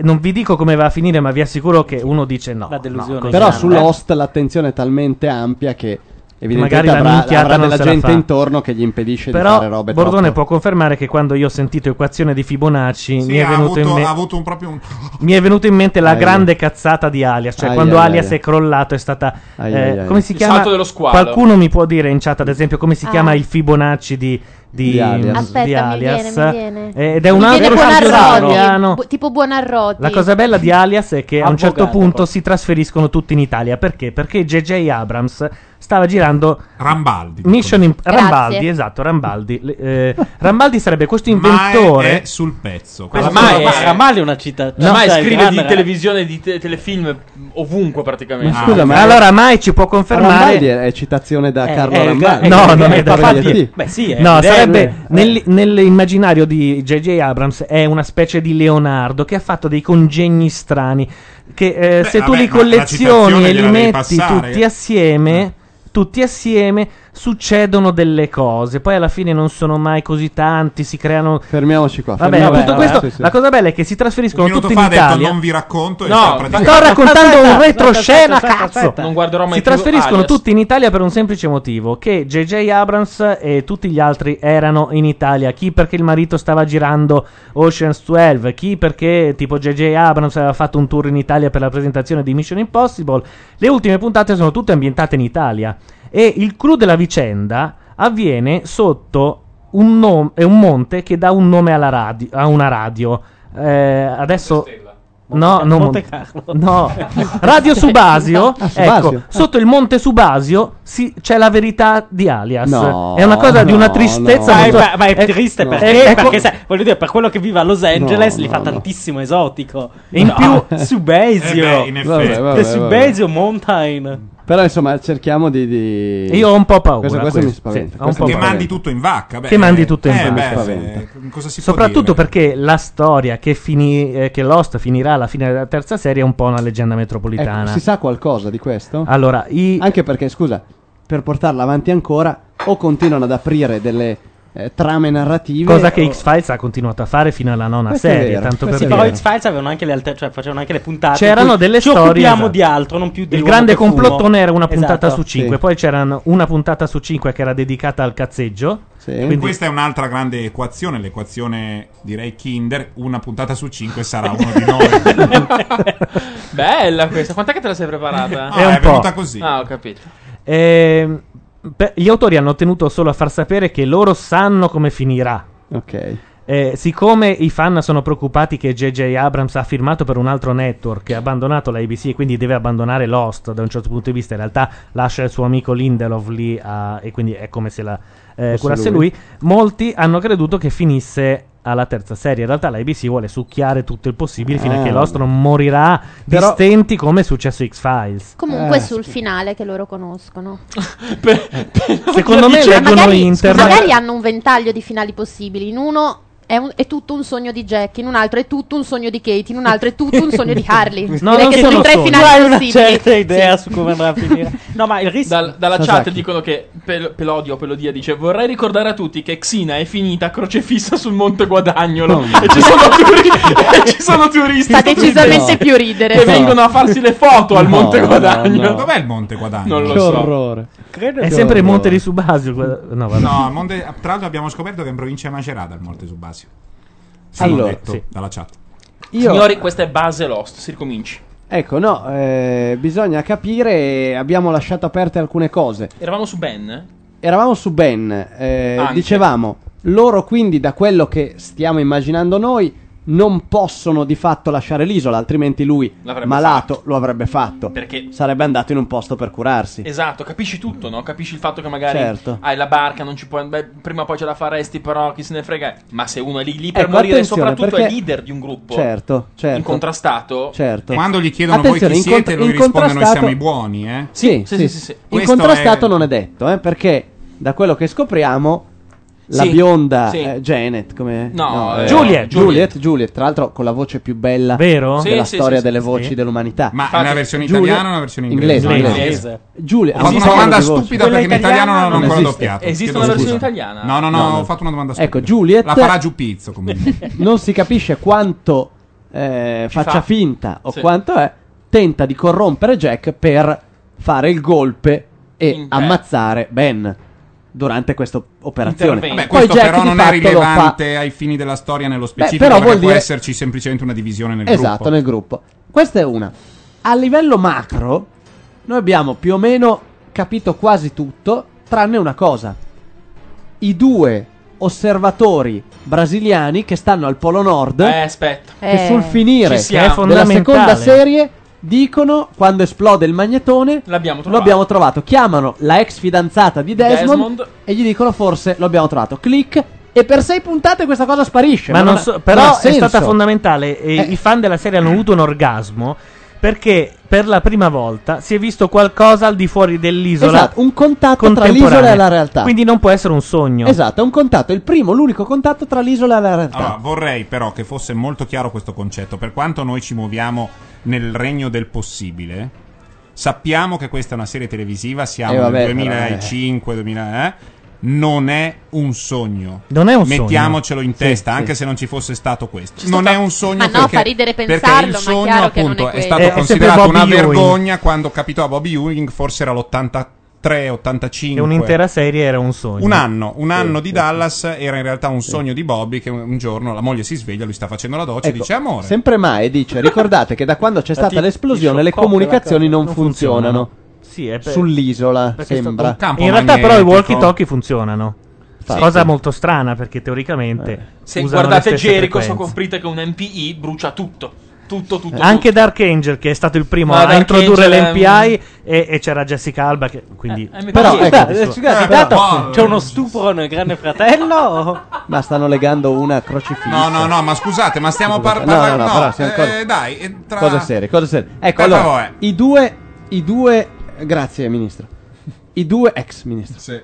non vi dico come va a finire, ma vi assicuro che uno dice no. no, così
Però
non è.
sull'host l'attenzione è talmente ampia che Evidentemente
eh. magari la
avrà,
minchiata
avrà
non
della
se la
gente
fa.
intorno che gli impedisce di fare
Però
robe
Bordone
troppo-
può confermare che quando io ho sentito equazione di Fibonacci
Sì,
mi, è
ha,
venuto
avuto,
in me-
ha avuto un proprio un...
mi è venuto in mente la
Aia.
grande cazzata di Alias. Cioè,
Aia,
quando
aia,
Alias
aia.
è crollato è stata.
Aia,
eh,
aia,
Come si
Il
chiama?
salto dello squalo.
Qualcuno mi può dire in chat, ad esempio, come si
Ah.
chiama il Fibonacci di. Di,
Di Alias.
di
Aspetta, mi
Alias. Eh,
viene, mi viene.
ed è un
Mi viene
altro campionato
Buonarroti,
italiano.
bu- tipo Buonarroti.
La cosa bella di Alias è che a un
Avvocato,
certo punto si trasferiscono tutti in Italia. Perché? Perché JJ Abrams stava girando
Rambaldi.
Mission Imp-
Grazie.
Rambaldi, esatto, Rambaldi. Le- eh, Rambaldi sarebbe questo inventore
è sul
Eh?
pezzo.
Questo-
Ma è-
Ma Ramalli è una città.
No.
ma
Sai,
scrive di
grande,
televisione, di te- telefilm ovunque praticamente.
Ah,
Ah,
Ma scusa, ma-
Allora Mai ci può confermare
Rambaldi è, è citazione da
Eh,
Carlo
eh,
Rambaldi.
No, non è da
da
fatti- No, sarebbe nel- nell'immaginario di J.J. Abrams è una specie di Leonardo che ha fatto dei congegni strani che eh,
Beh,
se tu
vabbè,
li
ma la
collezioni
citazione
e li
gliela devi
metti
passare. Eh.
tutti assieme tutti assieme succedono delle cose, poi alla fine non sono mai così tanti, si creano
Fermiamoci qua.
Vabbè,
fermiamo-
tutto
vabbè,
questo,
sì, sì.
la cosa bella è che si trasferiscono
Un minuto
tutti in
fa ha detto,
Italia.
"Non vi racconto", e
No,
sta
ma
praticamente-
sto raccontando
Aspetta,
un
aspetta,
retroscena,
aspetta,
cazzo.
aspetta.
Non guarderò mai
Si
più
trasferiscono
Alias.
tutti in Italia per un semplice motivo, che JJ Abrams e tutti gli altri erano in Italia, chi perché il marito stava girando Ocean's 12, chi perché tipo JJ Abrams aveva fatto un tour in Italia per la presentazione di Mission Impossible. Le ultime puntate sono tutte ambientate in Italia e il clou della vicenda avviene sotto un, nom- è un monte che dà un nome alla radio- a una radio. Eh, adesso. No, non
Monte
Mon-
Carlo.
No, Radio Subasio.
Ah, Subasio.
ecco, sotto il monte Subasio si- c'è la verità di Alias.
No,
è una cosa di una
no,
tristezza.
Ma, è,
molto-
ma- ma è triste per
Eh,
te,
ecco-
perché sai, voglio dire, per quello che vive a Los Angeles
No,
li fa tantissimo esotico.
In
No,
più-
Subesio.
Eh beh, in effetti.
Vabbè,
The
vabbè, vabbè.
Subesio Mountain.
Però insomma, cerchiamo di. di...
Io ho un po' paura.
Questo, questo mi
questo. Sì,
spaventa.
ho un
questo
po'
mi
paura.
spaventa.
che mandi tutto in
Eh, beh,
vacca.
spaventa.
Soprattutto perché la storia che, finì- eh, che Lost finirà alla fine della terza serie è un po' una leggenda metropolitana.
Ecco, si sa qualcosa di questo?
Allora,
Anche perché, scusa, per portarla avanti ancora, o continuano ad aprire delle eh, trame narrative.
Cosa che
o-
X-Files ha continuato a fare fino alla nona
Questo è
serie.
vero,
tanto per
Sì,
dire.
però X-Files avevano anche le altre, cioè facevano anche le puntate. in
C'erano
cui
delle
ci
storie,
occupiamo
esatto.
di altro, non più
Il
dell'uomo
grande
che fumo.
complottone era una puntata
Esatto.
su cinque, poi c'era una puntata su cinque che era dedicata al cazzeggio. Quindi-
Questa è un'altra grande equazione, l'equazione direi Kinder, una puntata su cinque sarà uno di noi.
Bella questa. Quant'è che te la sei preparata?
Ah, È un è po'. venuta così.
Ah, ho capito.
Ehm, per- gli autori hanno tenuto solo a far sapere che loro sanno come finirà.
Ok.
Eh, siccome i fan sono preoccupati che J.J. Abrams ha firmato per un altro network che ha abbandonato la ABC e quindi deve abbandonare Lost da un certo punto di vista, in realtà lascia il suo amico Lindelof lì a- e quindi è come se la eh,
Fosse
curasse
lui.
lui. molti hanno creduto che finisse alla terza serie. In realtà la ABC vuole succhiare tutto il possibile fino
Ah,
a che Lost
vabbè.
non morirà
Però-
di stenti come è successo a X-Files.
Comunque
Eh,
sul finale che loro conoscono. Cioè,
Secondo me leggono
magari,
internet.
Magari hanno un ventaglio di finali possibili. In uno è, un- è tutto un sogno di Jack, in un altro è tutto un sogno di Kate, in un altro è tutto un sogno di Harley.
No,
Direi
non
che
sono
sono tre
sogni.
finali
Tu hai una
possibili.
certa idea su come andrà a finire. No, ma il rischio
Dal- dalla
Sasaki.
chat dicono che Pel- Pelodio Pelodia dice vorrei ricordare a tutti che Xina è finita a crocefissa sul Monte Guadagnolo e, ci sono turi- e ci sono turisti
Fa
tutti
decisamente
i
più ridere.
che
No.
vengono a farsi le foto al Monte Guadagno
Dov'è il Monte Guadagno?
non lo
Che
so
orrore.
Credo
È sempre il Monte di Subasio. guarda- No, vabbè.
No, Monte- tra l'altro abbiamo scoperto che è in provincia di Macerata il Monte Subasio. Sì,
Allora,
l'ho detto
sì.
dalla chat.
Io-
signori questa è base Lost si ricominci
Ecco, no, eh, bisogna capire. Abbiamo lasciato aperte alcune cose.
eravamo su Ben eh?
Eravamo su Ben, eh,
Anche.
dicevamo, loro quindi da quello che stiamo immaginando noi non possono di fatto lasciare l'isola, altrimenti lui,
L'avrebbe
malato, lo avrebbe fatto.
Perché-
Sarebbe andato in un posto per curarsi.
Esatto, capisci tutto, no? Capisci il fatto che magari
Certo.
hai la barca, non ci puoi. beh, prima o poi ce la faresti, però chi se ne frega. Ma se uno è lì, lì per
Ecco,
morire,
attenzione,
soprattutto è
perché-
leader di un gruppo
Certo, certo.
incontrastato,
Certo.
Quando gli chiedono
Attenzione,
voi chi siete,
incont-
lui risponde noi
incontrastato-
siamo i buoni, eh?
Sì, sì, sì.
Questo
Incontrastato
è-
non è detto, eh, perché da quello che scopriamo, la
Sì,
bionda
sì.
eh, Janet, come...
No,
eh,
Juliet,
Juliet, Juliet, Juliet, tra l'altro con la voce più bella
Vero?
della
Sì, sì,
storia
sì,
delle
sì,
voci
sì.
dell'umanità.
Ma
Infatti,
una versione
Juliet-
italiana o una versione inglese?
Inglese,
Inglese.
inglese. Juliet,
Ho
ha
fatto
un
una
tono
domanda
di voce.
stupida perché in italiano non ho ancora
esiste.
doppiato.
Esiste
Chiedo
una versione
scusa.
italiana?
No, no, no,
No, no.
ho fatto una domanda stupida.
Ecco, Juliet
La farà giù pizzo comunque.
non si capisce quanto eh,
Ci
faccia
fa.
finta o
Sì.
quanto è, tenta di corrompere Jack per fare il golpe e ammazzare Ben durante questa operazione.
Vabbè,
Poi
questo
Jack
però
di
non è
fatto lo Eh, fa-
rilevante ai fini della storia nello specifico,
però
perché
vuol
può
dire-
esserci semplicemente una divisione nel
esatto,
gruppo.
nel gruppo. Questa è una. A livello macro, noi abbiamo più o meno capito quasi tutto, tranne una cosa. I due osservatori brasiliani che stanno al Polo Nord,
Eh, aspetta.
che
Eh.
sul finire
Ci siamo. È
della seconda
fondamentale.
serie dicono quando esplode il magnetone
L'abbiamo
lo abbiamo trovato chiamano la ex fidanzata di Desmond,
Desmond.
e gli dicono forse lo abbiamo trovato click e per sei puntate questa cosa sparisce
Ma
Cioè, non
non
ha-
so-
non
però
ha
è stata
senso. Eh.
fondamentale. e I fan della serie hanno avuto un orgasmo perché per la prima volta si è visto qualcosa al di fuori dell'isola.
Esatto, un contatto tra
contemporanea.
l'isola e la realtà.
Quindi non può essere un sogno.
Esatto, è un contatto, il primo, l'unico contatto tra l'isola e la realtà.
Allora, vorrei però che fosse molto chiaro questo concetto. Per quanto noi ci muoviamo nel regno del possibile, sappiamo che questa è una serie televisiva, siamo
Eh, vabbè,
nel 2005, 2000, eh, non è un sogno.
Non è un sogno.
Mettiamocelo in
Sì,
testa,
sì.
anche se non ci fosse stato questo.
C'è
non
stata-
è un sogno
Ma no,
perché,
fa ridere
perché
pensarlo,
il
ma è
sogno
chiaro che non è
appunto è
quello.
Eh,
stato
È- è sempre
considerato
Bobby
una
Ewing.
vergogna quando capitò a Bobby Ewing, forse era l'83, 85.
E un'intera serie era un sogno.
Un anno, un anno di
Sì.
Dallas era in realtà un sogno di Bobby che un giorno la moglie si sveglia, lui sta facendo la doccia e
Ecco,
dice amore.
Sempre mai dice, ricordate che da quando c'è
La
stata
ti-
l'esplosione
ti
le
sciocco,
comunicazioni
la cosa-
non,
non
funzionano.
Sì, è per-
Sull'isola,
perché è stato
sembra.
un campo In realtà, però, i walkie-talkie funzionano.
Infatti. Eh.
Cosa molto strana perché teoricamente.
Se
usano
guardate
le stesse
Jericho,
frequenze.
scoprite che un MPI brucia tutto. Tutto,
Eh.
tutto.
Anche Dark Angel, che è stato il primo
Ma
a
Dark
introdurre
Angel è-
l'MPI, e, e c'era Jessica Alba. Che, quindi,
Eh, mi pare-
ecco,
Guarda,
Ah,
scusate, dato c'è uno stupro nel Grande Fratello. o-
Ma stanno legando una crocifisso.
No, no, no, ma scusate, ma stiamo par-
No, no,
parlando.
no,
no,
però siamo
eh,
ancora-
dai, eh, tra-
Cose serie, cose serie. Ecco,
Per
allora,
favore.
i due, i due, grazie ministro, i due ex ministro,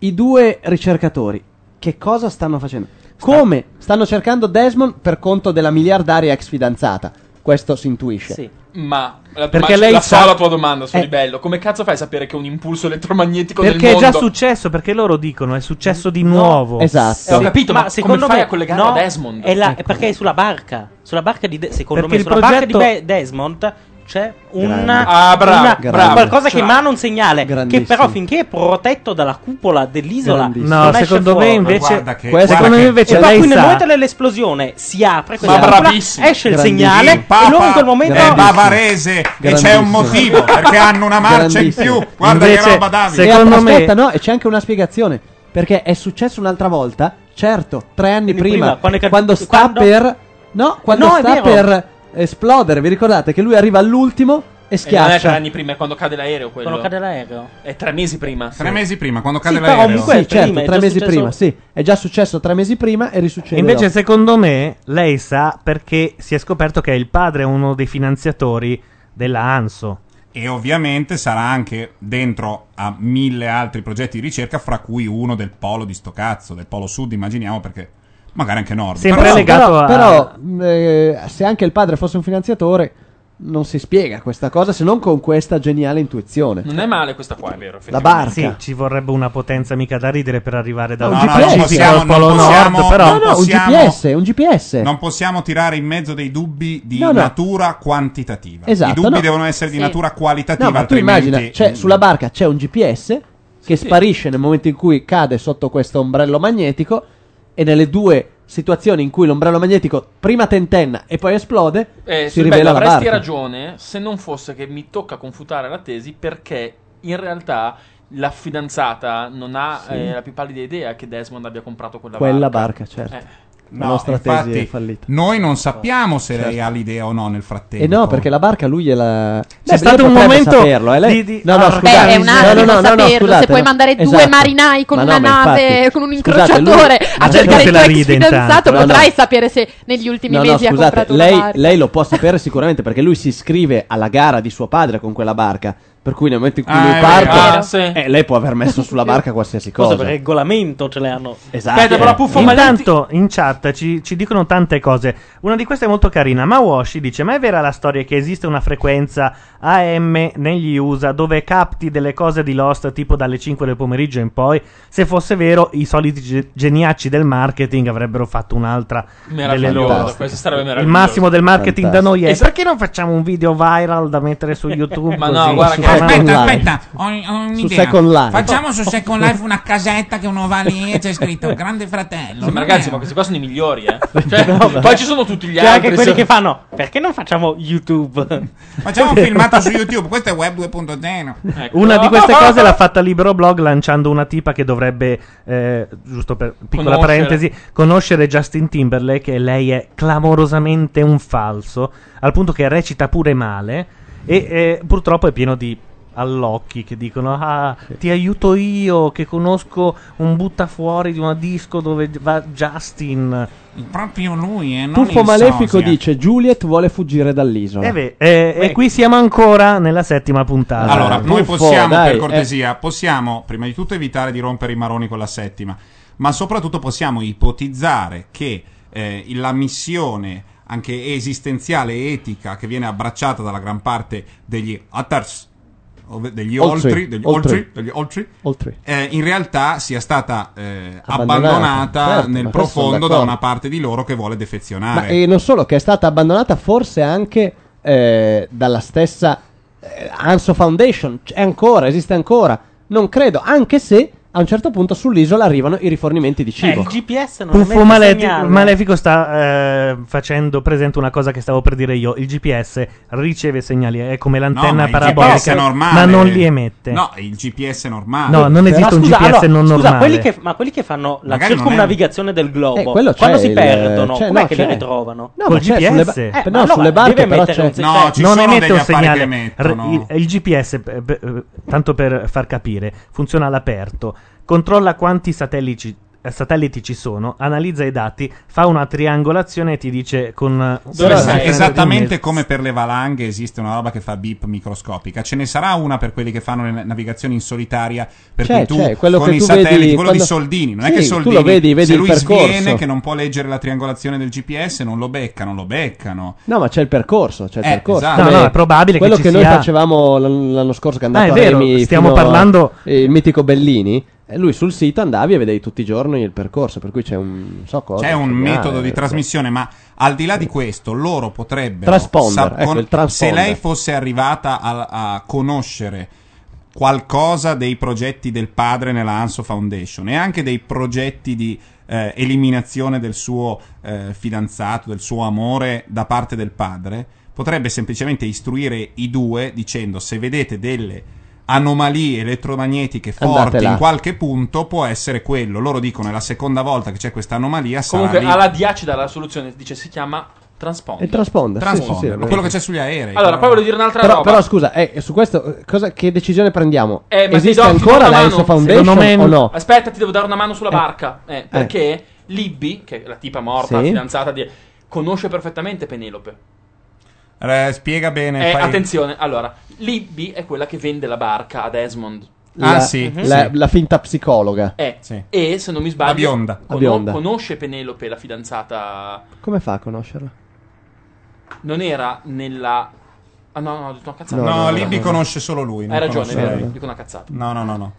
i due ricercatori, che cosa stanno facendo? Come stanno cercando Desmond per conto della miliardaria ex fidanzata? Questo si intuisce.
Ma la,
Perché
ma-
lei
la
sa-
so la tua domanda,
Eh.
Solibello. Come cazzo fai a sapere che è un impulso elettromagnetico del
Perché è
mondo?
già successo, perché loro dicono è successo di nuovo.
esatto.
Eh, ho capito, ma, secondo me collegare
Ah, no,
a Desmond?
È la- è perché è sulla barca. Sulla barca di De- secondo
Perché
me,
il
sulla
progetto-
barca di Be- Desmond c'è un
Grande. Ah, bravo,
una-
grande.
un qualcosa che
Cioè,
emana un segnale. Che
grandissimo.
però finché è protetto dalla cupola dell'isola,
Grandissimo.
non
No,
esce
secondo me
fuori.
invece- Guarda che- guarda
secondo
che-
me invece
e
lei
poi
nel
sa-
momento dell'esplosione si apre
Ma
questa cupola,
bravissimo.
esce il
Grandissimo.
segnale
Il Papa Eh,
e loro in quel momento
è bavarese e c'è un motivo perché hanno una marcia in più. Guarda che roba Davide.
E- Aspetta, no, e c'è anche una spiegazione. Perché è successo un'altra volta, certo, tre anni prima,
prima, quando è cap-
quando sta
quando-
per... No, quando
No, è
sta
vero.
per esplodere. Vi ricordate che lui arriva all'ultimo e
Eh, non è tre
schiaccia.
anni prima, è quando cade l'aereo quello.
Quando cade l'aereo?
È tre mesi prima.
Tre mesi prima, quando
Sì,
cade
però
l'aereo.
comunque
sì, certo, tre mesi prima, sì. È già successo tre mesi prima e risuccede
Invece,
dopo.
secondo me, lei sa perché si è scoperto che il padre è uno dei finanziatori della ANSO.
E ovviamente sarà anche dentro a mille altri progetti di ricerca, fra cui uno del polo di sto cazzo, del polo sud, immaginiamo perché magari anche nord.
però,
Però-
però, però, eh, se anche il padre fosse un finanziatore, non si spiega questa cosa se non con questa geniale intuizione.
Non è male questa qua, è vero.
La barca.
Sì, ci vorrebbe una potenza mica da ridere per arrivare da
No,
un
no, no, non
possiamo-
al Polo
non possiamo-
Nord, però...
no, no,
un
possiamo-
GPS, un GPS.
Non possiamo tirare in mezzo dei dubbi di
No, no.
natura quantitativa.
Esatto,
I dubbi
no.
devono essere di
Sì.
natura qualitativa,
No, ma tu
altrimenti
immagina, cioè, c'è- sulla barca c'è un GPS che
Sì.
sparisce nel momento in cui cade sotto questo ombrello magnetico e nelle due situazioni in cui l'ombrello magnetico prima tentenna e poi esplode,
Eh,
si
sul bello,
rivela la
avresti
barca.
ragione se non fosse che mi tocca confutare la tesi perché in realtà la fidanzata non ha
Sì.
eh, la più pallida idea che Desmond abbia comprato quella,
Quella barca,
barca. Eh.
certo. La
No,
nostra
infatti,
tesi è fallita.
Noi non sappiamo se lei ha l'idea o no nel frattempo.
E Eh no, perché la barca lui gliela...
C'è
Beh,
stato
lei
un
potrebbe
momento
saperlo, eh, lei-
di- di-
No, no,
Ah,
scusate.
Beh, è un attimo
no, no, no,
saperlo.
scusate,
se puoi
no.
mandare due
Esatto.
marinai con
Ma no,
una
ma
nave,
infatti-
con un
scusate,
incrociatore
lui-
a
Ma
cercare
se
il
la
tuo ex
ride intanto.
fidanzato,
No, no.
potrai sapere se negli ultimi
No, no,
mesi ha
scusate,
comprato una
lei,
barca.
lei lo può sapere sicuramente perché lui si iscrive alla gara di suo padre con quella barca. Per cui nel momento in cui
Ah,
lui
è
parte,
vero. Ah, sì.
eh, lei può aver messo sulla barca qualsiasi
Cosa
cosa.
per regolamento ce le hanno.
Esatto.
eh. Intanto in chat ci, ci dicono tante cose. Una di queste è molto carina. Mawashi dice: Ma è vera la storia che esiste una frequenza AM negli USA dove capti delle cose di Lost tipo dalle 5 del pomeriggio in poi? Se fosse vero, i soliti ge- geniacci del marketing avrebbero fatto un'altra delle
Meraviglioso,
loro.
questo sarebbe
Il
meraviglioso.
massimo del marketing da noi è
Fantastico.
perché non facciamo un video viral da mettere su YouTube?
Ma no,
così,
guarda
su
che
aspetta,
Life.
aspetta, ho, ho un'idea.
Su Second Life.
Facciamo su Second Life una casetta che uno va lì e c'è scritto Grande Fratello.
Sì,
Non
ma ragazzi,
è-
ma questi qua sono i migliori, eh. Cioè, poi ci sono tutti gli
C'è
altri.
Cioè, anche quelli
so-
che fanno. Perché non facciamo YouTube? Cioè,
Facciamo un filmato su YouTube, questo è Web 2.0.
Ecco.
Ecco.
Una di queste cose l'ha fatta Libero Blog lanciando una tipa che dovrebbe, eh, giusto per piccola
Conoscere.
parentesi, conoscere Justin Timberlake e lei è clamorosamente un falso, al punto che recita pure male e eh, purtroppo è pieno di allocchi che dicono ah ti aiuto io che conosco un buttafuori di una disco dove va Justin
proprio lui eh, non
Tuffo
il
Malefico
sosia.
dice Juliet vuole fuggire dall'isola.
Eh beh, eh, e
Beh.
qui siamo ancora nella settima puntata
Allora,
Noi possiamo,
eh.
per cortesia, possiamo prima di tutto evitare di rompere i maroni con la settima, ma soprattutto possiamo ipotizzare che eh, la missione anche esistenziale e etica che viene abbracciata dalla gran parte degli Atters, ov- degli
Oltre,
Oltri, degli
oltre.
Oltri, degli Oltri,
Oltre.
eh, in realtà sia stata eh,
Abbandonata,
abbandonata
certo,
nel
ma questo sono
profondo da
d'accordo.
una parte di loro che vuole
Ah,
defezionare.
Ma
ecco.
e non solo, che è stata abbandonata forse anche eh, dalla stessa eh, Anso Foundation. C'è ancora, esiste ancora. Non credo, anche se a un certo punto sull'isola arrivano i rifornimenti di
Eh,
cibo.
il GPS non
Puffo
emette
Maleti-
segnale.
Malefico sta eh, facendo presente una cosa che stavo per dire io. Il GPS riceve segnali, è come
No,
l'antenna
ma il GPS
parabolica,
normale.
ma non li emette.
No, il GPS normale.
No,
Eh,
non esiste un GPS non
scusa,
normale.
Quelli che, ma quelli che fanno la
Magari non è-
circumnavigazione del globo,
Eh, quello c'è
quando si
il-
perdono,
c'è-
com'è
no,
che
c'è.
li ritrovano?
No, Col ma c'è GPS? sulle ba-
Eh,
no,
ma allora
sulle barche
deve
però
mettere
c'è.
un cioè, segnale.
ci
non
sono
emette
degli
un
apparecchi
segnale.
che emettono.
Re- il, il GPS, eh, beh, eh, tanto per far capire, funziona all'aperto, controlla quanti satelliti eh, satelliti ci sono, analizza i dati, fa una triangolazione e ti dice con eh,
Dove
una
sei?
differenza di
esattamente
mezzo.
come per le valanghe esiste una roba che fa beep microscopica. Ce ne sarà una per quelli che fanno le na- navigazioni in solitaria. Per
C'è,
cui tu
c'è, Cioè, quello
con
che
i
tu
satelliti,
vedi
quello di
quando-
soldini. Non
Sì,
è che
tu
soldini
lo vedi, vedi
se
il
lui
percorso.
sviene che non può leggere la triangolazione del GPS, non lo beccano, lo beccano.
No, ma c'è il percorso. C'è il
Eh,
percorso.
esatto. No, no, è
probabile che
quello
ci
che noi
sia-
facevamo l'an- l'anno scorso che
Ah, è
andavamo
vero,
a Remi
stiamo
fino a-
parlando-
eh, il mitico Bellini. eh, Lui sul sito andavi e vedevi tutti i giorni il percorso, per cui c'è un non eh, so cosa,
C'è un
segnale,
metodo di
per-
trasmissione, ma al di là di questo, loro potrebbero.
Transponder,
sa-
ecco, il transponder.
Se lei fosse arrivata a, a conoscere qualcosa dei progetti del padre nella Anso Foundation e anche dei progetti di eh, eliminazione del suo eh, fidanzato, del suo amore da parte del padre, potrebbe semplicemente istruire i due dicendo se vedete delle anomalie elettromagnetiche
Andate
forti
là.
in qualche punto può essere quello. Loro dicono è la seconda volta che c'è questa anomalia, sarà
Comunque,
lì.
alla diacida la soluzione dice si chiama transponder.
Il transponder, sì, sì, sì,
Transponder,
sì.
quello che c'è sugli aerei.
Allora, poi voglio dire un'altra
Però,
roba.
però scusa, eh, su questo eh, cosa- che decisione prendiamo?
Eh, ma
Esiste
ti do- ti do
ancora
una
la
mano?
Enso Foundation o no?
Aspetta, ti devo dare una mano sulla barca. Eh, perché Libby, che è la tipa morta,
Sì.
fidanzata di... Conosce perfettamente Penelope.
Eh, spiega bene.
Eh,
fai-
Attenzione, allora, Libby è quella che vende la barca ad Esmond.
Ah,
La,
Mhm.
la, la finta psicologa.
Eh, E se non mi sbaglio,
La bionda.
cono-
La bionda.
conosce Penelope, la fidanzata.
Come fa a conoscerla?
Non era nella. Ah, no, no, ho detto una cazzata.
No, Libby conosce solo lui. non
Hai ragione,
conosce
è vero,
lei.
dico una cazzata.
No, no, no, no.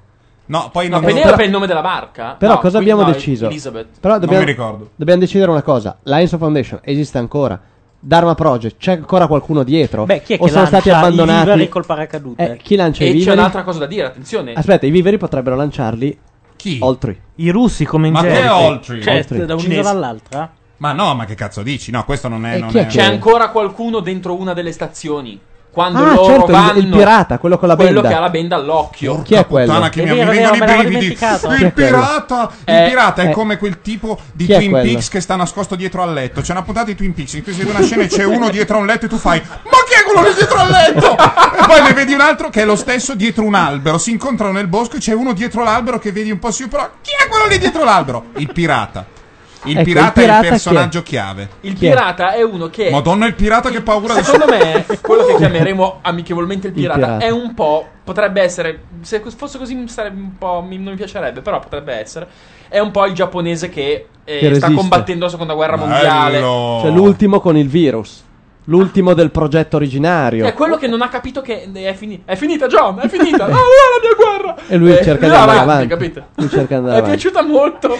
No, poi
No,
non
Penelope è il nome della barca?
Però
No,
cosa
qui-
abbiamo
no,
deciso?
Elizabeth.
Però
Non
dobbiamo,
mi ricordo.
Dobbiamo decidere una cosa. La Enso Foundation esiste ancora. Dharma Project, c'è ancora qualcuno dietro?
Beh, chi è
o
che
sono
lancia
stati
i
abbandonati?
viveri col paracadute?
Eh, chi lancia
e
i viveri?
c'è un'altra cosa da dire, attenzione.
Aspetta, i viveri potrebbero lanciarli
Chi?
oltre.
I russi come in
Ma che
genere.
oltre?
Cioè, da un'isola all'altra?
Ma no, ma che cazzo dici? No, questo Eh,
Eh,
non è. non è-
C'è ancora qualcuno dentro una delle stazioni. Quando
Ah,
loro
certo, il-
vanno,
il pirata, quello con la benda.
che ha la benda all'occhio.
Chi è quello?
Puttana che mi mi vengono i brividi.
Chi
Il
è quello?
pirata,
Eh,
il pirata
eh.
è come quel tipo di
Chi è
Twin
quello?
Peaks che sta nascosto dietro al letto. C'è una puntata di Twin Peaks in cui si vede una scena e c'è uno dietro a un letto e tu fai "Ma chi è quello lì dietro al letto?" e poi ne vedi un altro che è lo stesso dietro un albero. Si incontrano nel bosco e c'è uno dietro l'albero che vedi un po' più però chi è quello lì dietro l'albero? Il pirata. Il,
Ecco, il
pirata,
pirata
è
chi
il
è?
personaggio chiave.
Il pirata è uno che.
Madonna, il pirata che paura adesso.
Secondo me, quello che chiameremo amichevolmente il pirata,
Il pirata.
è un po'. Potrebbe essere. Se cos- fosse così, mi sarebbe un po'. mi- non mi piacerebbe, però potrebbe essere. È un po' il giapponese che, eh,
Che
sta
resiste.
combattendo la seconda guerra
Bello.
mondiale.
C'è l'ultimo con Cioè, il virus. L'ultimo del progetto originario.
È quello che non ha capito che è, fini- è finita, John. È finita. No, no, la mia guerra.
E lui
Eh,
cerca di
lui va
andare
avanti,
avanti.
capito?
Lui cerca di andare
È
avanti.
piaciuta molto.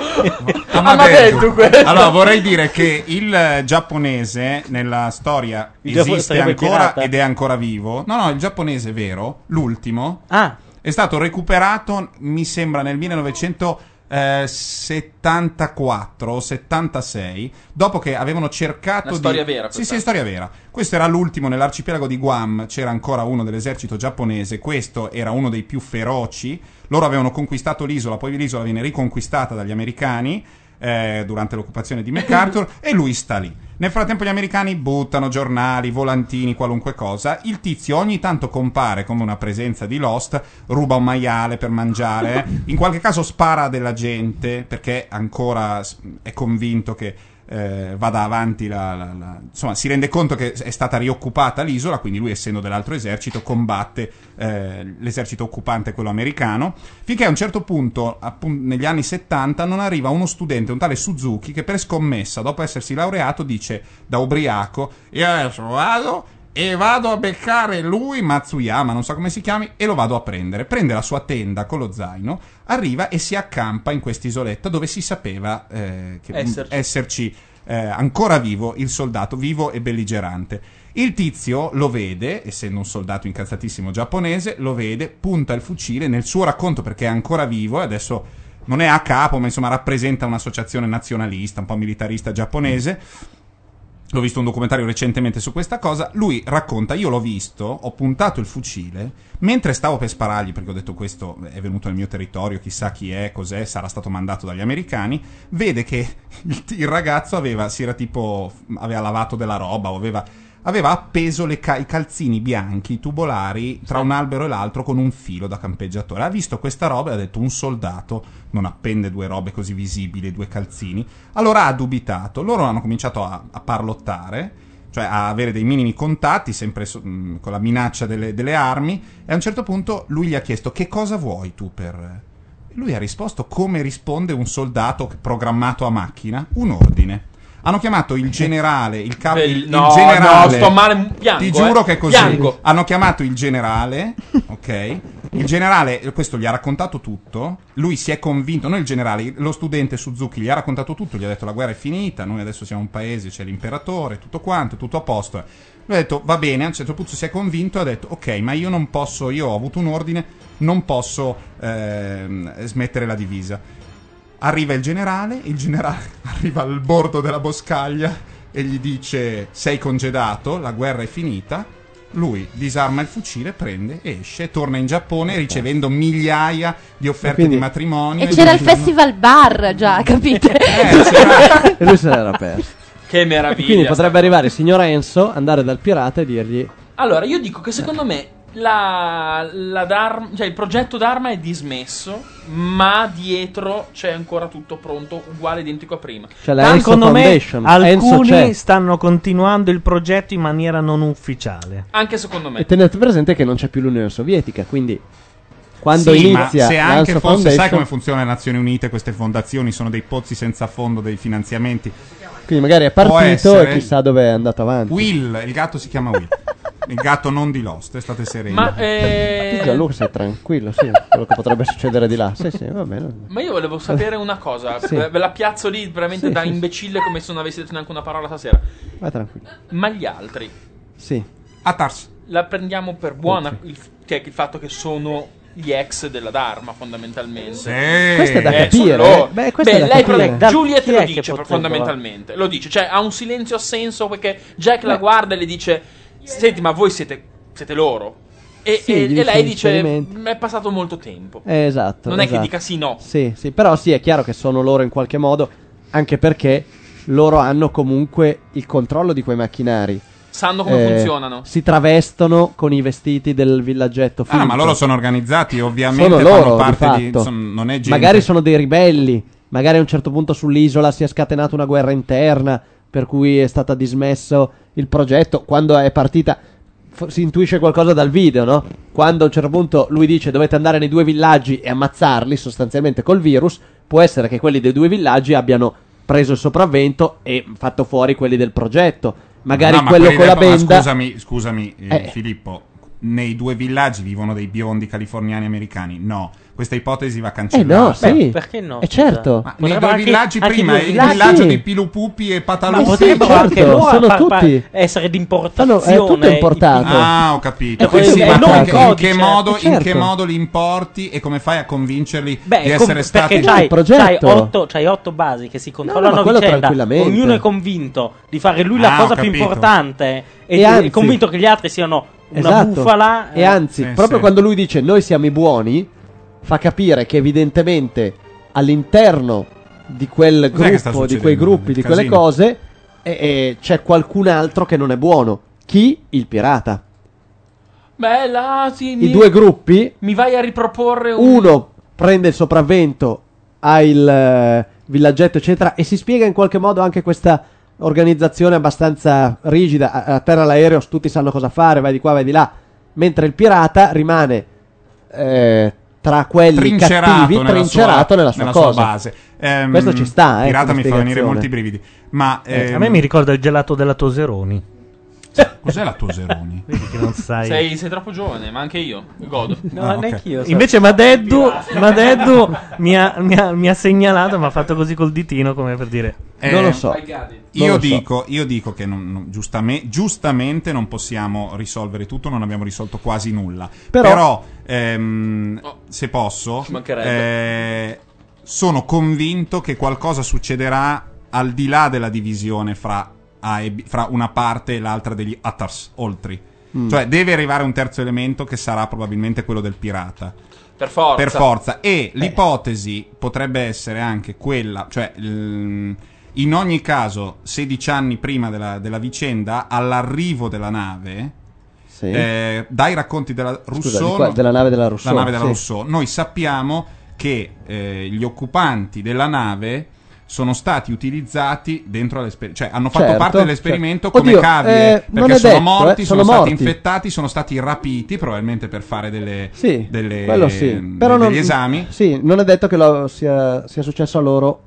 Amadeus.
questo.
Ah, Allora, vorrei dire che il eh, giapponese nella storia
Il giappo-
esiste
sarebbe
ancora
pirata.
ed è ancora vivo. No, no, il giapponese vero, l'ultimo,
Ah.
è stato recuperato, mi sembra, nel 1974 o 76, dopo che avevano cercato
Una
di...
storia
Sì,
vera,
sì,
questa.
è storia vera. Questo era l'ultimo nell'arcipelago di Guam, c'era ancora uno dell'esercito giapponese, questo era uno dei più feroci. Loro avevano conquistato l'isola, poi l'isola viene riconquistata dagli americani eh, durante l'occupazione di MacArthur e lui sta lì. Nel frattempo gli americani buttano giornali, volantini, qualunque cosa. Il tizio ogni tanto compare come una presenza di Lost, ruba un maiale per mangiare, eh. in qualche caso spara della gente perché ancora s- è convinto che eh, vada avanti la, la- la- insomma si rende conto che è stata rioccupata l'isola quindi lui essendo dell'altro esercito combatte eh, l'esercito occupante quello americano finché a un certo punto appun- negli anni 70 non arriva uno studente un tale Suzuki che per scommessa dopo essersi laureato dice da ubriaco io adesso vado e vado a beccare lui, Matsuyama, non so come si chiami, e lo vado a prendere. Prende la sua tenda con lo zaino, arriva e si accampa in quest'isoletta dove si sapeva eh, che
Esserci.
esserci eh, ancora vivo il soldato, vivo e belligerante. Il tizio lo vede, essendo un soldato incazzatissimo giapponese, lo vede, punta il fucile nel suo racconto perché è ancora vivo e adesso non è a capo, ma insomma rappresenta un'associazione nazionalista, un po' militarista giapponese. Ho visto un documentario recentemente su questa cosa. Lui racconta: Io l'ho visto, ho puntato il fucile mentre stavo per sparargli, perché ho detto questo è venuto nel mio territorio, chissà chi è, cos'è, sarà stato mandato dagli americani. Vede che il, il ragazzo aveva, si era tipo, aveva lavato della roba o aveva. Aveva appeso le ca- i calzini bianchi tubolari tra un albero e l'altro con un filo da campeggiatore. Ha visto questa roba e ha detto: Un soldato non appende due robe così visibili, due calzini. Allora ha dubitato. Loro hanno cominciato a, a parlottare, cioè a avere dei minimi contatti, sempre so- mh, con la minaccia delle, delle armi. E a un certo punto lui gli ha chiesto: Che cosa vuoi tu per. E Lui ha risposto come risponde un soldato che- programmato a macchina: un ordine. Hanno chiamato il generale, il capo.
Beh,
il, il
no,
generale.
no, sto male, piango,
Ti
eh.
giuro che è così.
Piango.
Hanno chiamato il generale, ok? Il generale, questo gli ha raccontato tutto. Lui si è convinto. Noi, il generale, lo studente Suzuki, gli ha raccontato tutto. Gli ha detto la guerra è finita. Noi adesso siamo un paese, c'è l'imperatore, tutto quanto, tutto a posto. Lui ha detto va bene. A un certo punto si è convinto e ha detto ok, ma io non posso. Io ho avuto un ordine, non posso ehm, smettere la divisa. Arriva il generale, il generale arriva al bordo della boscaglia e gli dice sei congedato, la guerra è finita. Lui disarma il fucile, prende, esce, torna in Giappone ricevendo migliaia di offerte
Quindi-
di matrimonio.
E c'era il
dice, "Eh,
festival bar già, capite?
e lui se l'era perso.
Che
E
meraviglia.
quindi potrebbe arrivare il signor Enzo, andare dal pirata e dirgli:
Allora, io dico
Eh.
che secondo me la, la d'arm- cioè, il progetto d'arma è dismesso, ma dietro c'è ancora tutto pronto, uguale identico a prima.
Cioè, la
Tanto-
Enzo
Secondo me
Foundation. Enzo c'è.
alcuni stanno continuando il progetto in maniera non ufficiale.
Anche secondo
E tenete presente che non c'è più l'Unione Sovietica, quindi quando
Sì, ma
inizia
se
l'Anso
anche fosse,
Foundation,
sai come funziona le Nazioni Unite, queste fondazioni sono dei pozzi senza fondo, dei finanziamenti.
quindi magari è
Può
partito e
essere.
chissà dove è andato avanti.
Will, il gatto si chiama Will. Il gatto non di Lost, state sereni.
Ma, eh,
Tu Gianluca sei tranquillo, sì, quello che potrebbe succedere di là. Sì, sì, va bene.
Ma io volevo sapere una cosa,
Sì.
ve ve la piazzo lì veramente
Sì,
da
sì, sì.
imbecille come se non avessi detto neanche una parola stasera.
Vai tranquillo.
Ma gli altri,
Sì.
la prendiamo per buona, il, cioè il fatto che sono gli ex della Dharma fondamentalmente.
Sì.
Questo è da
Eh,
capire,
sono loro.
eh. Beh, questo è da
lei
capire.
proprio-
Da-
Juliet
chi è
lo
che
dice
potrebbe-
fondamentalmente, lo dice, cioè ha un silenzio a senso perché Jack la guarda e le dice "Senti, ma voi siete siete loro?" E,
Sì,
e-
gli
e
dice
lei dice
sinceramente.
"È passato molto tempo."
Eh, esatto.
Non è che
esatto.
dica sì no.
Sì, sì, però sì, è chiaro che sono loro in qualche modo, anche perché loro hanno comunque il controllo di quei macchinari. Eh,
Sanno come funzionano.
Si travestono con i vestiti del villaggetto
Ah,
finto.
ma loro sono organizzati, ovviamente
Sono
fanno
loro, di
parte di.
fatto.
insomma, non è gente.
Magari sono dei ribelli, magari a un certo punto sull'isola si è scatenata una guerra interna, per cui è stata dismesso il progetto. Quando è partita, fo- si intuisce qualcosa dal video, no? Quando a un certo punto lui dice dovete andare nei due villaggi e ammazzarli sostanzialmente col virus, può essere che quelli dei due villaggi abbiano preso il sopravvento e fatto fuori quelli del progetto. Magari
No, ma
quello
quelli
con la
del- ma
benda.
Scusami, scusami eh,
Eh.
Filippo. Nei due villaggi vivono dei biondi californiani americani? No, questa ipotesi va
Eh
cancellata.
no, sì. Eh certo.
Ma nei due villaggi prima il
villaggi.
villaggio
Sì. certo,
di Pilupupi e
Ma
Patalupi.
potrebbero anche loro
sono
far- far-
tutti.
essere d'importazione.
Fanno- è tutto importato. certo.
Ah, ho capito.
Eh,
Quindi
sì,
sì,
è
ma
non
in
il
che- in,
codice.
che modo,
Eh,
in
certo.
che modo li importi e come fai a convincerli
Beh,
di
com-
essere stati
perché c'hai, c'hai otto, c'hai otto basi che si
No,
controllano
no, ma
a
quello
vicenda.
tranquillamente.
Ognuno è convinto di fare lui la
Ah, ho
cosa più
capito.
importante e,
E
è
anzi-
convinto che gli altri siano una
Esatto.
bufala. eh.
E
Eh,
anzi, proprio quando lui dice noi siamo i buoni, fa capire che evidentemente all'interno di quel
Cos'è che sta
gruppo, di quei
succedendo?
gruppi, di quelle
Casino.
cose, eh, eh, c'è qualcun altro che non è buono. Chi? Il pirata.
Beh, là sì,
I
mi,
due gruppi,
mi vai a riproporre un...
uno prende il sopravvento, ha il eh, villaggetto, eccetera, e si spiega in qualche modo anche questa organizzazione abbastanza rigida. A, a terra l'aereo tutti sanno cosa fare, vai di qua, vai di là. Mentre il pirata rimane eh, tra quelli cattivi, trincerato nella sua cosa.
base. Ehm,
Questo ci sta, eh,
Pirata
come
mi fa venire
spiegazione. Eh,
molti brividi. Ma
Eh, a me
ehm,
mi ricorda il gelato della Toseroni.
Cos'è la Toseroni?
Vedi che non sai.
Sei, sei troppo giovane, ma anche io. Godo.
No, Ah, ok. neanche io.
Invece Madeddu, Madeddu mi, ha, mi ha- mi ha segnalato, mi ha fatto così col ditino come per dire...
Eh, Io, dico, io dico che non- non- giustame- giustamente non possiamo risolvere tutto, non abbiamo risolto quasi nulla.
Però-
Però, ehm, se posso,
Oh. Ci mancherebbe.
eh, sono convinto che qualcosa succederà al di là della divisione fra, A e B- fra una parte e l'altra degli Attars, oltre.
Mm.
Cioè, deve arrivare un terzo elemento che sarà probabilmente quello del pirata.
Per forza.
Per forza. E l'ipotesi potrebbe essere anche quella, cioè l- in ogni caso 16 anni prima della, della vicenda, all'arrivo della nave,
Sì.
eh, dai racconti della
Scusa,
Rousseau,
di qua- della nave della
la
Rousseau,
nave della
sì.
Rousseau, noi sappiamo che eh, gli occupanti della nave sono stati utilizzati dentro all'esperimento, cioè hanno fatto
Certo,
parte dell'esperimento
certo.
come
Oddio,
cavie,
eh, non
perché
è
sono
detto,
morti,
eh,
sono,
sono morti.
stati infettati, sono stati rapiti probabilmente per fare delle,
Sì,
delle-
quello sì. Però
degli
non,
esami.
Sì, non è detto che lo sia, sia successo a loro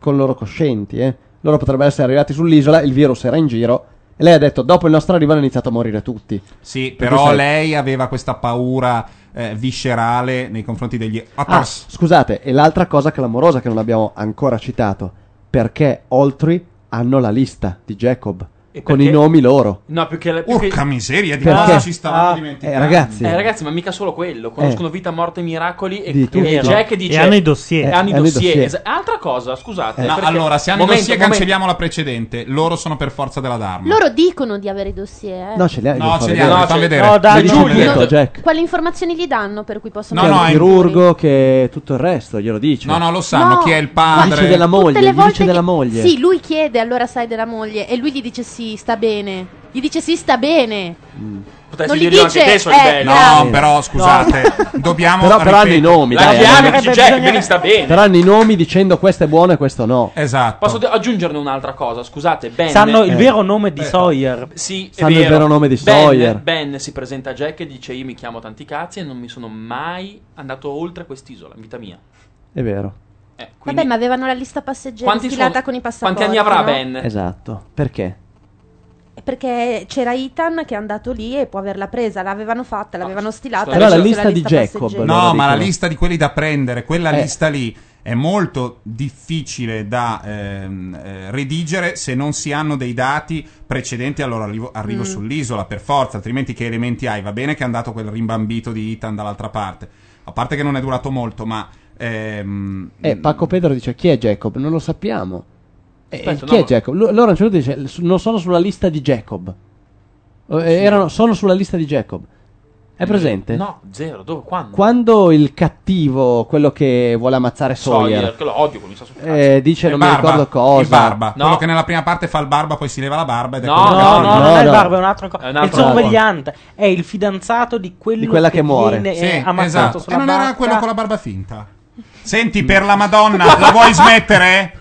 con loro coscienti. eh. Loro potrebbero essere arrivati sull'isola, il virus era in giro. E lei ha detto: Dopo il nostro arrivo hanno iniziato a morire tutti.
Sì,
Per
però
cui sai-
lei aveva questa paura eh, viscerale nei confronti degli
Ah,
Atars.
scusate, e l'altra cosa clamorosa che non abbiamo ancora citato: perché Oltri hanno la lista di Jacob
E
con i
perché-
nomi loro.
No, più che... Più
Porca
che...
miseria, di
Perché?
cosa ci stavamo
Ah,
dimenticando?
eh, ragazzi.
Eh, ragazzi, ma mica solo quello. Conoscono
Eh.
vita, morte, miracoli. E,
Di tutto.
e Jack
E
dice:
hanno i dossier.
e hanno i
Eh, hanno i
dossier.
dossier.
Esa- altra cosa,
eh,
scusate.
No,
perché-
allora, se hanno i
Momento,
dossier,
momento.
cancelliamo la precedente. Loro sono per forza della Dharma.
Loro dicono di avere i dossier. eh.
No, ce li ha.
No,
fa
ce li
vedere.
ha, no, fa vedere.
No, dai,
Vedi
Giulio,
come detto,
no, Jack.
Quali informazioni gli danno per cui possono
che è un
fare-
chirurgo, che tutto il resto, glielo dice.
No, no, lo sanno,
No. chi è il padre?
Gli dice della moglie,
Tutte le
gli
volte
dice
che-
della moglie.
Sì, lui chiede allora sai della moglie e lui gli dice sì, sta bene. Gli dice sì, sta bene.
Potresti
Non gli
dirgli anche
dice,
te, sono
eh,
belli.
No, però scusate, Ah, dobbiamo.
Però, però hanno i
ripeto-
nomi,
La
dai,
chiave
hanno-
che dice Jack, vedi, sta bene.
Però hanno i nomi dicendo questo è buono e questo no.
Esatto.
Posso de- aggiungerne un'altra cosa, scusate, Ben.
Sanno il
Eh.
vero nome di Sawyer.
Sì, è
Sanno il vero nome di
ben,
Sawyer.
Ben si presenta a Jack e dice: Io mi chiamo tanti cazzi e non mi sono mai andato oltre quest'isola in vita mia.
È vero.
Eh, quindi
Vabbè, ma avevano la lista passeggeri
Quanti
stilata
sono-
con i passaporti.
quanti anni avrà
no?
Ben?
Esatto. Perché?
Perché c'era Ethan che è andato lì e può averla presa, l'avevano fatta, l'avevano stilata.
Però la
Certo. adesso c'è
lista di Jacob,
passeggeri.
allora,
No, ma la
dicono.
lista di quelli da prendere, quella
Eh.
lista lì è molto difficile da ehm, eh, redigere se non si hanno dei dati precedenti al loro arrivo, arrivo
Mm.
sull'isola per forza, altrimenti che elementi hai? Va bene che è andato quel rimbambito di Ethan dall'altra parte, a parte che non è durato molto, ma ehm,
Eh, Paco Pedro dice chi è Jacob? Non lo sappiamo. Eh,
Aspetta,
chi
no,
è Jacob? Lo- Loro a un certo punto dice "Su- non sono sulla lista di Jacob. Eh, erano- sono sulla lista di Jacob. È presente?
No, zero, dove, quando?
Quando il cattivo, quello che vuole ammazzare Eh, Sawyer,
Sawyer, che lo odio con il sasso sul
eh, dice
Il
non mi
barba,
ricordo cosa.
Il barba, quello
No.
che nella prima parte fa il barba, poi si leva la barba ed è
No,
quello che
no,
fa
no,
non
no,
è il
no.
barba, è un'altra cosa.
È
È,
un'altra
il
roba.
sorvegliante, è il fidanzato di quello
Di quella che muore.
viene
Sì,
eh, ammazzato
esatto.
sulla
E non era
barca.
quello con la barba finta. Senti, per la Madonna, la vuoi smettere?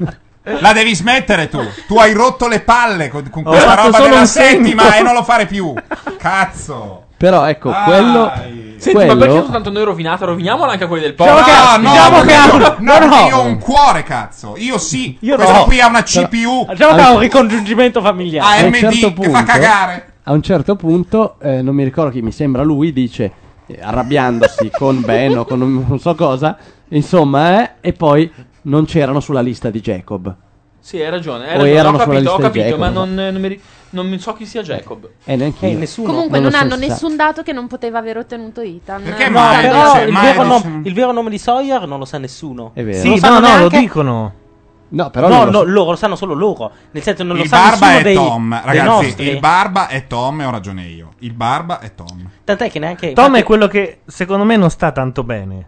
La devi smettere tu. Tu hai rotto le palle con, con
Ho
questa
fatto
roba
solo
della
un segno.
settima e non lo fare più. Cazzo.
Però ecco,
Dai.
quello
Senti,
quello...
ma perché soltanto noi rovinate? Roviniamola anche a quelli del
Diciamo
popolo.
che-
no,
diciamo
no,
che ha-
no,
no,
no,
no.
io ho un
cuore, cazzo. Io sì.
Io
Questa
no.
qui ha una CPU.
Diciamo che ha un ricongiungimento familiare.
a un certo punto, A un certo punto, eh, non mi ricordo chi mi sembra lui, dice eh, arrabbiandosi con Ben o con non non so cosa, insomma, eh, e poi non c'erano sulla lista di Jacob.
Sì, hai ragione.
O
Hai ragione
erano
ho
sulla
capito,
lista
ho
di
capito,
Jacob,
ma
no?
non, non mi ri- non mi so chi sia Jacob.
E neanche
Eh,
io.
nessuno.
Comunque
Non
non,
lo
hanno
so, sa.
nessun dato che non poteva aver ottenuto Ethan.
Perché Cioè,
Eh,
no,
tanto-
però il,
Mai
vero
dice-
nome, il vero nome di Sawyer non lo sa nessuno.
È vero.
Sì,
Non sanno
no, no,
neanche-
lo dicono.
No,
no, no, loro lo sanno solo loro. Nel senso, non lo
il
sa
barba
nessuno
è
dei,
Tom,
dei
ragazzi.
nostri.
Il barba è Tom e ho ragione io. Il barba è Tom.
Tant'è che neanche.
eh, Tom è quello che secondo me non sta tanto bene.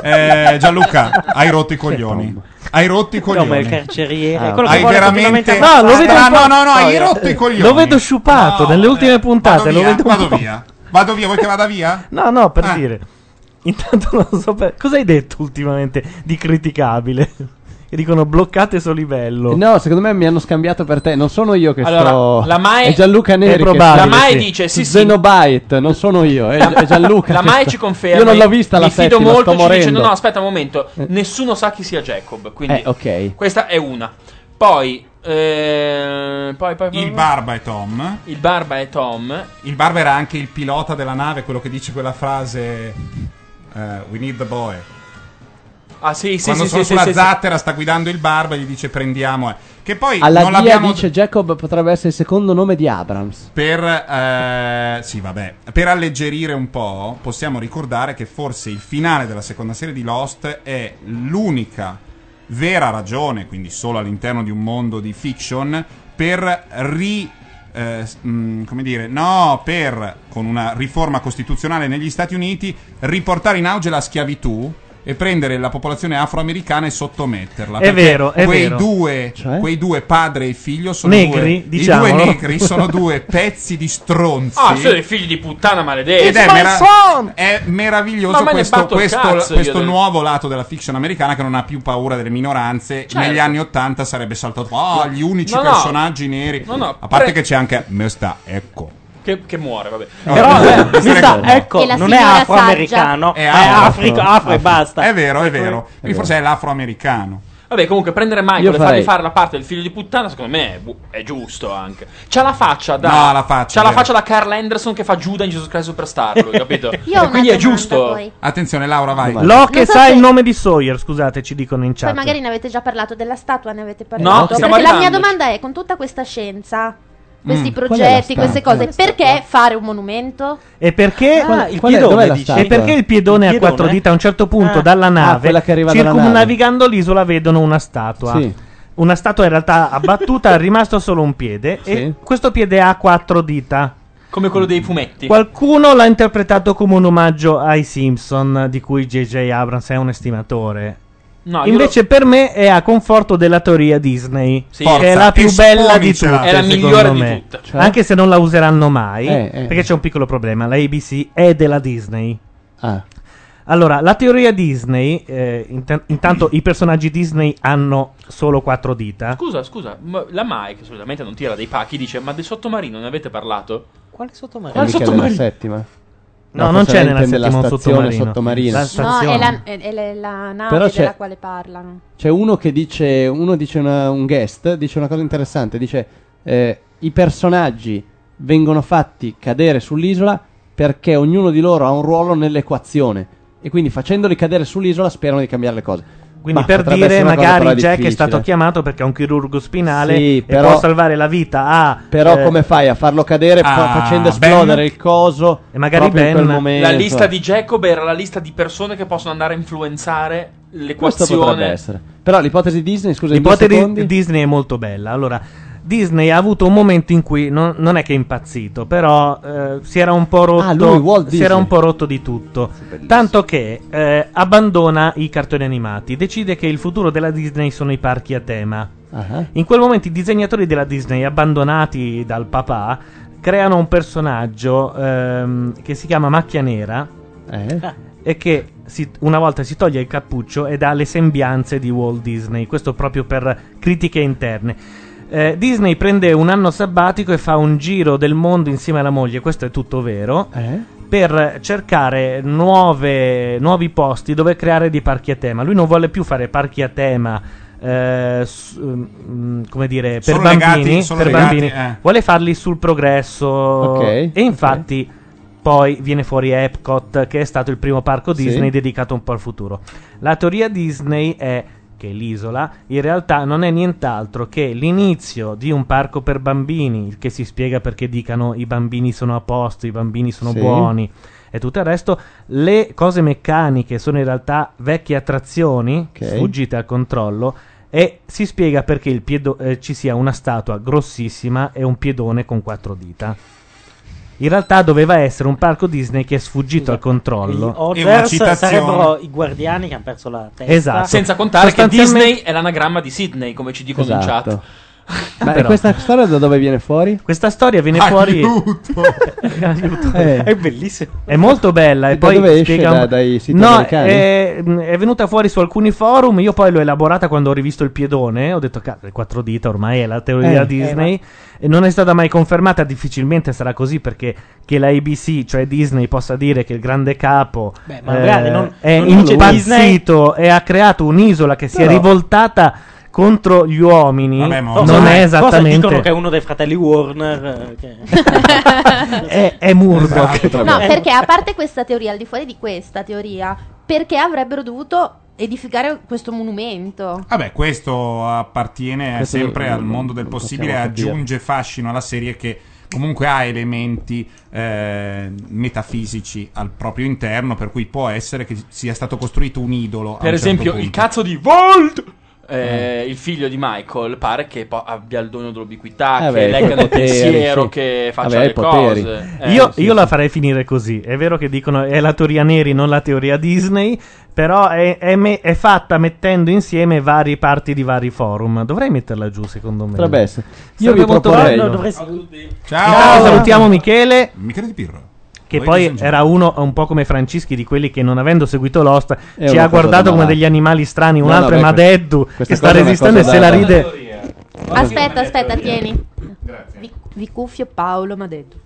Eh, Gianluca, hai rotto i coglioni. Hai rotto i coglioni.
ma è il carceriere,
Ah.
è quello che
hai
vuole
veramente.
continuamente No, lo vedo
Ah,
un po'-
no, no, no, hai
Sawyer.
rotto i coglioni.
eh,
eh,
Lo vedo sciupato nelle ultime puntate.
vado
Lo
via,
vedo un
vado
po'.
via. Eh. Vado via, vuoi che vada via?
No, no, per dire. Intanto non so per... cosa hai detto ultimamente di criticabile. Che dicono bloccate suo livello.
No, secondo me mi hanno scambiato per te. Non sono io che
Allora,
sto.
la Mae-
è Gianluca Neri.
è
che
probabile,
sta-
La Mae sì.
dice, sì, sì.
Xenobite, non sono io. È, è Gianluca.
La
che
Mai
sta-
ci conferma.
Io non l'ho vista la
Mi fido
settima.
molto.
sto
ci
morendo.
dice, no, no, aspetta un momento. Nessuno sa chi sia Jacob. Quindi,
Eh, ok.
questa è una. Poi, eh, poi, poi, poi-
Il barba è Tom.
Il barba è Tom.
Il barba era anche il pilota della nave, quello che dice quella frase. eh, we need the boy.
Ah, sì, sì,
Quando
sì,
sono
sì,
sulla
sì, sì.
zattera, sta guidando il barba e gli dice prendiamo. eh. Che poi
Alla
non
DIA
l'abbiamo.
dice Jacob potrebbe essere il secondo nome di Abrams.
Per, eh, sì, vabbè. per alleggerire un po', possiamo ricordare che forse il finale della seconda serie di Lost è l'unica vera ragione, quindi solo all'interno di un mondo di fiction, per ri. eh, s- mh, come dire, no, per con una riforma costituzionale negli Stati Uniti riportare in auge la schiavitù e prendere la popolazione afroamericana e sottometterla.
È
perché
vero, è
quei
vero.
Due,
Cioè?
Quei due padre e figlio sono
Negri,
due, i
diciamolo.
due negri sono due pezzi di stronzi.
Ah, sono dei figli di puttana maledetti.
Ed è,
Eh, Ma
mera-
son-
è
Ma
meraviglioso
me ne
questo,
batto il
questo-
cazzo io
questo
del-
nuovo lato della fiction americana che non ha più paura delle minoranze.
Certo.
Negli anni Ottanta sarebbe saltato "Ah, gli unici
No, no.
personaggi neri.
No, no,
A parte
pre-
che c'è anche Mesta, ecco.
Che, che muore, vabbè.
Però, eh, mi sta-
ecco,
E la
non è
signora
afroamericano,
saggia.
è
È
africo,
afro.
afro e basta.
Eh, esatto. Ah, È vero, è vero.
È
Quindi
vero.
forse è l'afroamericano.
Vabbè, comunque, prendere Michael
Io
e fargli
farei-
fare la parte del figlio di puttana, secondo me è, bu- è giusto anche. C'ha la faccia da.
No, la faccia,
C'ha la
vero.
faccia da Carl Anderson che fa Giuda in Jesus Christ Superstar. Lui, capito?
Io ho
e quindi
una
è giusto.
poi.
Attenzione, Laura, vai.
Lo che
Non so
sa
se-
il nome di Sawyer, scusate, ci dicono in
Poi
chat.
magari ne avete già parlato della statua, ne avete
Cioè, No,
parlato.
stiamo
perché la mia
arrivando.
domanda è: con tutta questa scienza, questi
Mm. Qual è la
progetti,
statua?
queste
Qual è
cose,
la
perché fare un monumento?
E perché,
Ah, il
qual è-
piedone,
dov'è la
dici?
statua? E perché il piedone
Il
a quattro
piedone?
dita a un certo punto
Ah.
dalla
Ah,
nave,
quella che arriva dalla
circumnavigando l'isola, vedono una statua.
Sì.
Una statua in realtà abbattuta, è rimasto solo un piede. E questo piede ha quattro dita.
Come quello dei fumetti.
Qualcuno l'ha interpretato come un omaggio ai Simpson, di cui J.J. Abrams è un estimatore.
No, io
Invece, per me è a conforto della teoria Disney,
Sì.
che è la
Forza,
più bella di
esponicela.
tutte.
È la
secondo
migliore di
me.
tutte.
Cioè? Anche se non la useranno mai,
Eh, eh.
perché c'è un piccolo problema: la ABC è della Disney.
Ah.
Allora, la teoria Disney, eh, int- intanto i personaggi Disney hanno solo quattro dita.
Scusa, scusa, ma la Mai, che solitamente non tira dei pacchi, dice: Ma del sottomarino ne avete parlato?
Quale sottomarino?
È
Quale
mica nella
sottomarino?
settima.
No, non
forse
c'è nella
intende la
settima un
stazione
sottomarino.
sottomarina.
La
No,
stazione.
è la, è- è la- la nave
Però c'è-
della quale parlano.
C'è uno che dice, uno dice una- un guest, dice una cosa interessante, dice eh, i personaggi vengono fatti cadere sull'isola perché ognuno di loro ha un ruolo nell'equazione e quindi facendoli cadere sull'isola sperano di cambiare le cose.
Quindi
Ma
per
potrebbe
dire,
essere una cosa
magari
però
Jack è
difficile.
stato chiamato perché è un chirurgo spinale
Sì,
e
però-
può salvare la vita a.
Però
eh,
come fai a farlo cadere fa-
Ah,
facendo
Ben.
esplodere il coso
E magari
proprio in
Ben.
quel momento?
La lista di Jacob era la lista di persone che possono andare a influenzare
Questo potrebbe
l'equazione.
essere. Però l'ipotesi Disney, scusa, in due
L'ipotesi
secondi?
Disney è molto bella. Allora, Disney ha avuto un momento in cui non, non è che è impazzito, però eh, si era un po' rotto.
Ah, lui, Walt
si
Disney.
era un po' rotto di tutto. Tanto che eh, abbandona i cartoni animati, decide che il futuro della Disney sono i parchi a tema.
Ah.
In quel momento i disegnatori della Disney, abbandonati dal papà, creano un personaggio ehm, che si chiama Macchia Nera e che si- una volta si toglie il cappuccio ed ha le sembianze di Walt Disney, questo proprio per critiche interne. Eh, Disney prende un anno sabbatico e fa un giro del mondo insieme alla moglie, questo è tutto vero. per cercare nuove- nuovi posti dove creare dei parchi a tema. Lui non vuole più fare parchi a tema. eh, su- mm, come dire per
Solo
bambini,
legati- solo
per
legati,
bambini.
eh.
vuole farli sul progresso e infatti poi viene fuori Epcot che è stato il primo parco
Sì.
Disney dedicato un po' al futuro la teoria Disney è che l'isola in realtà non è nient'altro che l'inizio di un parco per bambini, il che si spiega perché dicano i bambini sono a posto, i bambini sono
Sì.
buoni e tutto il resto. Le cose meccaniche sono in realtà vecchie attrazioni, sfuggite al controllo. E si spiega perché il piedo- eh, ci sia una statua grossissima e un piedone con quattro dita. In realtà doveva essere un parco Disney che è sfuggito al
Gli
controllo.
Odders sarebbero i guardiani che hanno perso la testa.
Esatto.
Senza contare che
Sostanzialmente-
Disney è l'anagramma di Sydney, come ci dicono in
Esatto.
chat.
Ma
Però-
questa storia da dove viene fuori?
Questa storia viene
Ah,
fuori. Aiuto.
Eh. È
bellissimo.
È molto bella. E
Da
poi
dove esce?
spiega un-
Da- dai siti
no,
americani?
È, è venuta fuori su alcuni forum. Io poi l'ho elaborata quando ho rivisto il piedone. Ho detto, cazzo, le quattro dita ormai è la teoria
Eh,
Disney.
eh,
E non è stata mai confermata. Difficilmente sarà così perché che la ABC, cioè Disney, possa dire che il grande capo eh,
Beh, ma magari non-
è
non dice
impazzito e ha creato un'isola che si è
Però-
rivoltata contro gli uomini.
Vabbè, ma-
non
Cosa-
è
Cosa
esattamente.
dicono che è uno dei fratelli Warner. eh, che-
è, è Murdoch.
Esatto.
No, perché a parte questa teoria, al di fuori di questa teoria, perché avrebbero dovuto edificare questo monumento?
Vabbè, questo appartiene
Questo
sempre
lo-
al mondo del
lo
possibile e
possiamo capire.
aggiunge fascino alla serie che comunque ha elementi eh, metafisici al proprio interno, per cui può essere che sia stato costruito un certo idolo.
Per esempio, il cazzo di Volt. eh, Il figlio di Michael pare che po- abbia il dono dell'ubiquità,
Eh
Ah, che
beh,
legga nel
poteri,
pensiero,
sì.
Eh
che faccia
Vabbè,
le
poteri.
cose. Eh,
io, io la farei finire così. È vero che dicono è la teoria Neri, non la teoria Disney. Però è, è me- è fatta mettendo insieme varie parti di vari forum. Dovrei metterla giù, secondo me.
Potrebbe essere. Io
Sarebbe
vi
molto
proporrei-
bello.
No, dovresti-
Ciao.
Ciao.
salutiamo Michele.
Michele Di Pirro.
Che
Voi
poi
disegnate.
era uno un po' come Francischi di quelli che non avendo seguito Lost
È
ci
una
ha
cosa
guardato
da
come
malati.
degli animali strani. Un
No, no,
altro è
beh,
Madeddu
questa
che sta
cosa è una
resistendo e
cosa
se la
da-
ride.
Aspetta, aspetta, tieni. Vi, vi cuffio Paolo mi ha detto.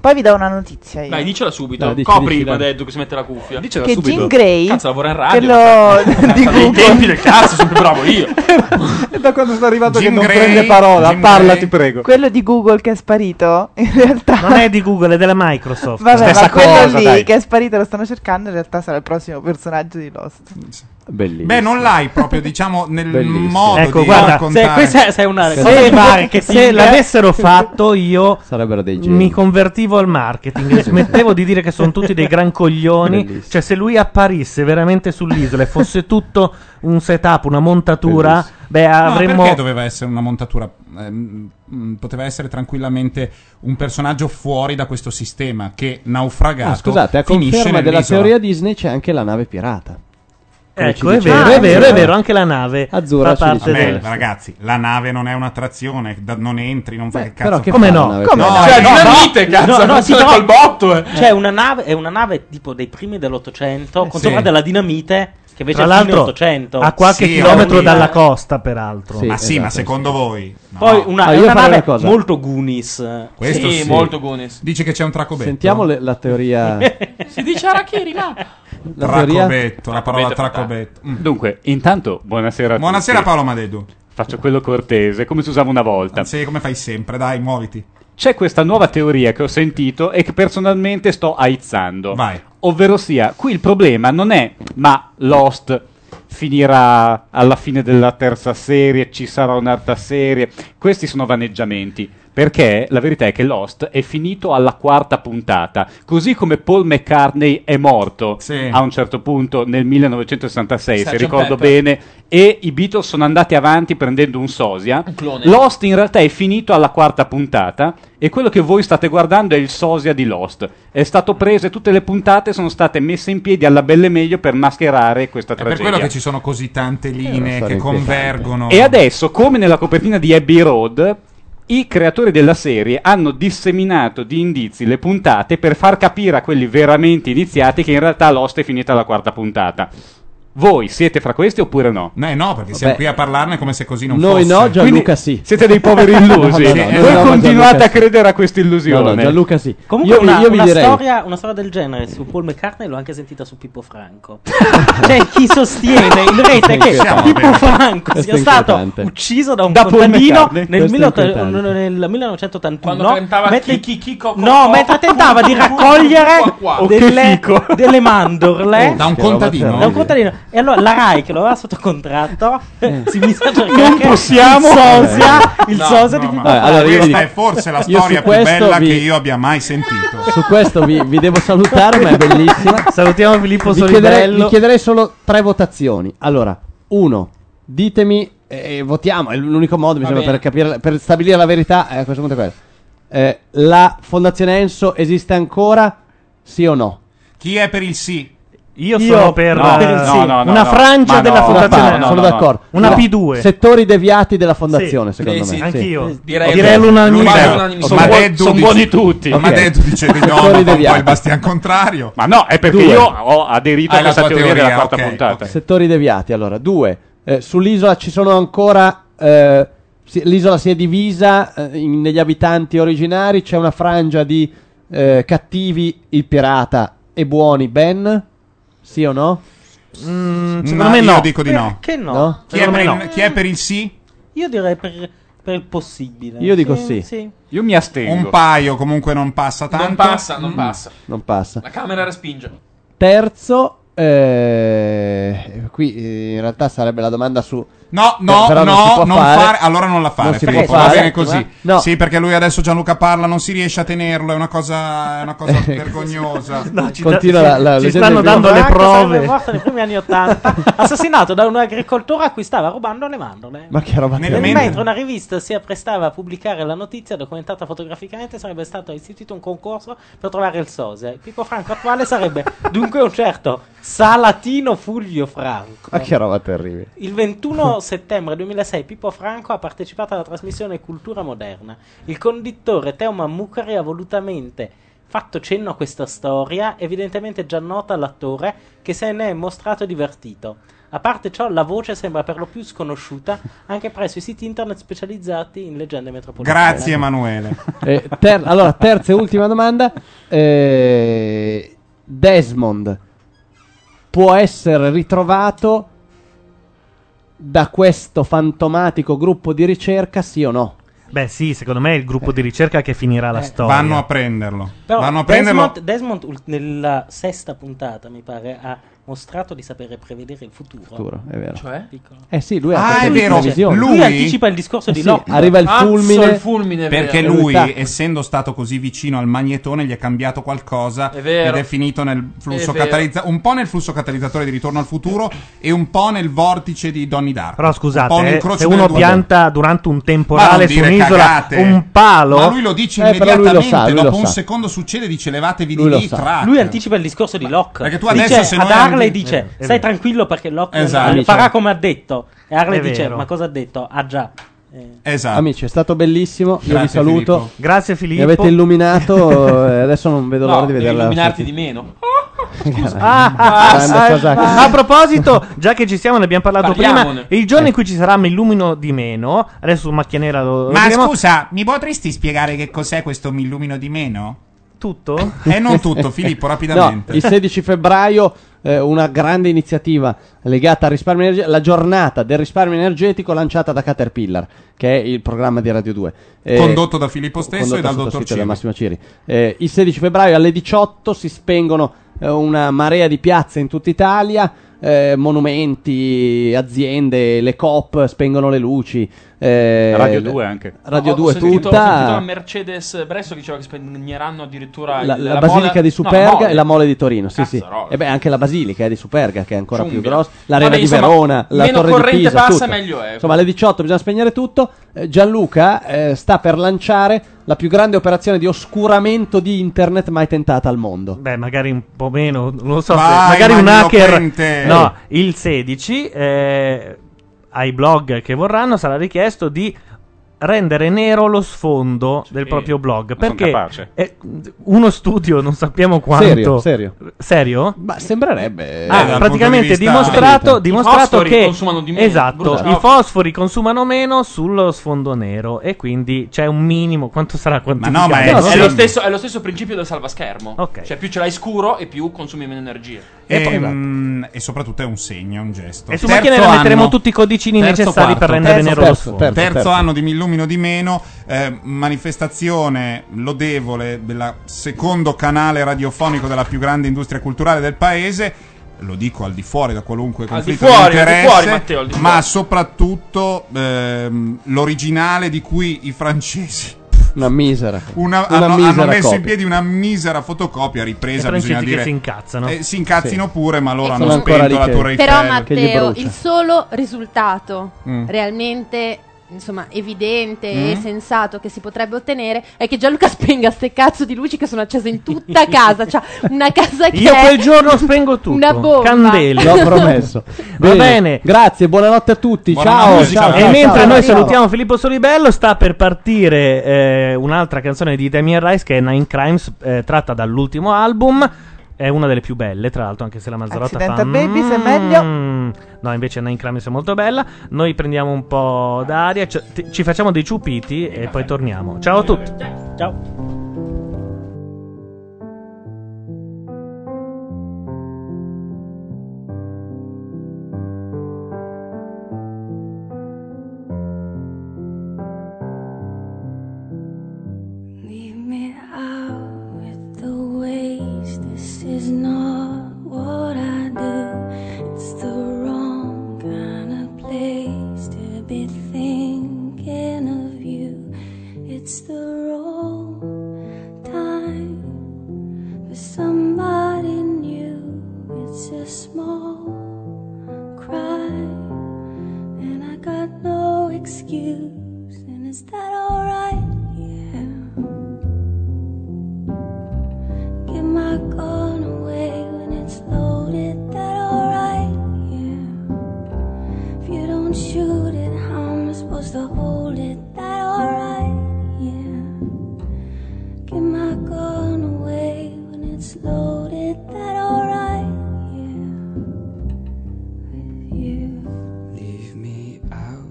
Poi vi do una notizia io.
Eh.
Dai, dicela subito.
No, dici,
Copri
dicela.
Madeddu che si mette la cuffia. Dicela
Che subito. Jean Grey-
Cazzo, lavora in
che
radio.
lo-
cazzo.
di
Fa dei
Google.
tempi del cazzo, sono più bravo io.
È da quando sono arrivato
Jim
che non
Gray,
prende parola.
Jim
Parla,
Gray.
ti prego.
Quello di Google che è sparito, in realtà...
Non è di Google, è della Microsoft.
Vabbè, ma quello lì che è sparito lo stanno cercando, in realtà sarà il prossimo personaggio di Lost.
Bellissimo.
Beh, non l'hai proprio, diciamo, nel
Bellissimo.
modo
Ecco,
di
guarda,
raccontare.
se questa- se è una-
Se,
cosa di marketing.
se l'avessero fatto io
Sarebbero dei geni.
mi convertivo al marketing, smettevo di dire che sono tutti dei gran coglioni,
Bellissimo.
cioè se lui apparisse veramente sull'isola e fosse tutto un setup, una montatura, beh
No,
avremmo...
perché doveva essere una montatura? Ehm, mh, poteva essere tranquillamente un personaggio fuori da questo sistema che naufragato
Ah, scusate, a
finisce
conferma della
nell'isola.
teoria Disney c'è anche la nave pirata. Come ci
Ecco, è
diceva.
vero, è vero, è vero, anche la nave fa
Azzurra ci
parte
dice.
del...
Vabbè, ragazzi, la nave non è un'attrazione, da- non entri, non fai il cazzo.
però che Come fa no? la nave Come pirata? no? Cioè,
dinamite, cazzo, non
sì,
so col botto, eh.
C'è una nave, è una nave tipo dei primi dell'Ottocento, con
Eh, sì.
sopra della dinamite, che invece
Tra
è fine
l'altro
800.
a qualche
Sì,
chilometro
è una-
dalla costa, peraltro.
ma sì, ma secondo voi? No.
esatto, Poi una,
Ah,
è
io
una
farei
nave
una cosa.
molto Goonies.
Questo sì.
molto Goonies.
Dice che c'è un tracobetto.
Sentiamo le- la teoria.
Si dice Arachiri là.
la teoria-
Tracobetto,
Ah,
la parola tracobetto. Mm.
Dunque, intanto, buonasera a
Buonasera,
tutti.
Paolo Madedu.
Faccio quello cortese, come si usava una volta.
Sì, come fai sempre, dai, muoviti.
C'è questa nuova teoria che ho sentito e che personalmente sto aizzando.
Vai.
Ovvero sia, qui il problema non è ma Lost finirà alla fine della terza serie, ci sarà un'altra serie. Questi sono vaneggiamenti. Perché la verità è che Lost è finito alla quarta puntata, così come Paul McCartney è morto a un certo punto nel 1966, se
Sgt.
ricordo
Pepper.
bene, e i Beatles sono andati avanti prendendo un sosia.
clone.
Lost in realtà è finito alla quarta puntata e quello che voi state guardando è il sosia di Lost. È stato preso e tutte le puntate sono state messe in piedi alla belle meglio per mascherare questa
È per
tragedia.
quello che ci sono così tante linee che
storia
convergono.
E adesso, come nella copertina di Abbey Road, i creatori della serie hanno disseminato di indizi le puntate per far capire a quelli veramente iniziati che in realtà Lost è finita alla quarta puntata. Voi siete fra questi oppure no?
No, no, perché siamo qui a parlarne come se così non
Noi
fosse.
no, Gianluca sì.
Siete dei poveri illusi.
No, no, no, no,
Voi
no, ma
continuate
Gianluca
a credere a questa illusione.
No, no, Gianluca sì.
Comunque
Io vi-
una,
io vi
una
direi-
storia, una storia del genere su Paul McCartney l'ho anche sentita su Pippo Franco. C'è chi sostiene in rete
Questo è
che
inquietante.
Pippo Franco
Questo
sia
è
stato
inquietante.
ucciso da un
Da Paul
contadino
McCartney.
nel,
Questo è
millot-
inquietante.
nel 1981.
Quando cantava
mentre-
chi, chi, chi, co, co,
no,
co,
mentre
co,
tentava
co,
di
co,
raccogliere
co, co, co.
delle, delle
Oh,
mandorle
Da un contadino.
Da un contadino. E allora la Rai che lo aveva sotto contratto
Eh.
si mise a cercare
Non possiamo.
il sosia,
Eh.
il
No,
sosia
no,
di Pippo
ma-
Franco.
Allora, io vi
Questa
dico-
è forse la
io su
storia più
questo
bella
vi-
che io abbia mai sentito.
Su questo vi, vi devo salutare, ma è bellissima.
Salutiamo Filippo
vi chiederei,
Solidello.
vi chiederei solo tre votazioni. Allora, uno, ditemi, eh, votiamo, è l'unico modo, mi
Va
sembra,
bene.
per, capire, per stabilire la verità. eh, a questo punto è quello. Eh, la Fondazione Enso esiste ancora? Sì o no?
Chi è per il sì?
Io,
Io-
sono per,
no,
eh,
no, no, no, no,
una
no.
frangia
Ma
della
no,
fondazione.
no, no, sono d'accordo.
Una
No.
P2.
Settori deviati della fondazione,
Sì.
secondo
Sì,
me.
sì, anch'io.
Direi-
Direi l'unanimità.
Lui-
L'unanimità.
Ma
Sono
Deddu
sono
dice-
buoni tutti.
Ma
Ok.
Deddu dice di no,
Settori
ma poi
deviati.
il bastian contrario.
Ma no, è perché
Due.
io ho aderito a
Ah, è la
questa
tua
teoria, della
teoria,
quarta
ok,
puntata.
Settori deviati, allora. Due, eh, sull'isola ci sono ancora... eh, si- l'isola si è divisa eh, in- negli abitanti originari, c'è una frangia di eh, cattivi il pirata e buoni Ben? Sì o no?
Mm,
Ma Io dico di no.
Perché no?
No?
Chi è, per
Secondo
il,
me
chi è per il sì?
Io direi per, per il possibile.
Io dico sì.
Io mi astengo.
Un paio comunque non passa tanto.
Non passa, non passa.
Non passa.
La camera respinge.
Terzo, eh, qui eh, in realtà sarebbe la domanda su...
No, no,
però
no,
si può
non fare- allora non la fare,
Non si
Filippo,
può
va
fare.
bene così.
No.
Sì, perché lui adesso Gianluca parla, non si riesce a tenerlo, è una cosa, è una cosa
Ecco.
vergognosa.
Continua la- la-
ci
leggenda
stanno
di-
dando le
Franco sarebbe
prove.
morto nei primi anni 80, assassinato da un agricoltore a cui stava rubando le mandorle.
Ma che roba
Nel
Nel
mentre-
mentre una rivista si apprestava a pubblicare la notizia documentata fotograficamente, sarebbe stato istituito un concorso per trovare il Sose. Il Pippo Franco attuale sarebbe dunque un certo Salatino Fulvio Franco.
Ma che roba terribile.
Il 21 settembre 2006 Pippo Franco ha partecipato alla trasmissione Cultura Moderna. Il condittore Teo Mammucari ha volutamente fatto cenno a questa storia, evidentemente già nota all'attore, che se ne è mostrato divertito. A parte ciò, la voce sembra per lo più sconosciuta anche presso i siti internet specializzati in leggende metropolitane.
Grazie Emanuele.
Eh, ter- allora, terza e ultima domanda. Eh, Desmond può essere ritrovato da questo fantomatico gruppo di ricerca, sì o no?
Beh, sì, secondo me è il gruppo di ricerca che finirà la storia.
Vanno a prenderlo.
Però
Vanno a prenderlo.
Desmond, Desmond ul- nella sesta puntata, mi pare, ha mostrato di sapere prevedere il futuro.
Futuro, è vero.
Cioè?
Piccolo.
Eh sì, lui ha
Ah,
preso
è
le
vero,
previsioni.
lui-
Lui, anticipa il discorso
Eh
di
sì,
Locke.
arriva il
Cazzo,
fulmine.
il fulmine è
Perché
vero.
lui,
Esatto.
essendo stato così vicino al magnetone, gli è cambiato qualcosa
È
ed
vero.
è finito nel flusso
È vero.
catalizzatore. Un po' nel flusso catalizzatore di Ritorno al futuro e un po' nel vortice di Donnie Dark.
Però
un po'
scusate, eh,
nell'incrocio
se
delle
uno
due-
pianta durante un
Ma non
temporale su
dire
un'isola
cagate.
un palo,
Ma lui lo dice
Eh, però lui lo
immediatamente.
sa, lui lo
dopo un
sa.
secondo succede, dice levatevi di
Lui lo
lì.
sa.
crack.
Lui anticipa il discorso di Locke.
Perché tu
Dice
adesso se
ad
noi-
Harley
È
dice:
vero, è
Stai
vero.
tranquillo perché Locke
Esatto.
non- farà
Amici.
come ha detto. E Harley
È
dice:
vero.
Ma cosa ha detto? Ah, già. Eh,
Esatto.
Amici, è stato bellissimo. Io
Grazie,
vi saluto.
Filippo.
grazie
Mi
Filippo.
avete illuminato. eh, adesso non vedo l'ora
No,
di
devi
vederla.
illuminarti di meno.
Ah, ah,
Grande
ah,
Sasaki.
ah, a proposito, già che ci siamo, ne abbiamo parlato
Parliamone.
prima. Il giorno
Eh.
in cui ci sarà mi illumino di meno. Adesso su macchia nera lo, lo
Ma
diremo.
scusa, mi potresti spiegare che cos'è questo mi illumino di meno?
tutto?
Eh, non tutto, Filippo,
No,
rapidamente.
il 16 febbraio eh, una grande iniziativa legata al risparmio energetico, la giornata del risparmio energetico lanciata da Caterpillar, che è il programma di Radio 2. Eh,
Condotto da Filippo stesso e
condotto
dal dottor
sottoscritto e da
Ciro.
Massimo Ciri. Eh, il 16 febbraio alle 18 si spengono eh, una marea di piazze in tutta Italia. eh, monumenti, aziende, le COP spengono le luci. eh,
Radio 2 anche.
Radio
Ho-
2
Oh, ho sentito,
tutta.
Ho sentito la Mercedes Bresso che diceva che spegneranno addirittura il-
la, la
mola-
basilica di
no,
Superga
mole.
e la mole di Torino. Sì, sì.
Cazzarola.
E beh, anche la basilica eh, di Superga, che è ancora più
Ciumbia.
grossa. L'arena
Vabbè,
di
insomma,
Verona, la
meno
torre di
corrente
Pisa.
passa,
tutto.
meglio è.
Insomma, alle 18 bisogna spegnere tutto. Eh, Gianluca eh, sta per lanciare la più grande operazione di oscuramento di internet mai tentata al mondo.
Beh, magari un po' meno, non lo so. se-
Vai,
magari un
Mario
hacker.
Pente.
No, il 16 eh, ai blog che vorranno sarà richiesto di rendere nero lo sfondo del proprio blog.
son
Perché
capace.
è uno studio, non sappiamo quanto.
Serio, serio.
Serio?
Ma sembrerebbe. eh,
Ah, praticamente dimostrato, dimostrato
fosfori
che
consumano di meno.
esatto,
Brucia.
i fosfori consumano meno sullo sfondo nero e quindi c'è un minimo. Quanto sarà quantificato?
è, lo stesso, è lo stesso principio del salvaschermo.
Ok.
Cioè, più ce l'hai scuro e più consumi meno energia.
E, mm, e soprattutto è un segno, un gesto.
E su
Terzo
macchine metteremo
anno-
tutti i codicini
terzo,
necessari per
quarto.
rendere
Terzo,
nero lo
terzo,
sfondo.
Terzo, anno di Mi illumino di meno, eh, manifestazione lodevole del secondo canale radiofonico della più grande industria culturale del paese. Lo dico al di fuori da qualunque
Al di
conflitto
fuori,
di
al di
interesse,
fuori, Matteo, al di
ma
fuori.
soprattutto ehm, l'originale di cui i francesi
Una misera.
una-
Una
hanno, hanno
misera
messo
copia.
in piedi una misera fotocopia ripresa,
I francesi
bisogna
che
dire.
si incazzano.
Eh, si incazzino
Sì.
pure, ma loro
Sono
hanno
ancora
spento
lì
la
che-
Torre Eiffel.
Però
Eh, che gli
Matteo,
brucia.
il solo risultato
Mm.
realmente insomma evidente
Mm.
e sensato che si potrebbe ottenere è che Gianluca spenga ste cazzo di luci che sono accese in tutta casa, cioè una casa che
Io
è
quel giorno spengo tutto.
Una bomba.
Candele.
L'ho promesso.
Va bene.
Grazie, buonanotte a tutti. ciao, ciao.
e
ciao,
mentre
ciao,
noi
ciao.
salutiamo Filippo Solibello, sta per partire eh, un'altra canzone di Damien Rice che è Nine Crimes, eh, tratta dall'ultimo album. È una delle più belle, tra l'altro, anche se la Mazzarotta fa.
Accidental Babies è
"Mm".
meglio.
No, invece Nine Crimes è molto bella. Noi prendiamo un po' d'aria, ci- ti- ci facciamo dei ciupiti e poi torniamo. Ciao a tutti.
Ciao.
Leave me out with the waves. This is not what I do. It's the wrong kind of place to be thinking of you. It's the wrong time for somebody new. It's a small cry, and I got no excuse. And is that alright? Get my gun away when it's loaded. That alright? Yeah. If you don't shoot it, how am I supposed to hold it? That alright? Yeah. Get my gun away when it's loaded. That alright? Yeah. With you.
Leave me out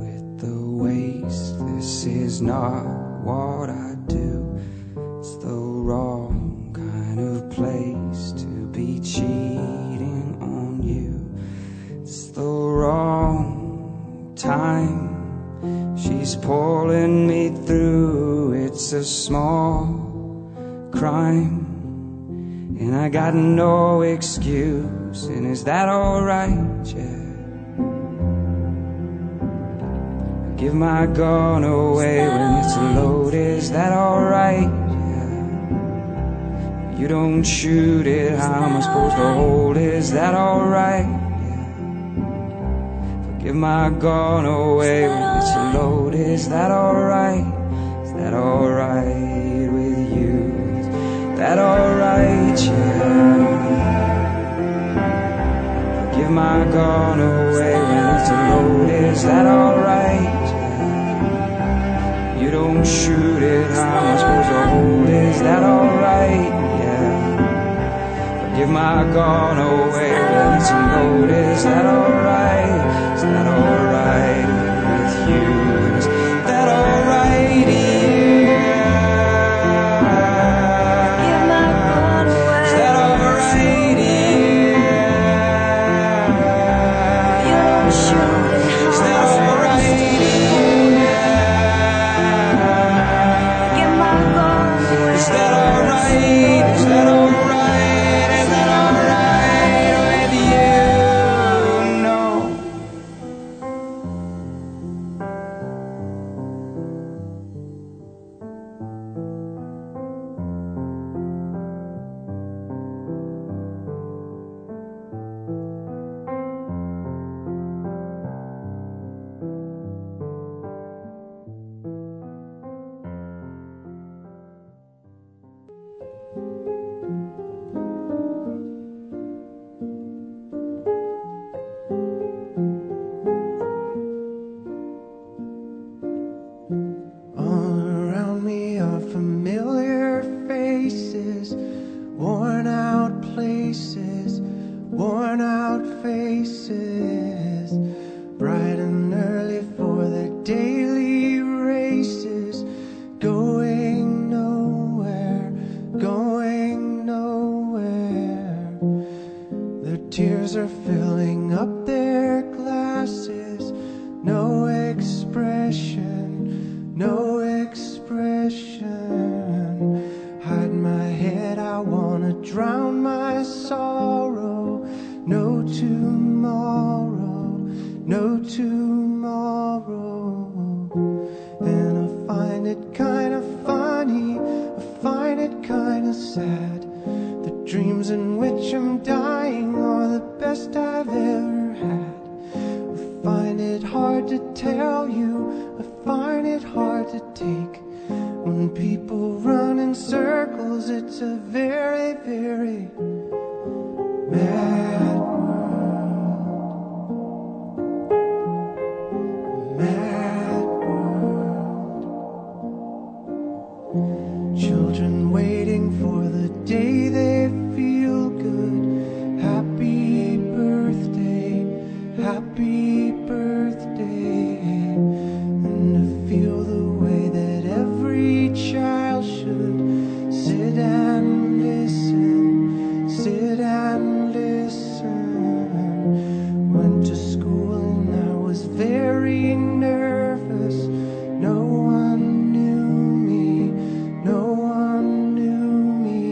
with the waste. This is not what I do. It's the wrong kind of place to be cheating on you. It's the wrong time. She's pulling me through. It's a small crime. And I got no excuse. And is that alright? Yeah. Give my gun away when it's loaded. Is that alright? Yeah. You don't shoot it. How am I supposed to hold? it? Is that alright? Yeah. Give my gun away when it's loaded. Is that alright? Is that alright with you? Is that alright? Yeah. Give my gun away when it's loaded. Is that alright? You don't shoot it, how am I supposed to hold it? Is that alright? Yeah. Give my gun away when it's loaded. Is that alright? Is that alright with you? Is that alright? Yeah. Is that alright? Yeah. Is that alright? Yeah. Is that alright? Is that alright? Is that alright with you? No.
no tomorrow. And I find it kinda funny, I find it kinda sad. The dreams in which I'm dying are the best I've ever had. I find it hard to tell you, I find it hard to take. When people run in circles, it's a very, very mad world. Mad world. Children waiting for the day they feel good. Happy birthday, happy birthday. And to feel the way that every child should sit and listen, sit and listen. Went to school and I was very nervous. No one knew me, no one knew me.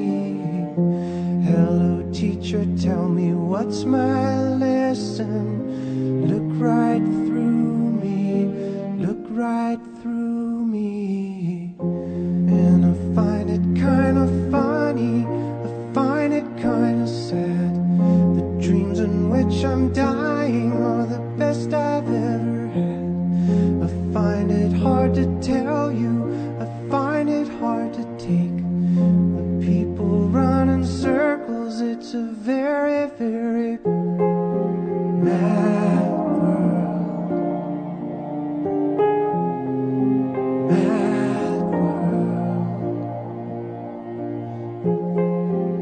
Hello, teacher, tell me what's my lesson. Look right through me, look right through me. And I find it kind of funny, I find it kind of sad. The dreams in which I'm dying are the best I've ever had. I find it hard to tell you, I find it hard to take. When people run in circles, it's a very, very mad world. Mad world.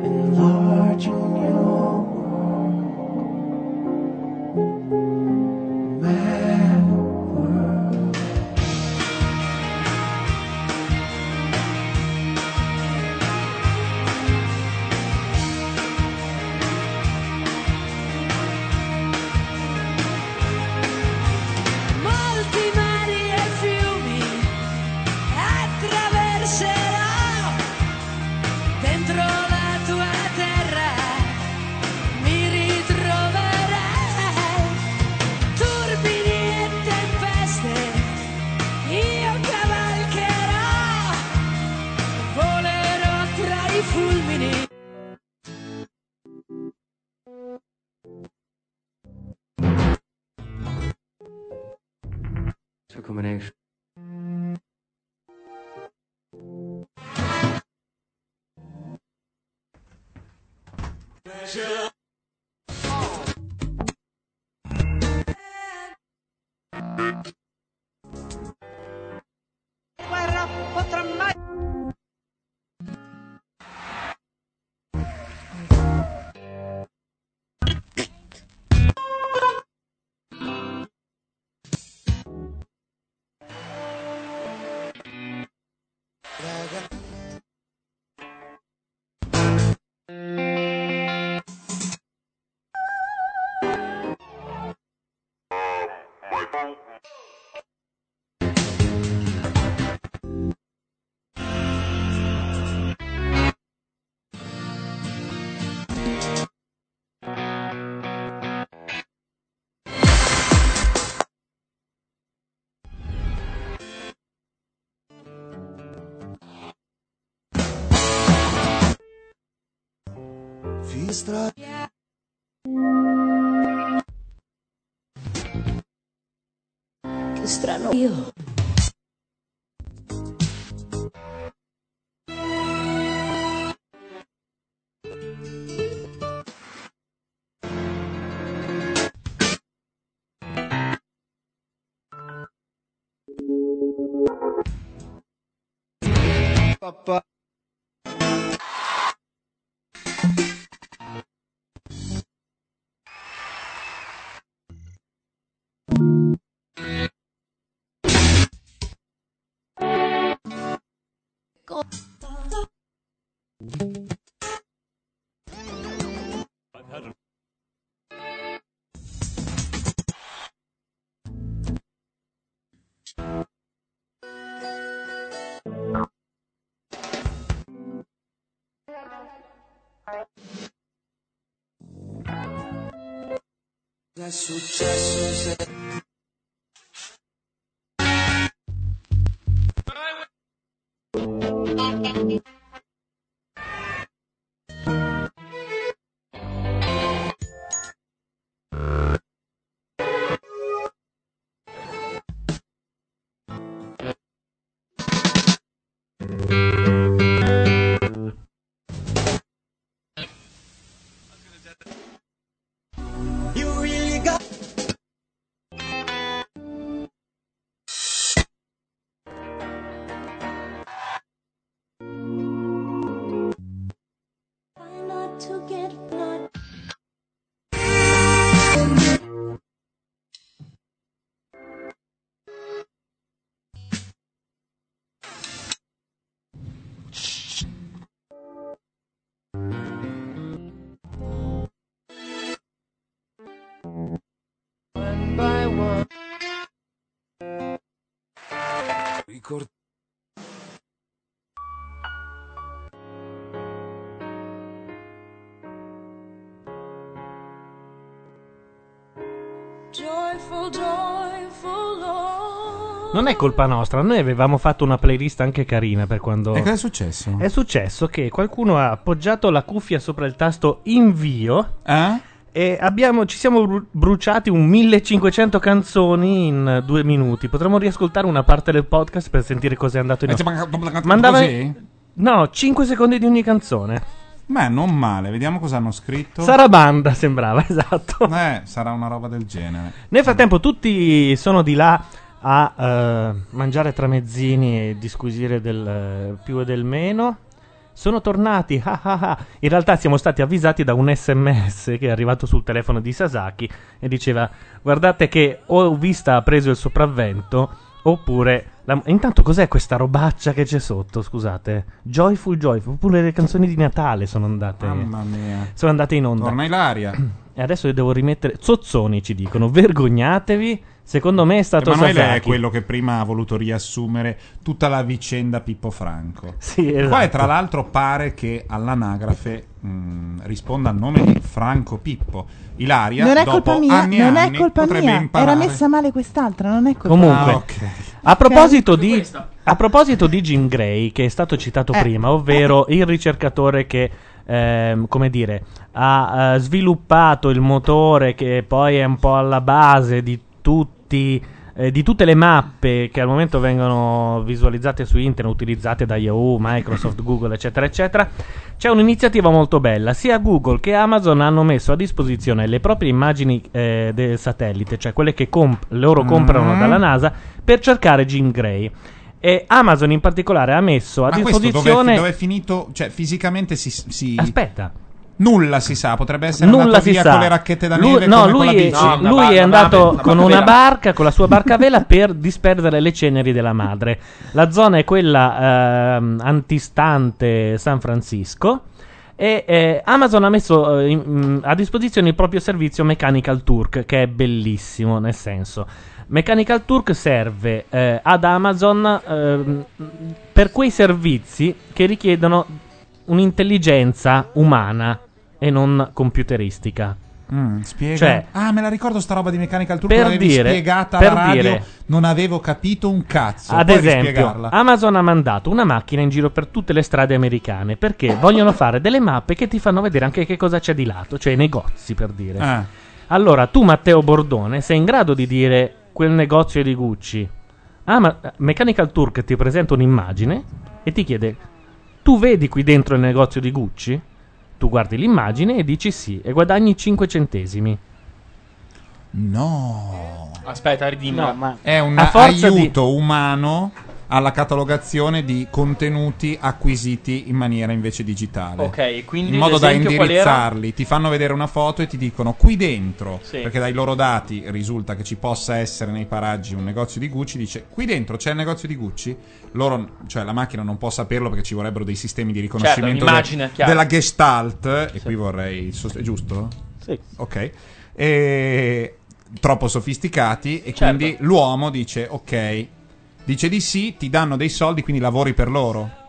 Enlarging your world. Mad world.
Molti mari e fiumi attraverserò dentro la tua terra, mi ritroverai. Turbini e tempeste io cavalcherò, volerò tra i fulmini.
Took him an extra.
guerra potrà mai
Fistra.
Che strano io.
Papà.
È successo se... You really got...
Not to get blood.
One by one.
Ricordo
Joyful, joyful Lord.
Non è colpa nostra, noi avevamo fatto una playlist anche carina per quando...
E cosa è successo?
È successo che qualcuno ha appoggiato la cuffia sopra il tasto invio
Eh?
e abbiamo- ci siamo bru- bruciati un 1500 canzoni in eh, due minuti. Potremmo riascoltare una parte del podcast per sentire cos'è andato in
Ma-
Mandava-
così?
No, 5 secondi di ogni canzone.
Beh, non male, vediamo cosa hanno scritto.
Sarabanda sembrava, esatto.
Eh, sarà una roba del genere.
Nel frattempo tutti sono di là a eh, mangiare tramezzini e disquisire del eh, più e del meno. Sono tornati, ah ah ah. In realtà siamo stati avvisati da un sms che è arrivato sul telefono di Sasaki e diceva guardate che o Vista ha preso il sopravvento oppure... la- Intanto cos'è questa robaccia che c'è sotto, scusate? Joyful Joyful, oppure le canzoni di Natale sono andate...
Mamma mia.
Sono andate in onda.
Torna Ilaria.
E adesso io devo rimettere. Zozzoni ci dicono: vergognatevi. Secondo me è stato
Emanuele
Sasaki.
è quello che prima ha voluto riassumere tutta la vicenda Pippo Franco.
Sì, esatto.
Qua tra l'altro pare che all'anagrafe mh, risponda a nome di Franco Pippo. Ilaria,
Non è
eh, dopo
colpa mia,
anni e
non è
anni,
colpa
potrebbe
mia.
imparare.
Era messa male quest'altra, non è colpa
Comunque,
Ah,
mia.
a, proposito di, a proposito di Jim Gray, che è stato citato
Eh.
prima, ovvero il ricercatore che. ehm, come dire, ha eh, sviluppato il motore che poi è un po' alla base di tutti. eh, di tutte le mappe che al momento vengono visualizzate su internet, utilizzate da Yahoo, Microsoft, Google, eccetera, eccetera, c'è un'iniziativa molto bella. Sia Google che Amazon hanno messo a disposizione le proprie immagini eh, del satellite, cioè quelle che comp- loro comprano
Mm.
dalla NASA, per cercare Jim Gray. E Amazon in particolare ha messo a
Ma questo dove è,
disposizione.
fi- dove è finito? Cioè, fisicamente si, si-
Aspetta.
Nulla si sa, potrebbe essere
Nulla
andato
si
via
sa.
con le racchette da
lui,
neve
no,
come
lui,
con la
è,
bici.
lui è andato con una barca, con la sua barca a vela per disperdere le ceneri della madre. La zona è quella ehm, antistante San Francisco. E eh, Amazon ha messo eh, in- mm, a disposizione il proprio servizio Mechanical Turk, che è bellissimo nel senso. Mechanical Turk serve eh, ad Amazon ehm, per quei servizi che richiedono un'intelligenza umana e non computeristica.
Mm, spiega.
Cioè-
ah, me la ricordo sta roba di Mechanical Turk,
Per
l'avevi
dire-
spiegata
per
alla radio,
dire-
non avevo capito un cazzo.
Ad
puoi
esempio,
rispiegarla?
Amazon ha mandato una macchina in giro per tutte le strade americane perché vogliono fare delle mappe che ti fanno vedere anche che cosa c'è di lato, cioè i negozi per dire.
Ah.
Allora, tu, Matteo Bordone, sei in grado di dire quel negozio è di Gucci? Ah, ma Mechanical Turk ti presenta un'immagine e ti chiede: Tu vedi qui dentro il negozio di Gucci? Tu guardi l'immagine e dici sì e guadagni 5 centesimi.
No.
Aspetta, ridimmela.
No, ma-
È un
A forza di-
aiuto umano alla catalogazione di contenuti acquisiti in maniera invece digitale.
Ok, quindi
in modo da
l'esempio qual era?
indirizzarli, ti fanno vedere una foto e ti dicono qui dentro,
Sì.
perché dai loro dati risulta che ci possa essere nei paraggi un negozio di Gucci, dice qui dentro c'è il negozio di Gucci, loro, cioè la macchina non può saperlo perché ci vorrebbero dei sistemi di riconoscimento
un'immagine,
de-
chiaro.
della gestalt, e qui vorrei, sost- è giusto?
Sì.
Ok. E- troppo sofisticati e quindi l'uomo dice ok, dice di sì, ti danno dei soldi, quindi lavori per loro.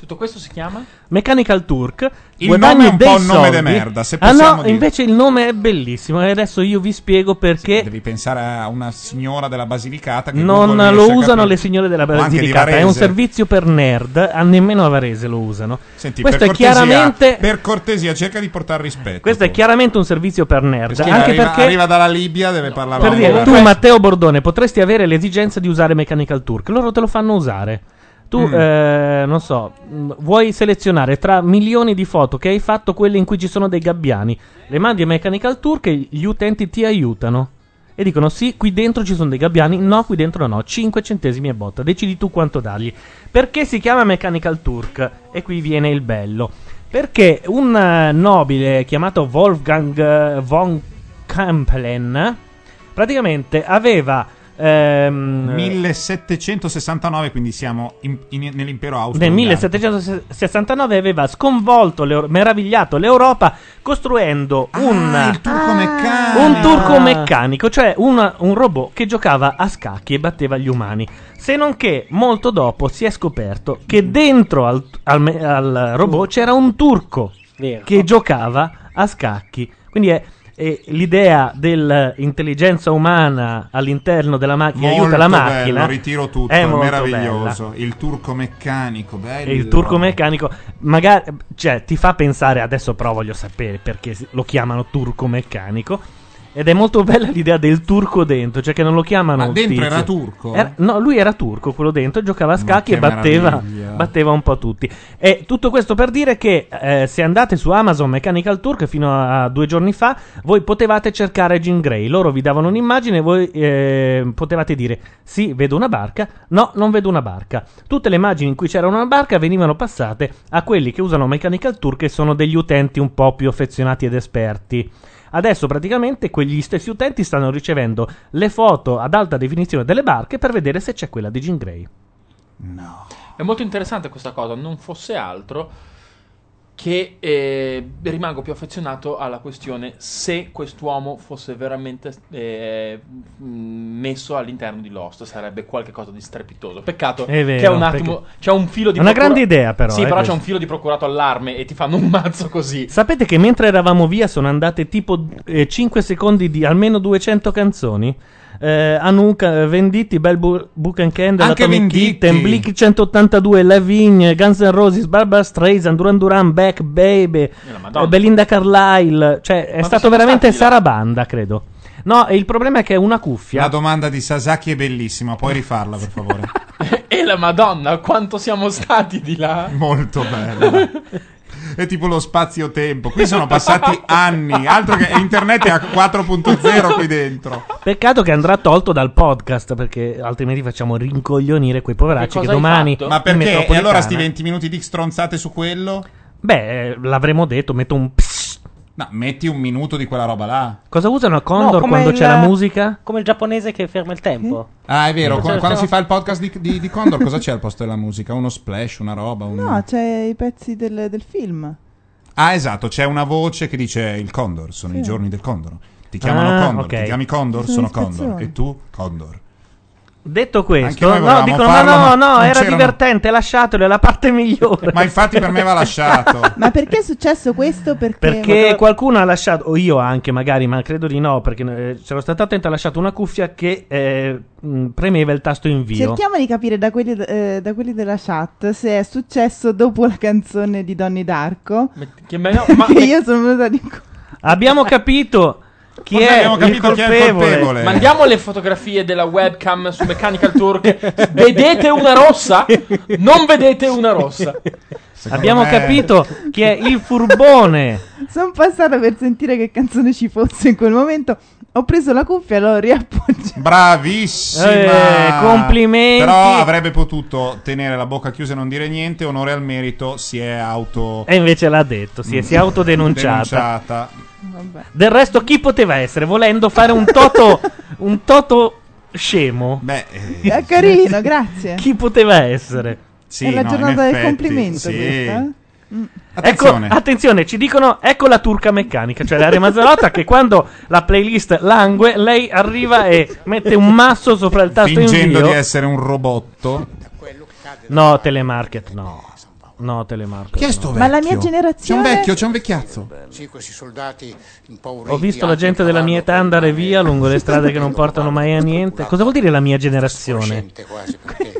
Tutto questo si chiama?
Mechanical Turk.
Il
guadagni
nome è un po'
dei
un nome de
soldi.
merda, se
Ah no,
possiamo dire.
invece il nome è bellissimo e adesso io vi spiego perché
Devi pensare a una signora della Basilicata che
non
Google
lo
riesce a
usano
capire.
le signore della
O anche di
Basilicata, è un
Varese.
servizio per nerd, ah, nemmeno a Varese lo usano.
Senti,
questo è
per cortesia-
chiaramente
Per cortesia, cerca di portare rispetto.
questo è chiaramente un servizio per nerd,
Perché
anche
arriva,
perché
arriva dalla Libia, deve parlare
per
con
dire,
la-
tu Matteo Bordone potresti avere l'esigenza di usare Mechanical Turk, loro te lo fanno usare. Tu,
Mm.
eh, non so, mh, vuoi selezionare tra milioni di foto che hai fatto quelle in cui ci sono dei gabbiani, le mandi a Mechanical Turk e gli utenti ti aiutano. E dicono sì, qui dentro ci sono dei gabbiani, no, qui dentro no, 5 centesimi e botta, decidi tu quanto dargli. Perché si chiama Mechanical Turk? E qui viene il bello. Perché un eh, nobile chiamato Wolfgang eh, von Kampelen, praticamente aveva ehm,
1769, quindi siamo in- in- nell'impero austro.
nel 1769 aveva sconvolto, l'Euro- meravigliato l'Europa costruendo
Ah,
un, un turco meccanico, cioè una- un robot che giocava a scacchi e batteva gli umani. Se non che molto dopo si è scoperto che dentro al, al me- al robot c'era un turco
Vero.
che giocava a scacchi. Quindi è. è l'idea dell'intelligenza umana all'interno della macchina che aiuta la macchina.
Bello, ritiro tutto,
è
è
molto
meraviglioso.
bella.
Il turco meccanico, bello.
E il turco meccanico, magari, cioè, ti fa pensare adesso, però voglio sapere perché si- lo chiamano turco meccanico. Ed è molto bella l'idea del turco dentro, cioè che non lo chiamano.
Ma
il
dentro era
tizio.
turco?
Era- no, lui era turco, quello dentro, giocava a scacchi
che
e batteva,
meraviglia.
batteva un po' tutti. E tutto questo per dire che eh, se andate su Amazon Mechanical Turk fino a, a due giorni fa, voi potevate cercare Jim Gray. Loro vi davano un'immagine e voi eh, potevate dire sì, vedo una barca, no, non vedo una barca. Tutte le immagini in cui c'era una barca venivano passate a quelli che usano Mechanical Turk e sono degli utenti un po' più affezionati ed esperti. Adesso praticamente quegli stessi utenti stanno ricevendo le foto ad alta definizione delle barche per vedere se c'è quella di Jim Gray.
È molto interessante questa cosa, non fosse altro che eh, rimango più affezionato alla questione se quest'uomo fosse veramente eh, mh, messo all'interno di Lost, sarebbe qualcosa di strepitoso. Peccato
È vero,
che è un attimo
perché-
c'è un filo di
Una grande idea, però,
Sì,
eh,
però c'è
questa.
un filo di procurato allarme e ti fanno un mazzo così.
Sapete che mentre eravamo via sono andate tipo 5 secondi di almeno 200 canzoni? Eh, Anuka, Venditti, Bell Bu- Book and Candle,
Anche
Atomic
Venditti.
Kitten, Bleak 182, Lavigne, Guns N' Roses, Barbara Streisand, Duran Duran, Beck, Baby,
Madonna.
eh, Belinda Carlisle. Cioè, è stato veramente Sarabanda, credo. No, e il problema è che è una cuffia.
La domanda di Sasaki è bellissima, puoi rifarla per favore?
E la Madonna, quanto siamo stati di là!
Molto bella. È tipo lo spazio-tempo. Qui sono passati anni. Altro che internet è a 4.0 qui dentro.
Peccato che andrà tolto dal podcast perché altrimenti facciamo rincoglionire quei poveracci che, domani.
Ma
in
perché? E allora
metropolitana-
sti 20 minuti di stronzate su quello?
Beh, eh, l'avremmo detto, metto un psst.
No, metti un minuto di quella roba là.
Cosa usano a Condor
come
quando
il-
c'è la musica?
Come il giapponese che ferma il tempo.
Ah, è vero.
Cioè,
Quando, quando
stiamo-
si fa il podcast di, di, di Condor, cosa c'è al posto della musica? Uno splash, una roba? un-
No, c'è i pezzi del, del film.
Ah, esatto. C'è una voce che dice il Condor. Sono i
Sì.
giorni del Condor. Ti chiamano
Ah,
Condor.
ok.
Ti chiami Condor?
Sono
Sono
ispezioni.
Condor. E tu? Condor.
Detto
Anche
questo,
noi
no,
volevamo
dicono:
farlo,
no, no,
ma
no,
non
era
c'erano-
divertente, lasciatelo, è la parte migliore.
Eh, Ma infatti per me va lasciato.
Ma perché è successo questo? Perché,
Perché qualcuno ha lasciato, o io anche magari, ma credo di no, perché eh, c'ero stato attento, ha lasciato una cuffia che eh, mh, premeva il tasto invio.
Cerchiamo di capire da quelli, eh, da quelli della chat se è successo dopo la canzone di Donny Darko.
Che me- no,
Perché io sono venuta di
Abbiamo capito chi
Forse
è
abbiamo
il
capito chi è il colpevole. Mandiamo le fotografie della webcam su Mechanical Turk. vedete una rossa? Non vedete una rossa.
Abbiamo
me-
capito chi è il furbone.
Sono passata per sentire che canzone ci fosse in quel momento. Ho preso la cuffia e l'ho riappoggiata.
Bravissima!
Eh, complimenti.
Però avrebbe potuto tenere la bocca chiusa e non dire niente. Onore al merito, si è auto.
E invece l'ha detto, sì, si è autodenunciata.
Denunciata.
Del resto, chi poteva essere volendo fare un toto, un toto scemo?
Beh, eh,
È carino, grazie.
chi poteva essere?
Sì,
Eh? è la giornata del complimento
sì.
questa. eh? Mm.
Attenzione. Ecco, attenzione, ci dicono ecco la turca meccanica, cioè la Remazzalotta che quando la playlist langue, lei arriva e mette un masso sopra il tasto
Fingendo
invio.
di essere un robotto.
No, telemarket no. No, Telemarco.
Chi è sto
no.
vecchio? C'è un vecchio, c'è un vecchiazzo.
Sì, questi soldati impauriti.
Ho visto la gente della mia età andare via lungo le strade che non portano mai a niente. Cosa vuol dire la mia generazione?
quasi perché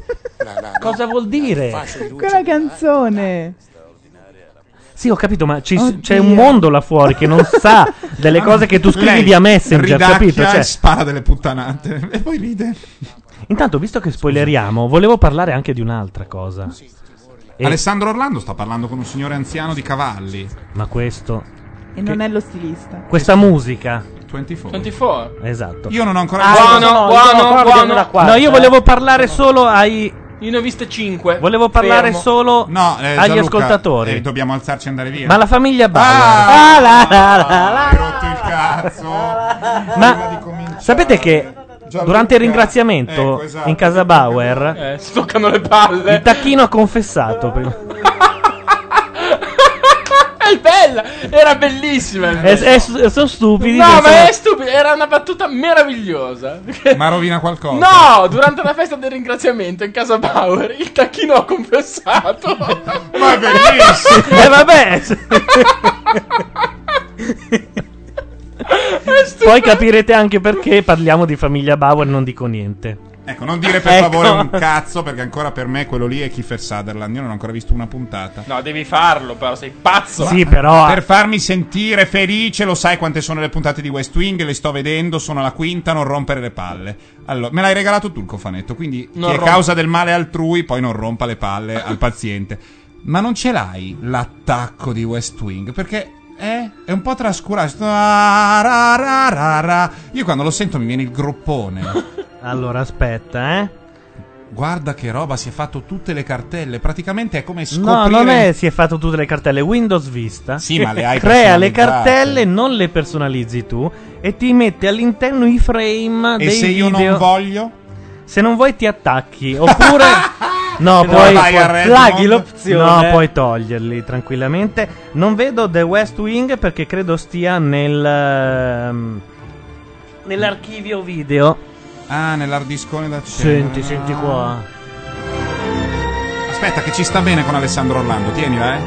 Cosa vuol dire?
Quella canzone.
Sì, ho capito, ma ci-
Oddio.
c'è un mondo là fuori che non sa delle Ah, cose che tu scrivi
Lei
via Messenger,
ridacchia
capito? Cioè,
e spara delle puttanate. E poi ride.
intanto, visto che spoileriamo, volevo parlare anche di un'altra cosa. E-
Alessandro Orlando sta parlando con un signore anziano di cavalli.
Ma questo.
E non è lo stilista.
Questa musica.
24.
24.
Esatto.
Io non ho ancora
Ah,
visto-
no, no, Buono, no, no, buono. no, no, no.
No, io volevo parlare solo ai.
Io ne ho viste 5.
Volevo parlare solo
No, eh,
agli
Gianluca,
ascoltatori.
eh, dobbiamo alzarci e andare via.
Ma la famiglia Bauer.
Ah!
Ah, la, la, la, la.
Hai rotto il cazzo. Prima di
Ma sapete che durante il ringraziamento
Ecco, esatto.
in casa Bauer
Eh, si toccano le palle.
il tacchino ha confessato prima.
È bella, era bellissima.
È- è- sono stupidi.
No,
che sono-
ma è stupido, era una battuta meravigliosa.
Ma rovina qualcosa.
No, durante la festa del ringraziamento in casa Bauer il tacchino ha confessato.
Ma è bellissimo.
Eh, vabbè. Poi capirete anche perché parliamo di famiglia Bauer, non dico niente.
Ecco, non dire per
Ecco.
favore un cazzo, perché ancora per me quello lì è Kiefer Sutherland. Io non ho ancora visto una puntata.
No, devi farlo, però sei pazzo.
Sì, però-
Per farmi sentire felice, lo sai quante sono le puntate di West Wing, le sto vedendo, sono alla quinta, non rompere le palle. Allora, me l'hai regalato tu il cofanetto, quindi
Non
chi è
rompo.
causa del male altrui, poi non rompa le palle al paziente. Ma non ce l'hai l'attacco di West Wing, perché è, è un po' trascurato. Ra, ra, ra, ra, ra. Io quando lo sento mi viene il groppone.
Allora, aspetta, eh.
Guarda che roba, si è fatto tutte le cartelle, praticamente è come scoprire...
No, non è si è fatto tutte le cartelle Windows Vista.
Sì, ma le hai
Crea le
personalizzate.
cartelle, non le personalizzi tu e ti mette all'interno i frame
E
dei
se io non
video.
voglio?
Se non vuoi ti attacchi oppure No,
Se no
poi
vai a
poi-
Redmond.
plaghi l'opzione. No, puoi toglierli tranquillamente. Non vedo The West Wing perché credo stia nel ehm, nell'archivio video.
Ah, nell'ardiscone da cena.
Senti, senti qua.
Aspetta, che ci sta bene con Alessandro Orlando, tienila, eh.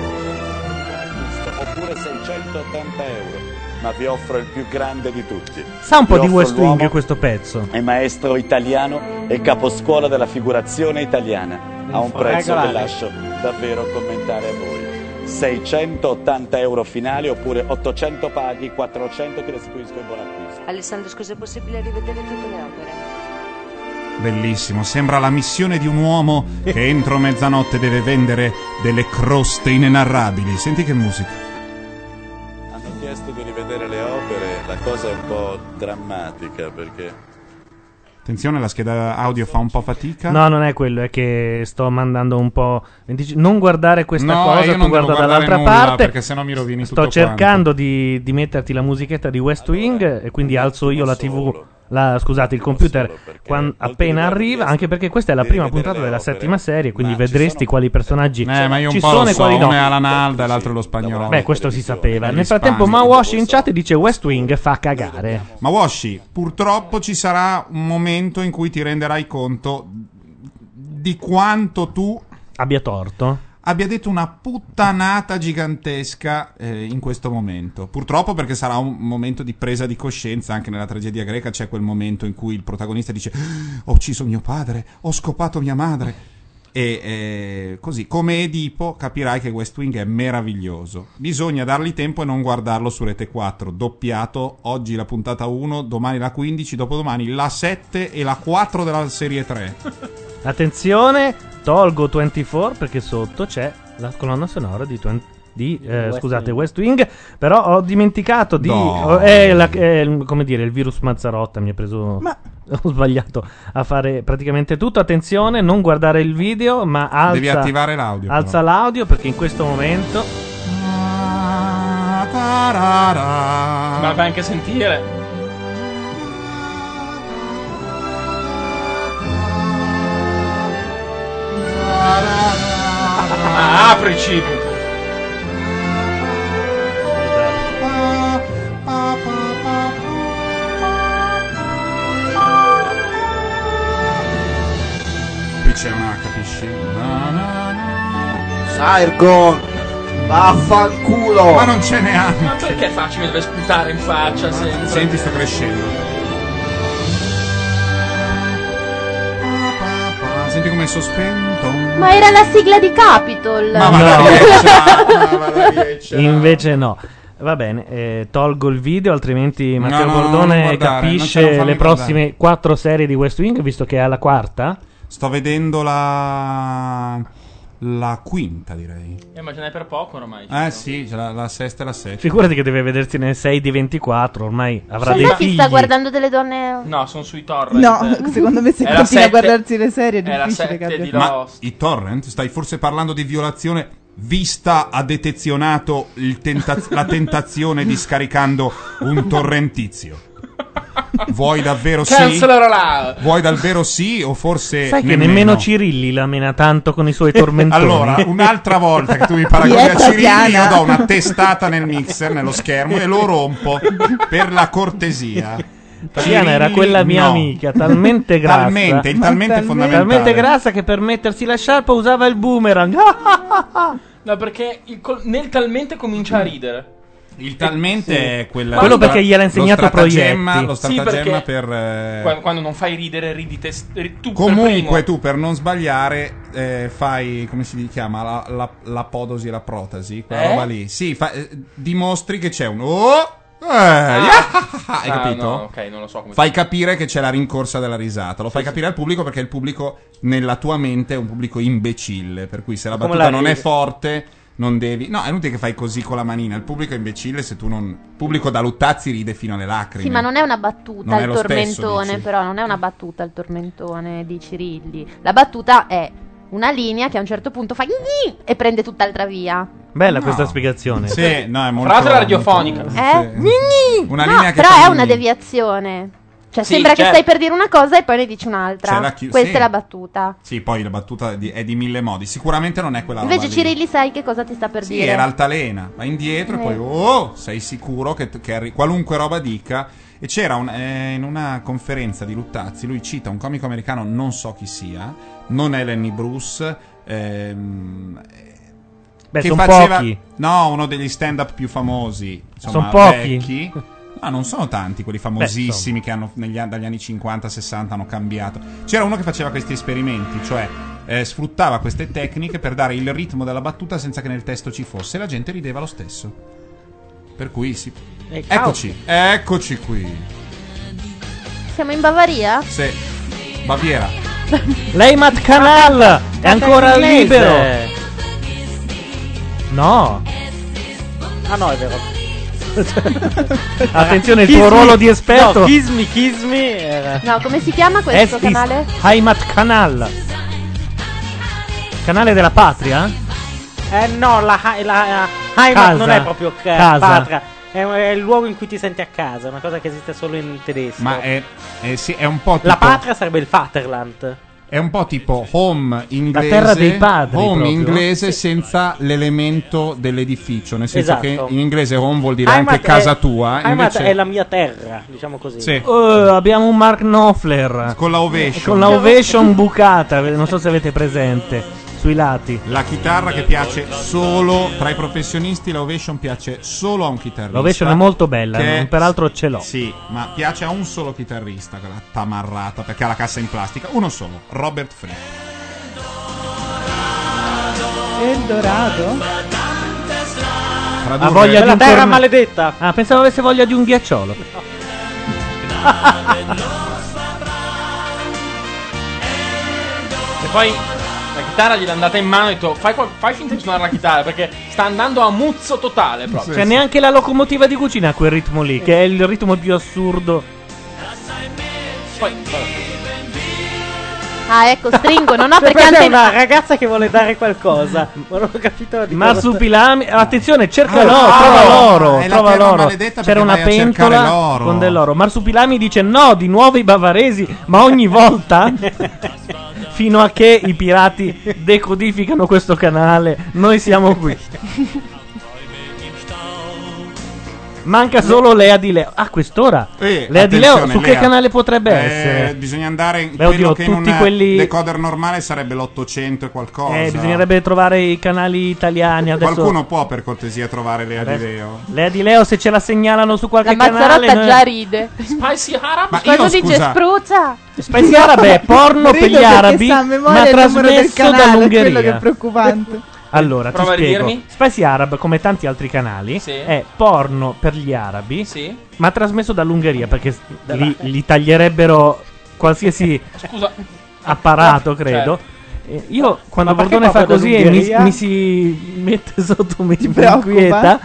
Oppure 680 euro, ma vi offro il più grande di tutti.
Sa un po'
Vi
di
offro
West
l'uomo
Wing questo pezzo.
È maestro italiano e caposcuola della figurazione italiana. A un
fa
prezzo
regalare.
che lascio davvero commentare a voi. 680 euro finali oppure 800 paghi, 400 ti restituisco in buon acquisto.
Alessandro, scusa, è possibile rivedere tutte le opere?
Bellissimo, sembra la missione di un uomo che entro mezzanotte deve vendere delle croste inenarrabili. Senti che musica.
Hanno chiesto di rivedere le opere, la cosa è un po' drammatica perché...
Attenzione, la scheda audio fa un po' fatica.
No, non è quello, è che sto mandando un po'. mi dici, Non guardare questa
No, eh,
cosa,
io
tu
non devo
guarda
guardare
dall'altra
nulla,
parte.
perché sennò mi rovini
Sto
tutto
cercando di, di metterti la musichetta di West Wing e quindi alzo io la TV. la- scusate, il computer quan- appena arriva, anche perché questa è la prima puntata della settima serie, quindi vedresti quali personaggi
Eh, ma io un
ci
po'
sono
lo
e
so,
quali no.
uno è Alan Alda e l'altro è lo spagnolo.
Beh, questo si sapeva.
Gli
Nel frattempo,
spagnoli.
Mawashi in chat dice West Wing fa cagare.
Ma Washi, purtroppo ci sarà un momento in cui ti renderai conto di quanto tu
abbia torto.
Abbia detto una puttanata gigantesca eh, in questo momento. Purtroppo perché sarà un momento di presa di coscienza anche nella tragedia greca c'è quel momento in cui il protagonista dice ho ucciso mio padre, ho scopato mia madre. E eh, così, come Edipo, capirai che West Wing è meraviglioso. Bisogna dargli tempo e non guardarlo su Rete 4, doppiato oggi la puntata 1, domani la 15, dopodomani la 7 e la 4 della serie 3.
Attenzione, tolgo 24 perché sotto c'è la colonna sonora di, 20 di, eh,
West
scusate, West Wing. Però ho dimenticato di.
No.
oh, eh, la- eh, il- come dire, il virus Mazzarotta mi ha preso. Ho sbagliato a fare praticamente tutto. Attenzione, non guardare il video, ma alza.
Devi attivare l'audio,
Alza l'audio perché in questo momento.
Ma la fai anche sentire. Ah, aprici.
Qui c'è una, capisci? Na, na, na.
Sargon, vaffanculo.
Ma non ce n'è altro. Ma perché facci mi deve sputare in faccia sempre?
Senti, sto crescendo. Ah, senti come è sospento.
Ma era la sigla di Capitol.
Invece no. Va bene, eh, tolgo il video, altrimenti Matteo
no, no,
Bordone
non guardare,
capisce
non ce la fammi
le prossime quattro serie di West Wing, visto che è alla quarta.
Sto vedendo la. la quinta, direi.
Eh, ma ce n'è per poco ormai.
Eh sì, c'è la, la sesta e la settima.
Figurati che deve vedersi nel 6 di 24, ormai avrà
Cos'è
dei
che
figli.
sta guardando delle donne?
No, sono sui torrent.
No, secondo me se
È la
continua a
sette-
guardarsi le serie è
è la
difficile che
sette di
abbia. Ma-
Ma i torrent? Stai forse parlando di violazione? Vista ha detezionato il tenta- la tentazione di scaricando un torrentizio. Vuoi davvero sì?
Cancelero là!
Vuoi davvero sì? O forse.
Sai che
nemmeno?
nemmeno Cirilli la mena tanto con i suoi tormentoni.
Allora, un'altra volta che tu mi
Chi
paragoni
è
a Cirilli,
Tatiana?
io do una testata nel mixer, nello schermo, e lo rompo per la cortesia.
Tatiana era
Cirilli,
quella mia
no.
amica, talmente grassa.
Talmente, il talmente è fondamentale.
Talmente grassa che per mettersi la sciarpa usava il boomerang. Ah!
No, perché il col- nel talmente comincia a ridere.
Il talmente è quella-
Quello perché gliel'ha
lo
insegnato
stratagemma-
Proietti.
lo
Sì,
stratagemma
perché
per, eh,
qua- Quando non fai ridere, ridi te st- ri- tu per primo.
Comunque, tu per non sbagliare, eh, fai come si chiama la, la, la podosi, la protasi, quella
Eh?
roba lì. Sì, fa- eh, dimostri che c'è un. Oh! eh, yeah! Hai
Ah,
capito?
no, ok, non lo so come
Fai capire che c'è la rincorsa della risata. Lo fai capire al pubblico perché il pubblico, nella tua mente, è un pubblico imbecille. Per cui se la
Come
battuta
la
non è
ride.
forte. Non devi. No, è inutile che fai così con la manina. Il pubblico è imbecille se tu non. Il pubblico da Luttazzi ride fino alle lacrime.
Sì, ma non è una battuta
Non è
il
lo stesso,
tormentone,
dici.
però non è una battuta il tormentone di Cirilli. La battuta è una linea che a un certo punto fa "Ghi-ghi" e prende tutt'altra via.
Bella
No.
questa spiegazione.
Sì, no, è molto.
l'altro è radiofonica.
molto-
Eh?
sì.
Gni-gni!
Una
no,
linea che
però
fa
è
gni-gni.
una deviazione. Cioè,
Sì,
sembra che
certo.
stai per dire una cosa e poi ne dici un'altra.
C'è la chi-
Questa
sì.
è la battuta.
Sì, poi la battuta è di, è di mille modi. Sicuramente non è quella roba
Invece
lì.
Cirilli sai che cosa ti sta per
Sì,
dire.
era altalena. Va indietro e
Eh.
poi, oh, sei sicuro che, che arri- qualunque roba dica. E c'era un- eh, in una conferenza di Luttazzi, lui cita un comico americano, non so chi sia, non è Lenny Bruce. ehm,
Beh,
che
son
faceva-
pochi.
No, uno degli stand-up più famosi.
Son
Insomma,
pochi.
Vecchi. Ma Ah, non sono tanti quelli famosissimi che hanno negli an- dagli anni 50-60 hanno cambiato. C'era uno che faceva questi esperimenti, cioè eh, sfruttava queste tecniche per dare il ritmo della battuta senza che nel testo ci fosse e la gente rideva lo stesso. Per cui sì.
Eh, cavolo.
Eccoci, eccoci qui.
Siamo in Bavaria?
Se Baviera.
Lei Matt Canal è ancora
inglese.
libero. No.
Ah no, è vero.
Attenzione, il
Kiss
tuo
me.
ruolo di esperto.
No, kiss me, kiss me. era-
No, come si chiama questo
Es ist
canale?
Heimat Canal. Canale della patria?
Eh no, la, ha- la la Heimat
Casa.
non è proprio ca-
Casa.
patria. È, è il luogo in cui ti senti a casa, una cosa che esiste solo in tedesco.
Ma è, è sì, è un po' tipo
La patria sarebbe il Vaterland.
È un po' tipo home inglese.
terra dei padri,
Home
proprio.
inglese senza l'elemento dell'edificio. Nel senso
Esatto.
che in inglese home vuol dire
Heimat
anche casa
è-
tua.
Heimat
invece...
è la mia terra, diciamo così.
Sì.
Eh, abbiamo un Mark Knopfler.
Con la ovation.
Con la ovation bucata, non so se avete presente. Sui lati.
La chitarra che piace solo tra i professionisti, la ovation piace solo a un chitarrista.
L'ovation è molto bella,
che-
non- peraltro ce l'ho.
Sì, ma piace a un solo chitarrista, quella tamarrata, perché ha la cassa in plastica. Uno solo, Robert Fripp.
Eldorado?
Ha voglia di
Quella
un
terra
torna-
maledetta.
Ah, pensavo avesse voglia di un ghiacciolo.
E poi la chitarra gliel'è andata in mano e ho detto fai, qual- fai finta di suonare la chitarra perché sta andando a muzzo totale proprio.
Cioè, neanche la locomotiva di cucina ha quel ritmo lì, che è il ritmo più assurdo.
Poi,
Ah, ecco, stringono, no?
Cioè,
perché
questa
anche
è una ragazza che vuole dare qualcosa. Ma non ho capito di cosa-
Marsupilami, attenzione, cerca
Ah,
l'oro,
ah,
trova l'oro,
è la
trova
terra
l'oro.
maledetta
C'era
perché
una
vai a cercare
pentola
l'oro.
con dell'oro. Marsupilami dice no, di nuovo i bavaresi, ma ogni volta fino a che i pirati decodificano questo canale, noi siamo qui. Manca solo Lea di Leo. A quest'ora?
Eh,
Lea di Leo,
attenzione,
su che
Lea.
canale potrebbe
Eh,
essere?
Bisogna andare in
Beh,
quello
oddio,
che in
tutti
un
quelli-
decoder normale sarebbe l'800 e qualcosa.
Eh, bisognerebbe trovare i canali italiani adesso.
Qualcuno può per cortesia trovare Lea
Beh,
di Leo?
Lea di Leo, se ce la segnalano su qualche
La
canale.
Mazzarotta
noi-
già ride.
Spicy Arab?
Ma
Quando
io,
dice
scusa-
spruzza?
Spicy Arab è Eh, porno per gli
Rido perché
arabi,
sa a memoria
ma
il numero del
trasmesso
canale,
dall'Ungheria.
quello che è preoccupante.
Allora, ti
Prova a
spiego.
ridirmi.
Spicy Arab, come tanti altri canali, è porno per gli arabi, ma trasmesso dall'Ungheria perché s- li, li taglierebbero qualsiasi
Scusa. Certo.
apparato, credo. Eh, Io quando
Ma perché
Bordone fa
proprio
così e mi,
dall'Ungheria?
mi si mette sotto, mi
preoccupa?
inquieta.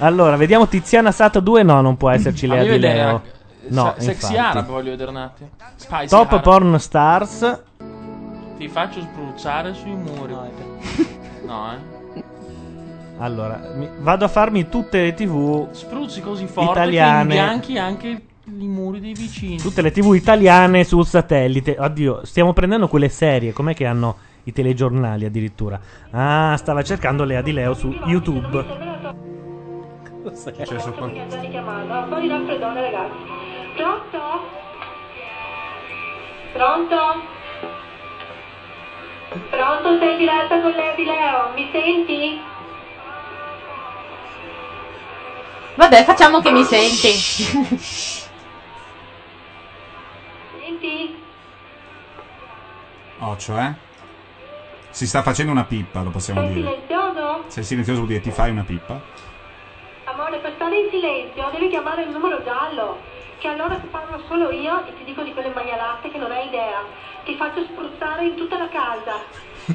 Allora, vediamo Tiziana Sato 2. No, non può esserci Lea
Voglio
di
vedere
Leo.
anche- eh,
No,
se- Sexy
infatti.
Arab voglio vedere un attimo. Spicy
Top
Arab.
Porn Stars.
Ti faccio spruzzare sui muri. No, eh.
Allora, mi- vado a farmi tutte le tv
Spruzzi così forte
italiane.
che imbianchi anche i muri dei vicini.
Tutte le tv italiane sul satellite. Oddio, stiamo prendendo quelle serie. Com'è che hanno i telegiornali addirittura? Ah, stava cercando Lea di Leo su YouTube.
Successo qua.
chiamata, fuori da Fredone ragazzi. Pronto? Pronto? Pronto, sei in diretta con Lea di Leo, mi senti?
Vabbè, facciamo Diciamo che mi senti.
Senti?
Oh, cioè? Si sta facendo una pippa, lo possiamo
Sei
dire.
silenzioso?
Sei silenzioso vuol dire ti fai una pippa?
Amore, per stare in silenzio devi chiamare il numero giallo, che allora ti parlo solo io e ti dico di quelle maialate che non hai idea. Ti faccio spruzzare in tutta la casa,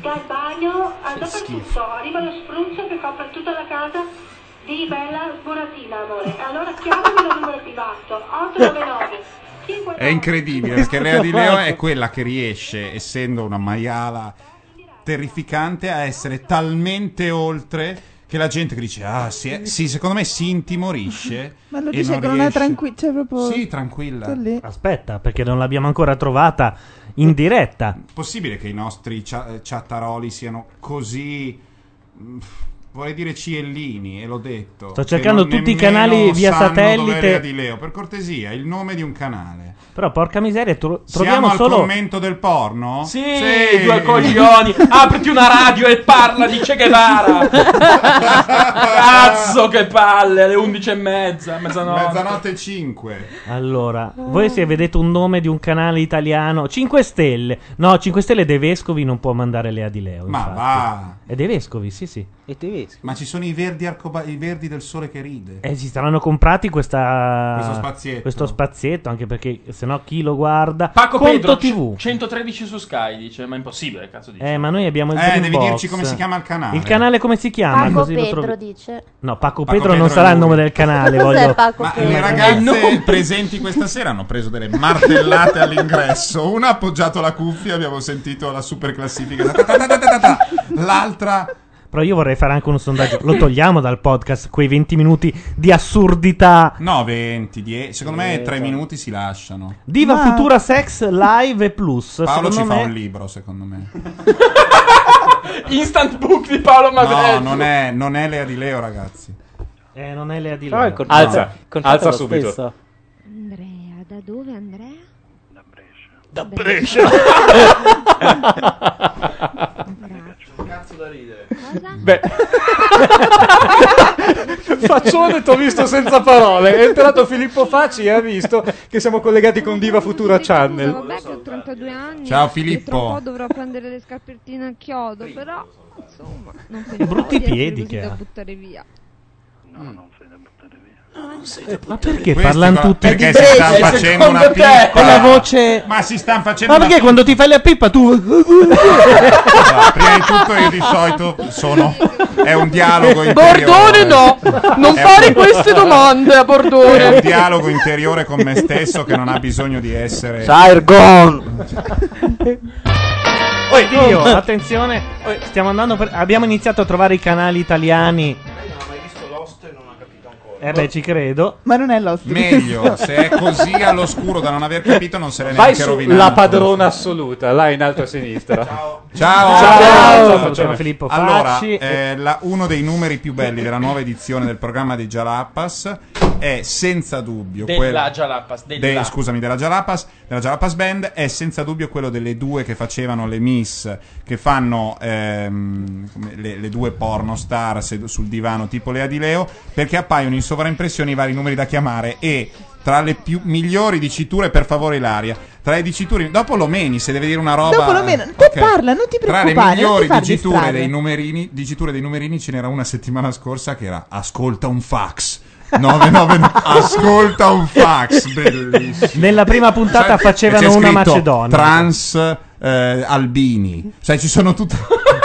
dal bagno al dappertutto. Arriva lo spruzzo che copre tutta la casa di bella sboratina, amore. Allora chiamami dal numero privato, 899.
È incredibile perché Lea di Leo è quella che riesce, essendo una maiala terrificante, a essere talmente oltre che la gente che dice: Ah, si è- sì, secondo me si intimorisce.
Ma lo
e
dice
non
con una
riesce.
tranquilla. Cioè proprio...
Sì, tranquilla.
tutto lì.
Aspetta, perché non l'abbiamo ancora trovata in diretta.
Possibile che i nostri cia- eh, chattaroli siano così. mh, Vorrei dire ciellini, e l'ho detto.
Sto
che
cercando
non
tutti i
nemmeno
canali via
sanno
satellite.
dov'è Lea di Leo. Per cortesia, il nome di un canale.
Però, porca miseria, tro-
Siamo
troviamo
al
solo.
commento del porno?
Sì, due coglioni. Apriti una radio e parla di Che Guevara. Cazzo, che palle. Alle 11 e mezza, mezzanotte.
Mezzanotte 5.
Allora, voi se vedete un nome di un canale italiano 5 Stelle. No, 5 Stelle De Vescovi non può mandare Lea di Leo.
Ma
infatti.
va.
È De Vescovi, sì, sì.
E tedesco.
Ma ci sono i verdi, arcoba- i verdi del sole che ride.
Eh, si saranno comprati questa-
Questo spazietto.
questo spazietto, anche perché sennò chi lo guarda.
Paco
Conto
Pedro,
TV.
c- 113 su Sky, dice. Ma è impossibile, cazzo dice.
Eh, ma noi abbiamo il
Eh,
Dreambox.
devi dirci come si chiama il canale.
Il canale come si chiama?
Paco
Così lo
Pedro
trovi.
dice.
No, Paco,
Paco
Pedro non
Pedro
sarà
è
il
lui.
nome del canale,
Cos'è
voglio.
Paco
Ma
Pedro?
le ragazze presenti questa sera hanno preso delle martellate all'ingresso. Una ha appoggiato la cuffia, abbiamo sentito la super classifica. L'altra
Però io vorrei fare anche un sondaggio. Lo togliamo dal podcast quei 20 minuti di assurdità.
No, 20, 10. Secondo me
Eh,
3
già.
minuti si lasciano.
Diva Futura Sex Live e Plus.
Paolo ci
secondo
fa
me-
un libro, secondo me.
Instant book di Paolo
No,
Madre.
non è, non è Lea di Leo, ragazzi.
Eh, non è Lea di
Però
Leo.
è il concetto- Alza, il concetto alza è lo subito.
stesso.
Andrea, da dove Andrea?
Da
Brescia.
Cazzo da ridere.
Beh. Faccione t'ho visto senza parole. È entrato Filippo Facci e ha visto che siamo collegati con Diva Futura Channel.
Vabbè che ho 32 anni e
Ciao,
tra un
Filippo.
po' dovrò prendere le scarpettine a chiodo, però insomma, non
Brutti piedi che
da
ha.
buttare via. Eh, No, non sei da buttare via.
Ma perché
Questi
parlano
qua-
tutti
perché si stanno facendo una pippa.
Con la voce.
Ma si stanno facendo
Cioè, Ma
una
perché quando ti fai la pippa tu.
No, prima di tutto io di solito sono è un dialogo interiore.
Bordone no, non
È
fare
un-
queste domande a
È un
Bordone.
dialogo interiore con me stesso che non ha bisogno di essere
Oddio, attenzione. Stiamo andando per- Abbiamo iniziato a trovare i canali italiani. Eh beh, ci credo.
Ma non è l'ospite.
Meglio, se è così all'oscuro da non aver capito non se l'è
Vai
neanche
su
rovinato.
la padrona assoluta, là in alto a sinistra. Ciao.
Ciao, eh,
Faccione.
Allora, eh, la- uno dei numeri più belli della nuova edizione del programma di Jalapas è senza dubbio
Della
quella-
Jalapas,
de-
della-
scusami, della Jalapas, della Jalapas Band è senza dubbio quello delle due che facevano le Miss, che fanno ehm, come le, le due porno star sed- sul divano tipo Lea Di Leo, perché appaiono in sovraimpressione i vari numeri da chiamare e tra le più migliori diciture, per favore Ilaria, tra le diciture, dopo lo meni se deve dire una roba...
Dopo lo meno, te
Ok.
parla, non ti
Tra
preoccupare.
le migliori
non ti far
diciture
distrarre.
dei, numerini, diciture dei numerini ce n'era una settimana scorsa che era Ascolta un fax. 999 Ascolta un fax, bellissimo.
Nella prima puntata
Sai, c'è
facevano una
scritto
Macedonia.
Trans eh, albini. Cioè ci sono tutte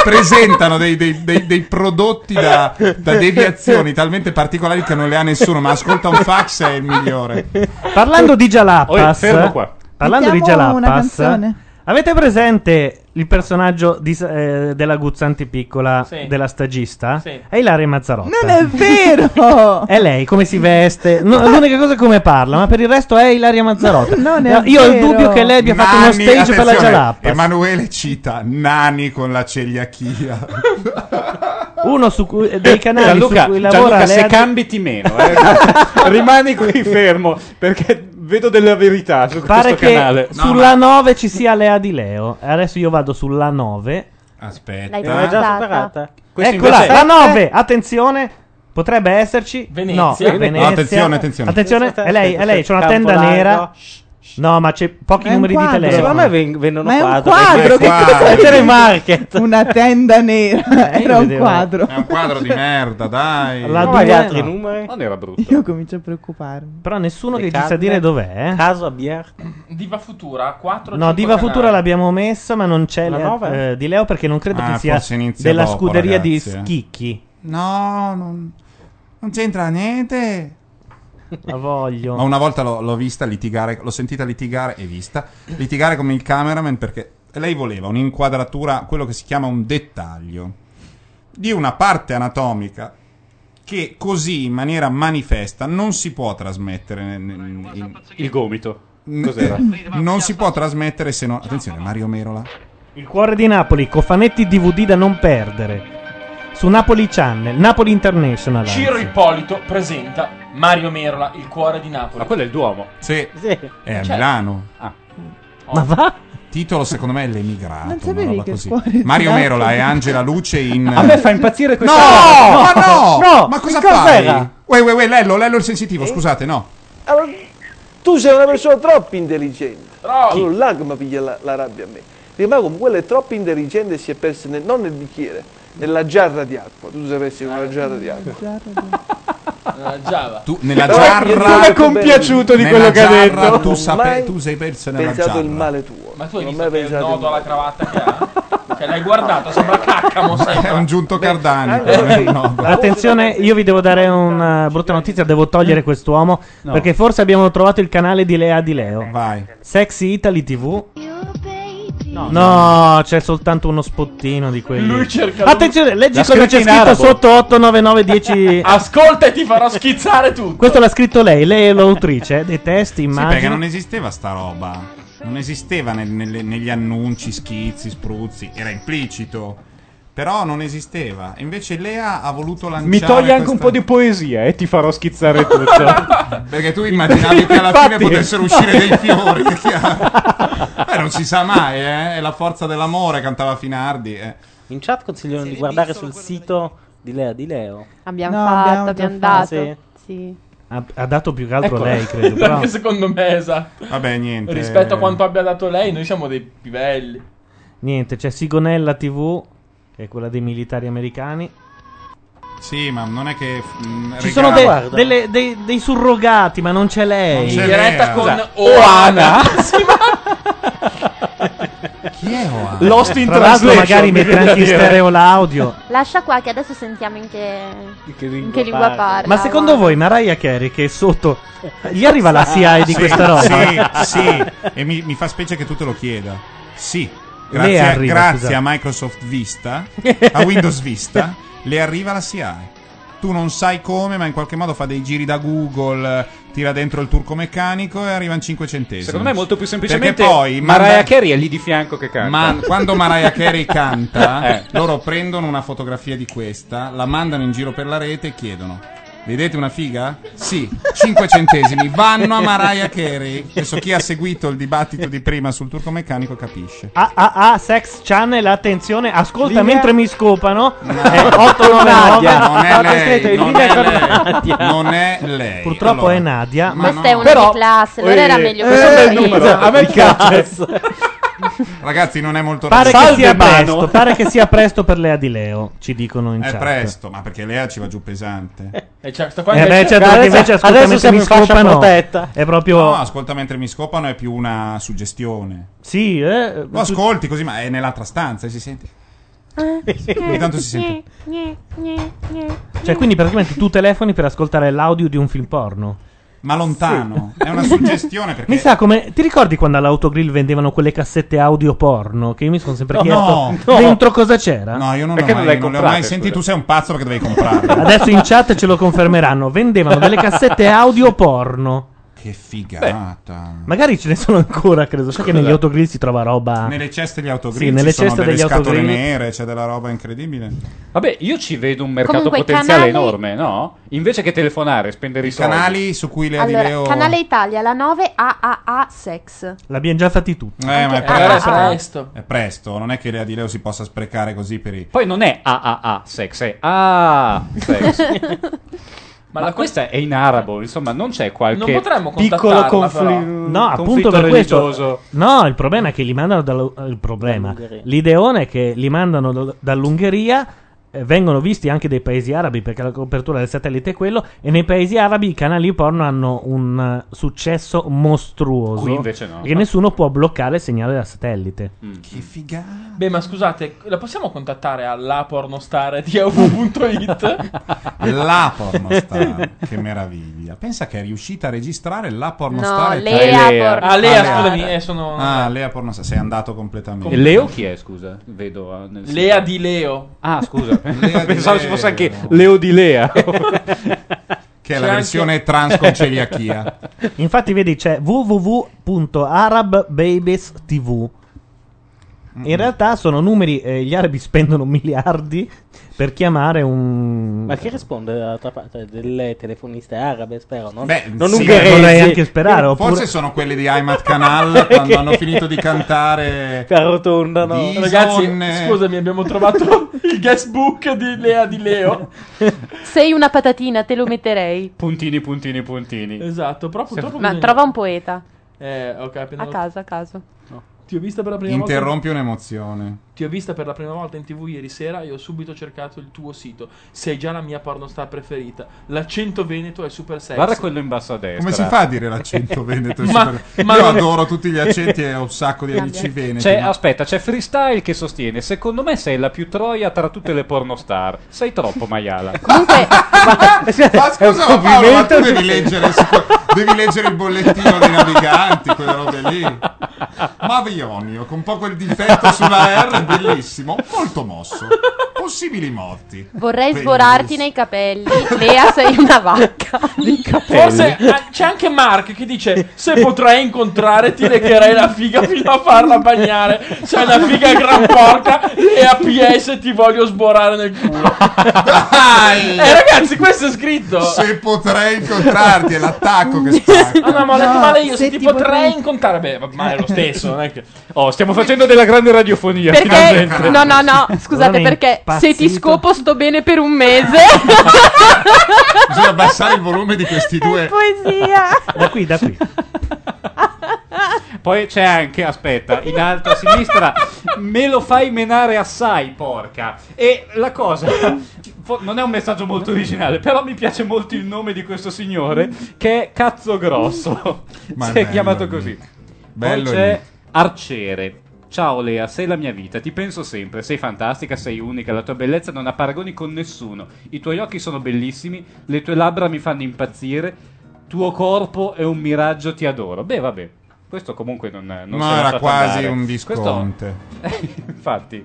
presentano dei, dei- dei- dei prodotti da, da deviazioni talmente particolari che non le ha nessuno, ma Ascolta un fax è il migliore.
Parlando di
Oh, eh,
Jalapas,
fermo qua.
parlando di
Mettiamo una
Jalapas,
canzone.
avete presente il personaggio di- eh, della guzzanti piccola
Sì.
della stagista?
Sì.
È Ilaria Mazzarotta.
Non è vero!
È lei come si veste? No, l'unica cosa è come parla, ma per il resto è Ilaria Mazzarotta.
Non è
No, Io ho il
vero.
dubbio che lei abbia fatto uno
Nanni,
stage per la
attenzione,
Jalapas.
Emanuele cita Nani con la celiachia.
Uno su cui- eh, dei canali
Gianluca,
su cui
Gianluca,
lavora
se
lei-
cambi ti meno, eh. rimani qui fermo perché vedo della verità su
Pare
questo
che
canale.
sulla 9 ci sia Lea di Leo. Adesso io vado sulla 9.
Aspetta.
Eh, L'hai già superata?
Esatto.
superata? eh, Questo
Ah. Eccola,
invece-
la 9. Attenzione. Potrebbe esserci.
Venezia.
No,
Venezia.
Venezia.
Attenzione, attenzione.
Aspetta,
è lei, è lei. C'è una
aspetta,
tenda
Campolargo.
nera. No, ma c'è pochi
Ma è un
numeri
quadro.
di telefono.
Secondo me
ven- vendono
Ma è un
quadri.
quadro, che cos'è?
Telemarket.
Una tenda nera. Era un quadro.
È un quadro di merda, dai.
La
Come gli
due-
altri
no.
numeri?
Non era brutto.
Io comincio a preoccuparmi.
Però nessuno
Le
che ci sa
canne?
dire dov'è. eh.
Caso a Biart.
Diva Futura 4
No, Diva Futura l'abbiamo messa, ma non c'è
La
Lea-
nove?
eh, di Leo perché non credo
Ah,
che sia
forse inizia
della
dopo,
scuderia
ragazzi,
di
eh.
Schicchi.
No, non, non c'entra niente.
La voglio.
Ma una volta l'ho, l'ho vista litigare, l'ho sentita litigare e vista litigare come il cameraman perché lei voleva un'inquadratura, quello che si chiama un dettaglio di una parte anatomica che così in maniera manifesta non si può trasmettere.
Il gomito.
Cos'era?
non si può trasmettere se non. Attenzione, Mario Merola.
Il cuore di Napoli, cofanetti DVD da non perdere. Su Napoli Channel, Napoli International. anzi.
Ciro Ippolito presenta Mario Merola, il cuore di Napoli.
Ah,
Ma
quello è il Duomo.
Sì. È a
Cioè-
Milano.
Ah.
Ma va?
Titolo secondo me è l'emigrato.
Non sapevi
una roba
che
così.
fuori-
Mario
no.
Merola e Angela Luce in.
A me fa impazzire questa
No!
cosa.
Ma no!
No!
Ma cosa
Che cosa
fai?
era?
Uè, uè, uè, Lello, Lello il sensitivo, scusate, no.
Allora, Ah, tu sei una persona troppo intelligente.
Troppo.
Allora là che mi piglia la, la rabbia a me. Rimango come quella è troppo intelligente e si è persa nel- non nel bicchiere, nella giarra di acqua. Tu sapessi una giarra di acqua.
Giava.
Tu nella
Però
giarra.
io dico Come è compiaciuto di
nella
quello che ha
giarra
detto.
Tu, sape-
Ormai
tu sei perso nella
Pensato
giarra.
il male tuo.
Ma tu hai
Non
visto
mai
che
pensato
nodo
al
alla cravatta che ha? Cioè, l'hai guardato, sembra caccamo,
È
sembra.
un giunto Cardani.
Beh,
quello,
sì.
no.
Attenzione, io vi devo dare una brutta notizia, devo
Mm.
togliere quest'uomo
No.
perché forse abbiamo trovato il canale di Lea di
Eh,
Leo.
Vai.
Sexy Italy TV.
No,
No, c'è soltanto uno spottino di quelli.
Lui cerca-
Attenzione, leggi
L'ha
cosa
scritto
c'è
in
scritto
arabo.
sotto 89910.
Ascolta e ti farò schizzare tutto.
Questo l'ha scritto lei, lei è l'autrice eh, dei testi,
Sì,
immagino.
perché non esisteva sta roba. Non esisteva nel- nelle- negli annunci, schizzi, spruzzi. Era implicito. Però non esisteva. Invece Lea ha voluto lanciare.
Mi togli anche un
questa-
po' di poesia e ti farò schizzare tutto.
Perché tu immaginavi che alla
Infatti.
fine potessero uscire dei fiori, è chiaro. Beh, non si sa mai, eh? È la forza dell'amore, cantava Finardi. Eh.
In chat consigliano di guardare sul sito di Lea di Leo.
Abbiamo
No,
fatto,
abbiamo già
abbiamo, dato.
fatto. Sì.
Sì.
Ha, ha dato più che altro
Ecco.
lei, credo. Però...
Anche secondo me, esatto.
Vabbè, niente. eh.
Rispetto a quanto abbia dato lei, noi siamo dei più belli.
Niente, c'è Sigonella TV, che è quella dei militari americani.
Sì, ma non è che. mm,
Ci
regala-
sono de- delle- dei, dei surrogati, ma non c'è lei.
Non c'è In diretta Lea. con
Scusa,
Oana.
Chi
è
Oana?
Lost in
Tra l'altro,
translation,
magari
mi
mette
viene da
anche in
dire.
stereo l'audio.
Lascia qua che adesso sentiamo in che, in che lingua parla.
Ma secondo voi, Mariah Carey, che è sotto, gli arriva la CIA di
Sì,
questa roba?
Sì, sì. E mi, mi fa specie che tu te lo chieda. Sì.
Lei
Grazie, a-
arriva,
grazie
scusate.
a Microsoft Vista, a Windows Vista, le arriva la SIAE. Tu non sai come, ma in qualche modo fa dei giri da Google, tira dentro il turco meccanico e arriva in 5 centesimi.
Secondo me molto più semplicemente
Perché poi
Mariah
manda-
Carey è lì di fianco che canta.
Ma quando Mariah Carey canta,
Eh.
loro prendono una fotografia di questa, la mandano in giro per la rete e chiedono: Vedete una figa? Sì, 5 centesimi vanno a Mariah Carey. Adesso chi ha seguito il dibattito di prima sul turco meccanico capisce.
Ah, ah, ah, Sex Channel, attenzione, ascolta
Linea-
mentre mi scopano. Eh,
Nadia, non
899.
è lei, non è lei, non è lei.
Purtroppo è Nadia. Ma
Questa è una
Però-
di classe, allora
eh,
era meglio
questo è il
così.
numero.
esatto,
A me piace.
Ragazzi, non è molto
Pare che,
rapido.
sia presto, pare che sia presto per Lea di Leo, ci dicono in
È
chat.
presto, ma perché Lea ci va giù pesante.
E c'è- sta qua
Esatto. Eh,
che-
beh, certo, perché invece ascolta mentre mi scopano. È proprio
No, ascolta mentre mi scopano è più una suggestione.
Sì, eh,
Lo ascolti così, ma è nell'altra stanza e si sente. Ogni tanto si sente.
Cioè, quindi praticamente tu telefoni per ascoltare l'audio di un film porno.
Ma lontano. È una suggestione perché
Mi sa come. Ti ricordi quando all'autogrill vendevano quelle cassette audio porno? Che io mi sono sempre
No,
chiesto
no.
dentro cosa c'era?
No, io non l'ho mai, non le ho mai sentito. Tu sei un pazzo perché dovevi comprarle.
Adesso in chat ce lo confermeranno. Vendevano delle cassette audio porno.
Che figata.
Magari ce ne sono ancora, credo. So che negli autogrill si trova roba.
Nelle ceste degli autogrill
Sì, nelle
ci sono
ceste
delle
degli
scatole
autogrill.
nere, c'è della roba incredibile.
Vabbè, io ci vedo un mercato
Comunque, canali-
potenziale enorme, no? Invece che telefonare, e spendere i soldi.
canali su cui le
Allora, Canale Italia, la 9 AAA Sex.
L'abbiamo già fatti tutti.
Eh, ma è
Ah,
presto.
ah, ah.
È presto, non è che Lea di Leo si possa sprecare così per i...
Poi non è AAA sex, è AA sex. Ma, questa è in arabo, insomma, non c'è qualche
Non potremmo
piccolo
contattarla, però.
conflitto
No, appunto per questo. No, il problema è che li mandano dal, il problema.
Dall'Ungheria.
L'ideone è che li mandano do- dall'Ungheria. eh, Vengono visti anche dai paesi arabi perché la copertura del satellite è quello. E nei paesi arabi i canali porno hanno un eh, successo mostruoso.
Qui invece no. Mm.
Perché nessuno può bloccare il segnale da satellite.
Che figata.
Beh, ma scusate, la possiamo contattare alla pornostar di av.it?
La pornostar, che meraviglia. Pensa che è riuscita a registrare la pornostar.
No, Lea Eh, Lea. pornostar. Ah, Lea,
Ah,
scusami, eh, sono-
Ah, Lea pornostar, sei andato completamente.
E Leo chi è, scusa? Vedo ah, nel
Lea
sito.
di Leo.
Ah, scusa.
Lea di
Pensavo ci
Leo.
fosse anche Leo di Lea.
Che è la versione trans con celiachia.
Infatti, vedi, c'è www.arabbabies.tv. In realtà sono numeri, eh, gli arabi spendono miliardi per chiamare un...
Ma chi risponde dall'altra parte? Delle telefoniste arabe, spero, non,
Beh,
non
sì,
Eh,
ungheresi.
vorrei anche sperare,
Forse
Forse sono quelli di Heimat Canal quando hanno finito di cantare.
Arrotondano.
Bisonne.
Ragazzi, scusami, abbiamo trovato il guestbook di Lea di Leo.
Sei una patatina, te lo metterei.
puntini, puntini, puntini.
Esatto, però purtroppo...
Ma
bisogna-
trova un poeta.
Eh, ok, appena...
A caso, a caso.
Ti ho vista per la prima volta...
Interrompi un'emozione.
Ti ho vista per la prima volta in tv ieri sera e ho subito cercato il tuo sito. Sei già la mia pornostar preferita. L'accento veneto è super sexy.
Guarda quello in basso a destra.
Come si fa a dire l'accento veneto? Cioè,
Ma- ma-
Io adoro tutti gli accenti e ho un sacco di amici
Cioè,
veneti.
C'è,
ma-
aspetta, c'è Freestyle che sostiene. Secondo me sei la più troia tra tutte le pornostar. Sei troppo, Maiala. è
Ma
un
scusa, ma Paolo, ma
complimento.
tu devi leggere, su que- devi leggere il bollettino dei naviganti, quelle robe lì. Mavionio, con un po' quel difetto sulla R, bellissimo, molto mosso. Possibili morti.
Vorrei
Bellissimo.
sborarti nei capelli. Lea, sei una vacca.
Forse ah, c'è anche Mark che dice: Se potrai incontrare, ti recherei la figa fino a farla bagnare. Sei una figa gran porca. E a PS ti voglio sborare nel culo. Eh, ragazzi, questo è scritto.
Se potrei incontrarti, è l'attacco che spacca.
Ah, no, ma ho detto
No,
male io. Se,
se
ti
ti
potrei,
potrei-
incontrare, beh, va- ma è lo stesso. Non è che...
Oh, stiamo facendo della grande radiofonia,
Perché,
finalmente.
no, no, no, scusate,
Veramente
perché se ti
impazzito.
scopo sto bene per un mese.
Bisogna abbassare il volume di questi due.
Poesia.
Da qui, da qui.
Poi c'è anche, aspetta, in alto a sinistra, me lo fai menare assai, porca. E la cosa, fo- non è un messaggio molto originale, però mi piace molto il nome di questo signore, che è Cazzo Grosso.
Ma
si è
è bello,
chiamato
Nick.
così.
Bello,
Poi c'è
Nick.
Arciere. Ciao Lea, sei la mia vita, ti penso sempre, sei fantastica, sei unica, la tua bellezza non ha paragoni con nessuno, i tuoi occhi sono bellissimi, le tue labbra mi fanno impazzire, tuo corpo è un miraggio, ti adoro. Beh, vabbè, questo comunque non, non
No,
si è
era
lasciato
quasi
andare.
un
Questo-
disconte.
infatti,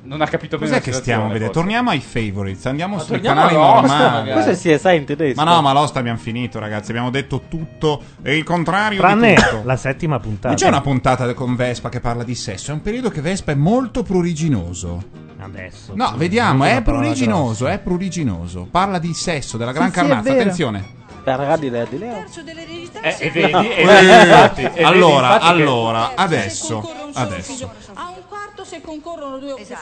non ha capito bene
Cos'è
la
che
situazione,
stiamo a vedere?
forse.
Torniamo ai favorites, andiamo
Ma
sui
torniamo
canali
a Lost,
normali.
magari. Questo è
CSI in tedesco.
Ma no, ma Lost abbiamo finito, ragazzi. Abbiamo detto tutto e il contrario
Tranne
di tutto.
la settima puntata.
Non c'è una puntata con Vespa che parla di sesso. È un periodo che Vespa è molto pruriginoso.
Adesso.
No, vediamo,
Anche
è
una parola
pruriginoso, è pruriginoso. Parla di sesso, della gran carnazza, attenzione.
Parlerà di Lea di Leo.
Eh,
e
vedi,
vedi- e
eh,
vedi infatti- e vedi
allora,
infatti
Eh,
che-
allora, adesso, adesso.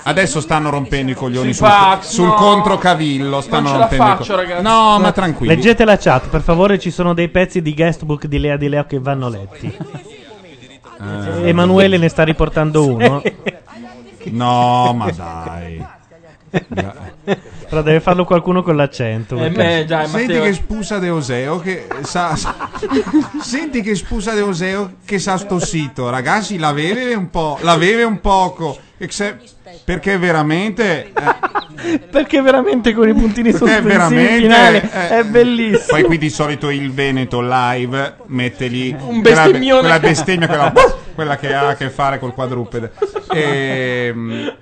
Adesso stanno rompendo i coglioni
Si
sul,
fa-
sul
no.
controcavillo. Stanno
ce la
rompendo i co-
faccio, ragazzi.
No, ma tranquilli.
Leggete la chat, per favore, ci sono dei pezzi di guestbook di Lea di Leo che vanno letti.
Eh.
Emanuele ne sta riportando uno.
No, ma dai.
Però deve farlo qualcuno con l'accento.
Eh,
perché-
Senti che spusa De Oseo che sa, sa- Senti che spusa De Oseo che sa sto sito, ragazzi, la beve un po', la beve un poco. e se- Perché veramente
Perché veramente con i puntini
Perché
sospensivi
Eh, veramente,
finali
eh,
è bellissimo.
poi qui di solito il Veneto live mette lì
Eh. Un
quella be-
bestemmione.
quella, bestemmia, quella, quella che ha a che fare col quadrupede. Ehm,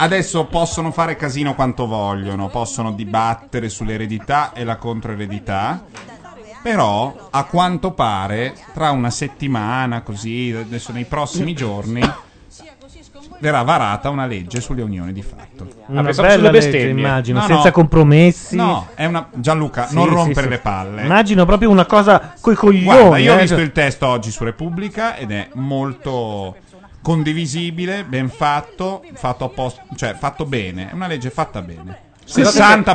adesso possono fare casino quanto vogliono, possono dibattere sull'eredità e la controeredità. Però, a quanto pare, tra una settimana, così, adesso nei prossimi giorni, verrà varata una legge sulle unioni di fatto.
Una bella legge, immagino, senza compromessi.
No, è una... Gianluca,
Sì,
non
sì,
rompere
sì.
le palle.
Immagino proprio una cosa coi coglioni.
Guarda, io ho
eh,
visto
cioè-
il testo oggi su Repubblica ed è molto condivisibile, ben fatto, fatto apposta, cioè fatto bene, è una legge fatta bene. 60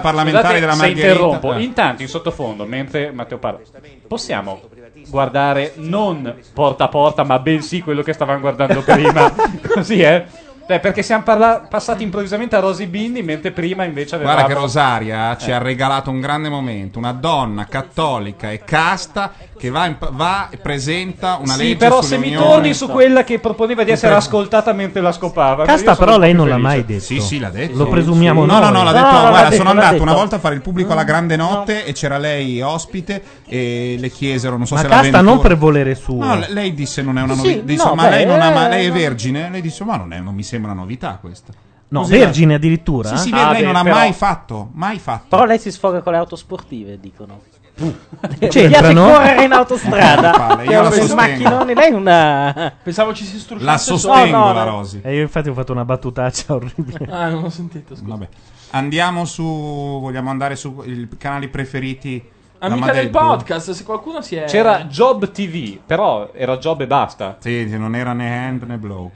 Scusate
parlamentari della
se
Margherita.
interrompo.
Eh.
Intanto, in sottofondo, mentre Matteo parla, possiamo guardare non porta a porta, ma bensì quello che stavamo guardando prima. Così, eh? Beh, perché siamo parla- passati improvvisamente a Rosy Bindi, mentre prima invece avevamo...
Guarda che Rosaria eh,
Eh.
ci ha regalato un grande momento, una donna cattolica e casta che va, in- va e presenta una
sì,
legge
però se mi
sull'unione.
torni su quella che proponeva di essere ascoltata mentre la scopava.
Casta,
io sono
però lei
più
non l'ha
felice.
mai detto. Sì, sì, l'ha detto.
Lo presumiamo
No, no,
noi.
no,
No,
l'ha detto.
no,
guarda,
l'ha detto,
sono
l'ha
andato
detto. Mm.
una volta a fare il pubblico alla grande notte e c'era lei ospite e le chiesero, non so
Ma
se
Casta
la
non per volere suo.
No, le- lei disse non è una
Sì,
novità, disse,
no,
ma
beh,
lei non ha, ma
eh,
lei è
no.
vergine? Lei disse "Ma non, è, non mi sembra una novità questa".
No,
Così era.
vergine addirittura?
Sì, sì,
Ah,
lei
beh,
non ha
però-
mai fatto, mai fatto.
Però lei si sfoga con le auto sportive, dicono.
Cioè,
Mi piace
C'entrano?
correre in
Palle,
autostrada.
io la
Con i
sostengo.
macchinoni, lei è una.
Pensavo ci si strusciasse
La
Oh,
sostengo, la Rosi.
E Eh, io infatti ho fatto una battutaccia orribile.
Ah, non ho sentito, scusa.
Vabbè. Andiamo su vogliamo andare su i canali preferiti
Amica
Dama
del
Deadpool.
podcast, se qualcuno si è...
C'era Job TV, però era Job e basta.
Sì, non era né hand né blow.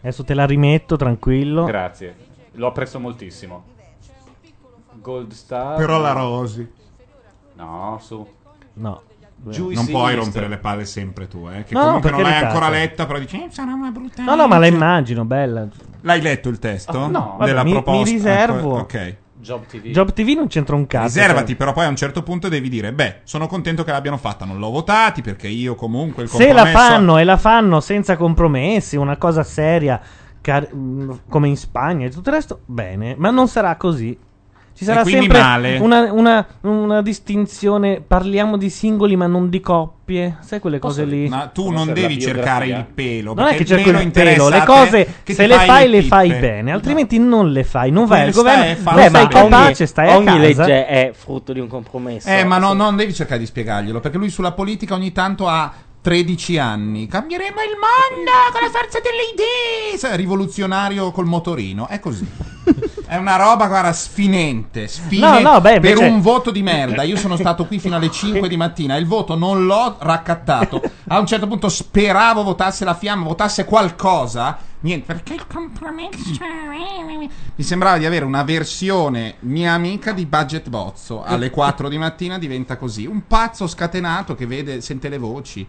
Adesso te la rimetto, tranquillo.
Grazie, lo apprezzo moltissimo. Gold Star.
Però la Rosi.
No, su.
No.
Juicy
non puoi
East.
rompere le palle sempre tu, eh, che
No, no,
comunque
per
non l'hai
carità,
ancora
sì.
letta, però dici "Eh, sarà una brutta".
No, no, ma la immagino, bella.
L'hai letto il testo
Ah, no, vabbè,
della
mi- mi
proposta? Ecco,
riservo.
Ok.
Job TV.
Job TV non c'entra un cazzo.
Riservati, però poi a un certo punto devi dire: Beh, sono contento che l'abbiano fatta, non l'ho votati perché io comunque il
Se la
compromesso-
fanno e la fanno senza compromessi, una cosa seria car- mh, come in Spagna e tutto il resto, bene, ma non sarà così. Ci sarà
quindi
sempre
male.
Una, una- una distinzione, parliamo di singoli ma non di coppie, sai quelle cose lì.
Ma tu non devi cercare il pelo.
Non è
perché
che cerco
meno
il pelo,
interessa
le
a
cose
te che
se
ti
le fai le
pippe.
fai bene, altrimenti non le fai, non vai
Come
al
stai
governo,
a farlo
beh, ma sei
fare?
capace, stai a
ogni
casa.
legge è frutto di un compromesso.
Eh, ma no, non devi cercare di spiegarglielo perché lui sulla politica ogni tanto ha 13 anni. Cambieremo il mondo con la forza delle idee. Sai, Rivoluzionario col motorino. È così. È una roba, guarda, sfinente. sfinente
No, no, beh,
per
invece-
un voto di merda. Io sono stato qui fino alle 5 di mattina. Il voto non l'ho raccattato. A un certo punto speravo votasse la fiamma, votasse qualcosa. Niente, perché il compromesso. Mi sembrava di avere una versione mia amica di Budget Bozzo. Alle 4 di mattina diventa così. Un pazzo scatenato che vede, sente le voci.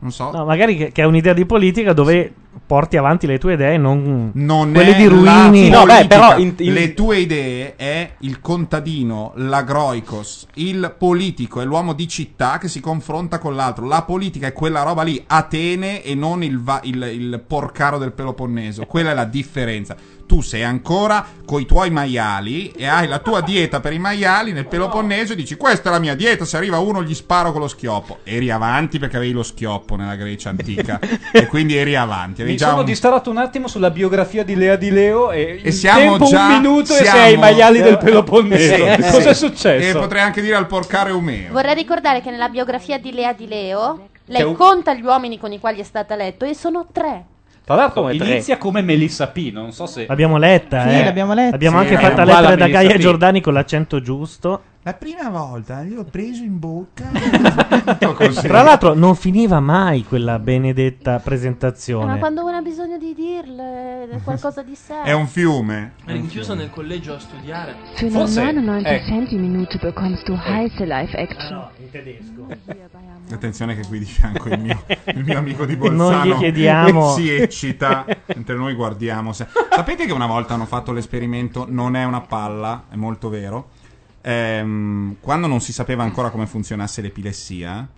Non so.
No, magari che, che è un'idea di politica dove porti avanti le tue idee, non,
Non
quelle
è
di
la
Ruini.
politica. le tue idee è il contadino, l'agroicos, il politico è l'uomo di città che si confronta con l'altro. La politica è quella roba lì, Atene e non il, va- il- il porcaro del Peloponneso. Quella è la differenza. Tu sei ancora coi tuoi maiali e hai la tua dieta per i maiali nel Peloponneso e dici questa è la mia dieta, se arriva uno gli sparo con lo schioppo. Eri avanti perché avevi lo schioppo nella Grecia antica e quindi eri avanti. Avevi
Mi
già
sono
un-
distratto un attimo sulla biografia di Lea Di Leo e,
e siamo
tempo
già
un minuto e
siamo-
sei ai maiali del Peloponneso.
Sì,
Cos'è
sì.
successo?
E potrei anche dire al porcare Omeo.
Vorrei ricordare che nella biografia di Lea di Leo, lei
un-
conta gli uomini con i quali è stata eletto e sono tre.
Tra l'altro
Come tre.
inizia come Melissa P, non so se...
L'abbiamo letta,
Sì,
eh.
l'abbiamo letta.
Abbiamo
Sì,
anche
era
fatta
uguale
lettera
a
da
Melissa
Gaia
P.
Giordani con l'accento giusto.
La prima volta gli ho preso in bocca. Ecco
Tra l'altro, non finiva mai quella
Eh,
benedetta
ma
presentazione.
quando uno ha bisogno di dirle qualcosa di sé.
fiume.
Rinchiusa nel collegio a studiare.
Für nur
eh.
99 Cent die Minute bekommst du heiße Live-Action.
Attenzione che qui di fianco il mio, il mio amico di
Non
Bolzano
gli chiediamo.
si eccita mentre noi guardiamo. se- Sapete che una volta hanno fatto l'esperimento non è una palla, è molto vero. Ehm, quando non si sapeva ancora come funzionasse l'epilessia,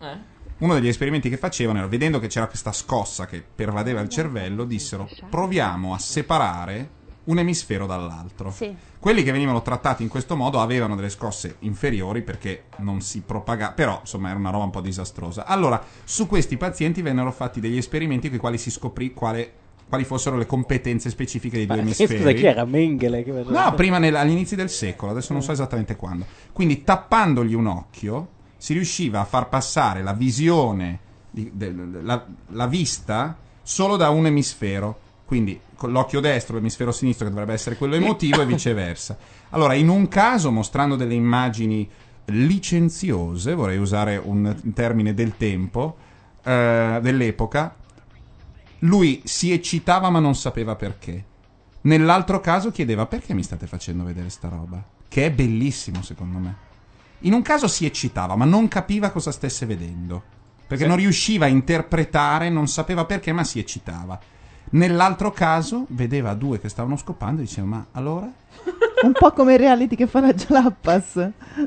uno degli esperimenti che facevano era vedendo che c'era questa scossa che pervadeva il cervello, dissero proviamo a separare un emisfero dall'altro.
Sì.
Quelli che venivano trattati in questo modo avevano delle scosse inferiori perché non si propagava, però insomma era una roba un po' disastrosa. Allora, su questi pazienti vennero fatti degli esperimenti con i quali si scoprì quale- quali fossero le competenze specifiche dei due
Ma sì,
emisferi.
scusa, chi era? Mengele? Che faceva-
No, prima nel- agli inizi del secolo, adesso non so esattamente quando. Quindi tappandogli un occhio si riusciva a far passare la visione, di- del- la, la vista, solo da un emisfero. Quindi con l'occhio destro, l'emisfero sinistro che dovrebbe essere quello emotivo e viceversa. Allora, in un caso, mostrando delle immagini licenziose, vorrei usare un termine del tempo, eh, dell'epoca, lui si eccitava ma non sapeva perché. Nell'altro caso chiedeva perché mi state facendo vedere sta roba? Che è bellissimo secondo me. In un caso si eccitava ma non capiva cosa stesse vedendo. Perché
Sì.
non riusciva a interpretare, non sapeva perché ma si eccitava. Nell'altro caso vedeva due che stavano scopando e diceva ma allora?
Un po' come il reality che fa la Jalappas.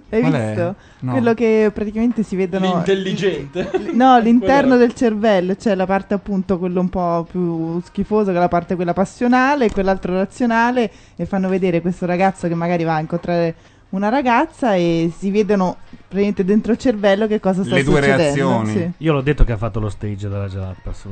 L'hai
Qual è?
visto?
No.
Quello che praticamente si vedono.
L'intelligente.
No, l'interno del cervello, cioè la parte appunto quello un po' più schifoso che è la parte quella passionale, quell'altro razionale e fanno vedere questo ragazzo che magari va a incontrare una ragazza e si vedono praticamente dentro il cervello che cosa sta succedendo. sì.
Io l'ho detto che ha fatto lo stage della Jalappas.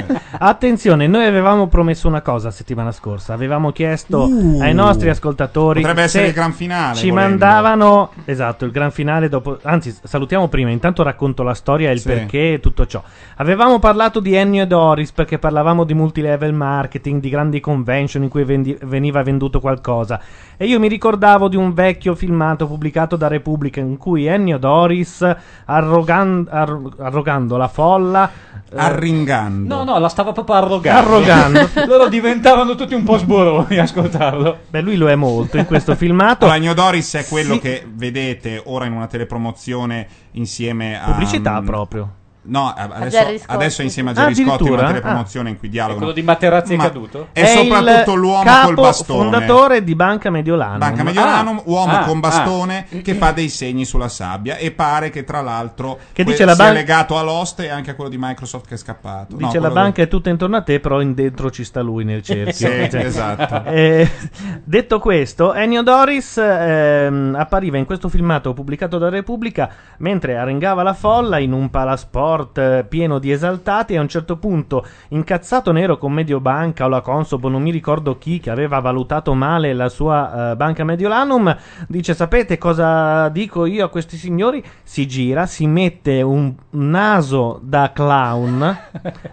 Attenzione, noi avevamo promesso una cosa la settimana scorsa. Avevamo chiesto
Uh,
ai nostri ascoltatori
potrebbe essere
se
il gran finale,
Ci
volendo.
mandavano esatto, il gran finale dopo anzi salutiamo prima, intanto racconto la storia e il
Sì.
perché e tutto ciò. Avevamo parlato di Ennio e Doris perché parlavamo di multilevel marketing, di grandi convention in cui vendi- veniva venduto qualcosa. E io mi ricordavo di un vecchio filmato pubblicato da Repubblica in cui Ennio Doris, arrogan- arro- arrogando la folla, eh,
Arringando.
No, no, la stava proprio arrogando.
Arrogando.
Loro diventavano tutti un po' sboroni a ascoltarlo.
Beh, lui lo è molto in questo filmato.
Ragno Doris è quello
Sì.
che vedete ora in una telepromozione insieme a. mm,
Pubblicità proprio.
No, a- adesso,
Jerry Scotti.
adesso è insieme a
Ah,
Jerry Scotti in
addirittura?
una telepromozione in cui dialogano.
È quello di Materazzi è
Ma
caduto?
È, soprattutto
il
l'uomo
capo
col bastone.
fondatore di Banca Mediolanum.
Banca Mediolanum,
Ah,
uomo
ah,
con bastone
ah.
che fa dei segni sulla sabbia e pare che tra l'altro
Che
que-
dice la
sia
ban-
legato a Lost e anche a quello di Microsoft che è scappato. No,
Dice la
quello
banca è tutta intorno a te, però in dentro ci sta lui nel cerchio. Cioè,
Sì, esatto.
Eh, detto questo, Ennio Doris ehm, appariva in questo filmato pubblicato da Repubblica mentre arengava la folla in un palasport eh, pieno di esaltati e a un certo punto, incazzato nero con Mediobanca o la Consob, non mi ricordo chi, che aveva valutato male la sua eh, banca Mediolanum, dice sapete cosa dico io a questi signori? Si gira, si mette un naso da clown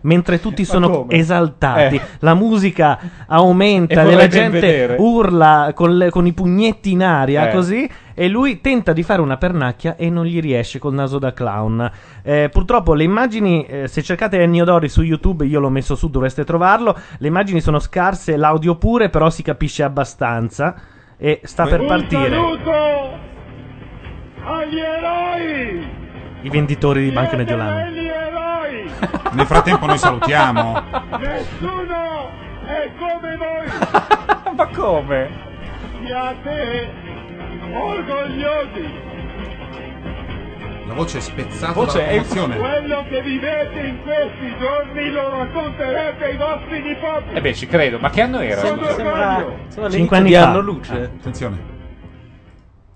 mentre tutti
Ma
sono
come?
esaltati,
Eh.
la musica aumenta,
E vorrei
la
ben
gente
vedere.
urla con, le- con i pugnetti in aria
Eh.
così e lui tenta di fare una pernacchia e non gli riesce col naso da clown. Eh, purtroppo le immagini, eh, se cercate Ennio Dori su YouTube, io l'ho messo su, dovreste trovarlo, le immagini sono scarse, l'audio pure, però si capisce abbastanza e sta per
Un
partire
saluto agli eroi!
i venditori di Banca Mediolanum.
Belli eroi!
Nel frattempo noi salutiamo.
Nessuno è come voi!
Ma come?
Siate orgogliosi!
La voce è spezzata
Voce
dalla
è-
commozione.
Quello che vivete in questi giorni lo racconterete ai vostri nipoti!
Eh beh, ci credo, ma che anno era?
Sono orgoglio!
Cinque anni fa.
Attenzione.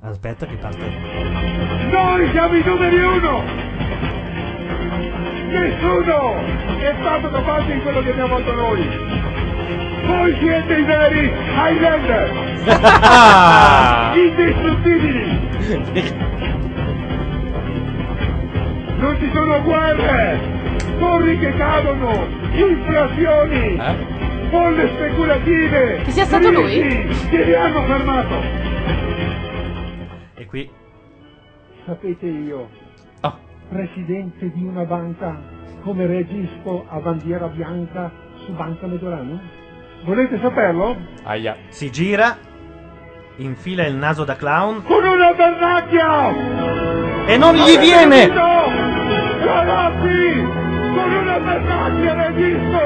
Aspetta che parte.
Noi siamo i numeri uno! Nessuno è stato capace di quello che abbiamo fatto noi! Voi siete i veri
Ah.
Highlander! Indistruttibili! Non ci sono guerre! torri che cadono, inflazioni, bolle speculative.
Che sia stato lui?
crisi. Chiediamo fermato.
E qui
Sapete io,
Ah.
presidente di una banca, come reagisco a bandiera bianca su Banca Medorano? Volete saperlo?
Aia. si gira, infila il naso da clown
Con una bernacchia!
e non gli viene!
Ragazzi, con una bernacchia resisto!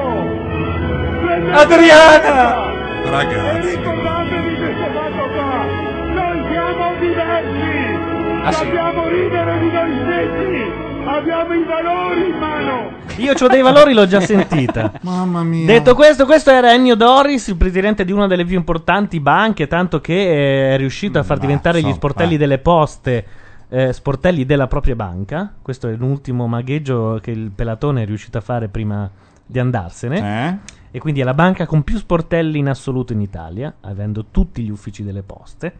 Prendete
Adriana!
E ricordatevi questo fatto qua! Noi siamo diversi!
Ah, sì.
Dobbiamo ridere di noi stessi! Abbiamo i valori in mano!
Io ho dei valori, l'ho già sentita.
Mamma mia.
Detto questo, questo era Ennio Doris, il presidente di una delle più importanti banche, tanto che eh, è riuscito a far diventare gli
insomma,
sportelli delle poste eh, sportelli della propria banca. Questo è l'ultimo magheggio che il pelatone è riuscito a fare prima di andarsene.
Eh?
E quindi è la banca con più sportelli in assoluto in Italia, avendo tutti gli uffici delle poste.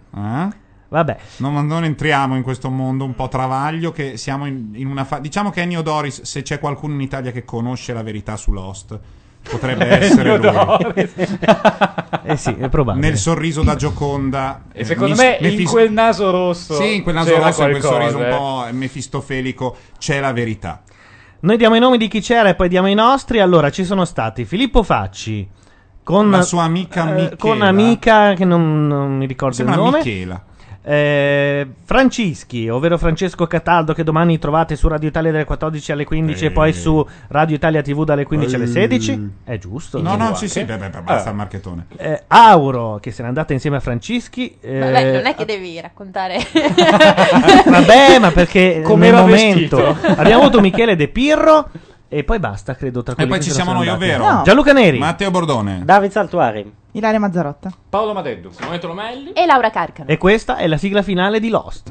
Vabbè.
Non, non entriamo in questo mondo un po' travaglio che siamo in, in una fa- Diciamo che Ennio Doris, se c'è qualcuno in Italia che conosce la verità su Lost, potrebbe essere
Ennio
lui.
Doris. Eh sì, è probabile.
Nel sorriso da Gioconda. eh,
E secondo me in quel naso rosso
Sì, in quel naso
c'era
rosso, in quel
qualcosa,
sorriso
eh.
un po' mefistofelico, c'è la verità.
Noi diamo i nomi di chi c'era e poi diamo i nostri. Allora, ci sono stati Filippo Facci con
La sua amica
eh,
Michela.
con amica che non, non mi ricordo
Sembra
il nome.
Michela.
Eh, Francischi, ovvero Francesco Cataldo, che domani trovate su Radio Italia dalle 14 alle 15 e poi su Radio Italia TV dalle 15 alle
Eh.
16. È giusto?
No, no,
Guarda.
sì, sì, beh, beh, beh, basta
Ah.
il marchettone.
Eh, Auro, che se n'è andata insieme a Francischi. eh,
Vabbè, non è che devi raccontare.
Vabbè, ma perché
Com'era
nel momento
vestito?
abbiamo avuto Michele De Pirro e poi basta, credo tra quelli
poi
che
ci
se ne
siamo
sono
noi,
andati.
ovvero? No.
Gianluca Neri,
Matteo Bordone,
David Saltuari
Ilaria Mazzarotta.
Paolo Madeddu,
Simone Tromelli.
e Laura Carcano.
e questa è la sigla finale di Lost.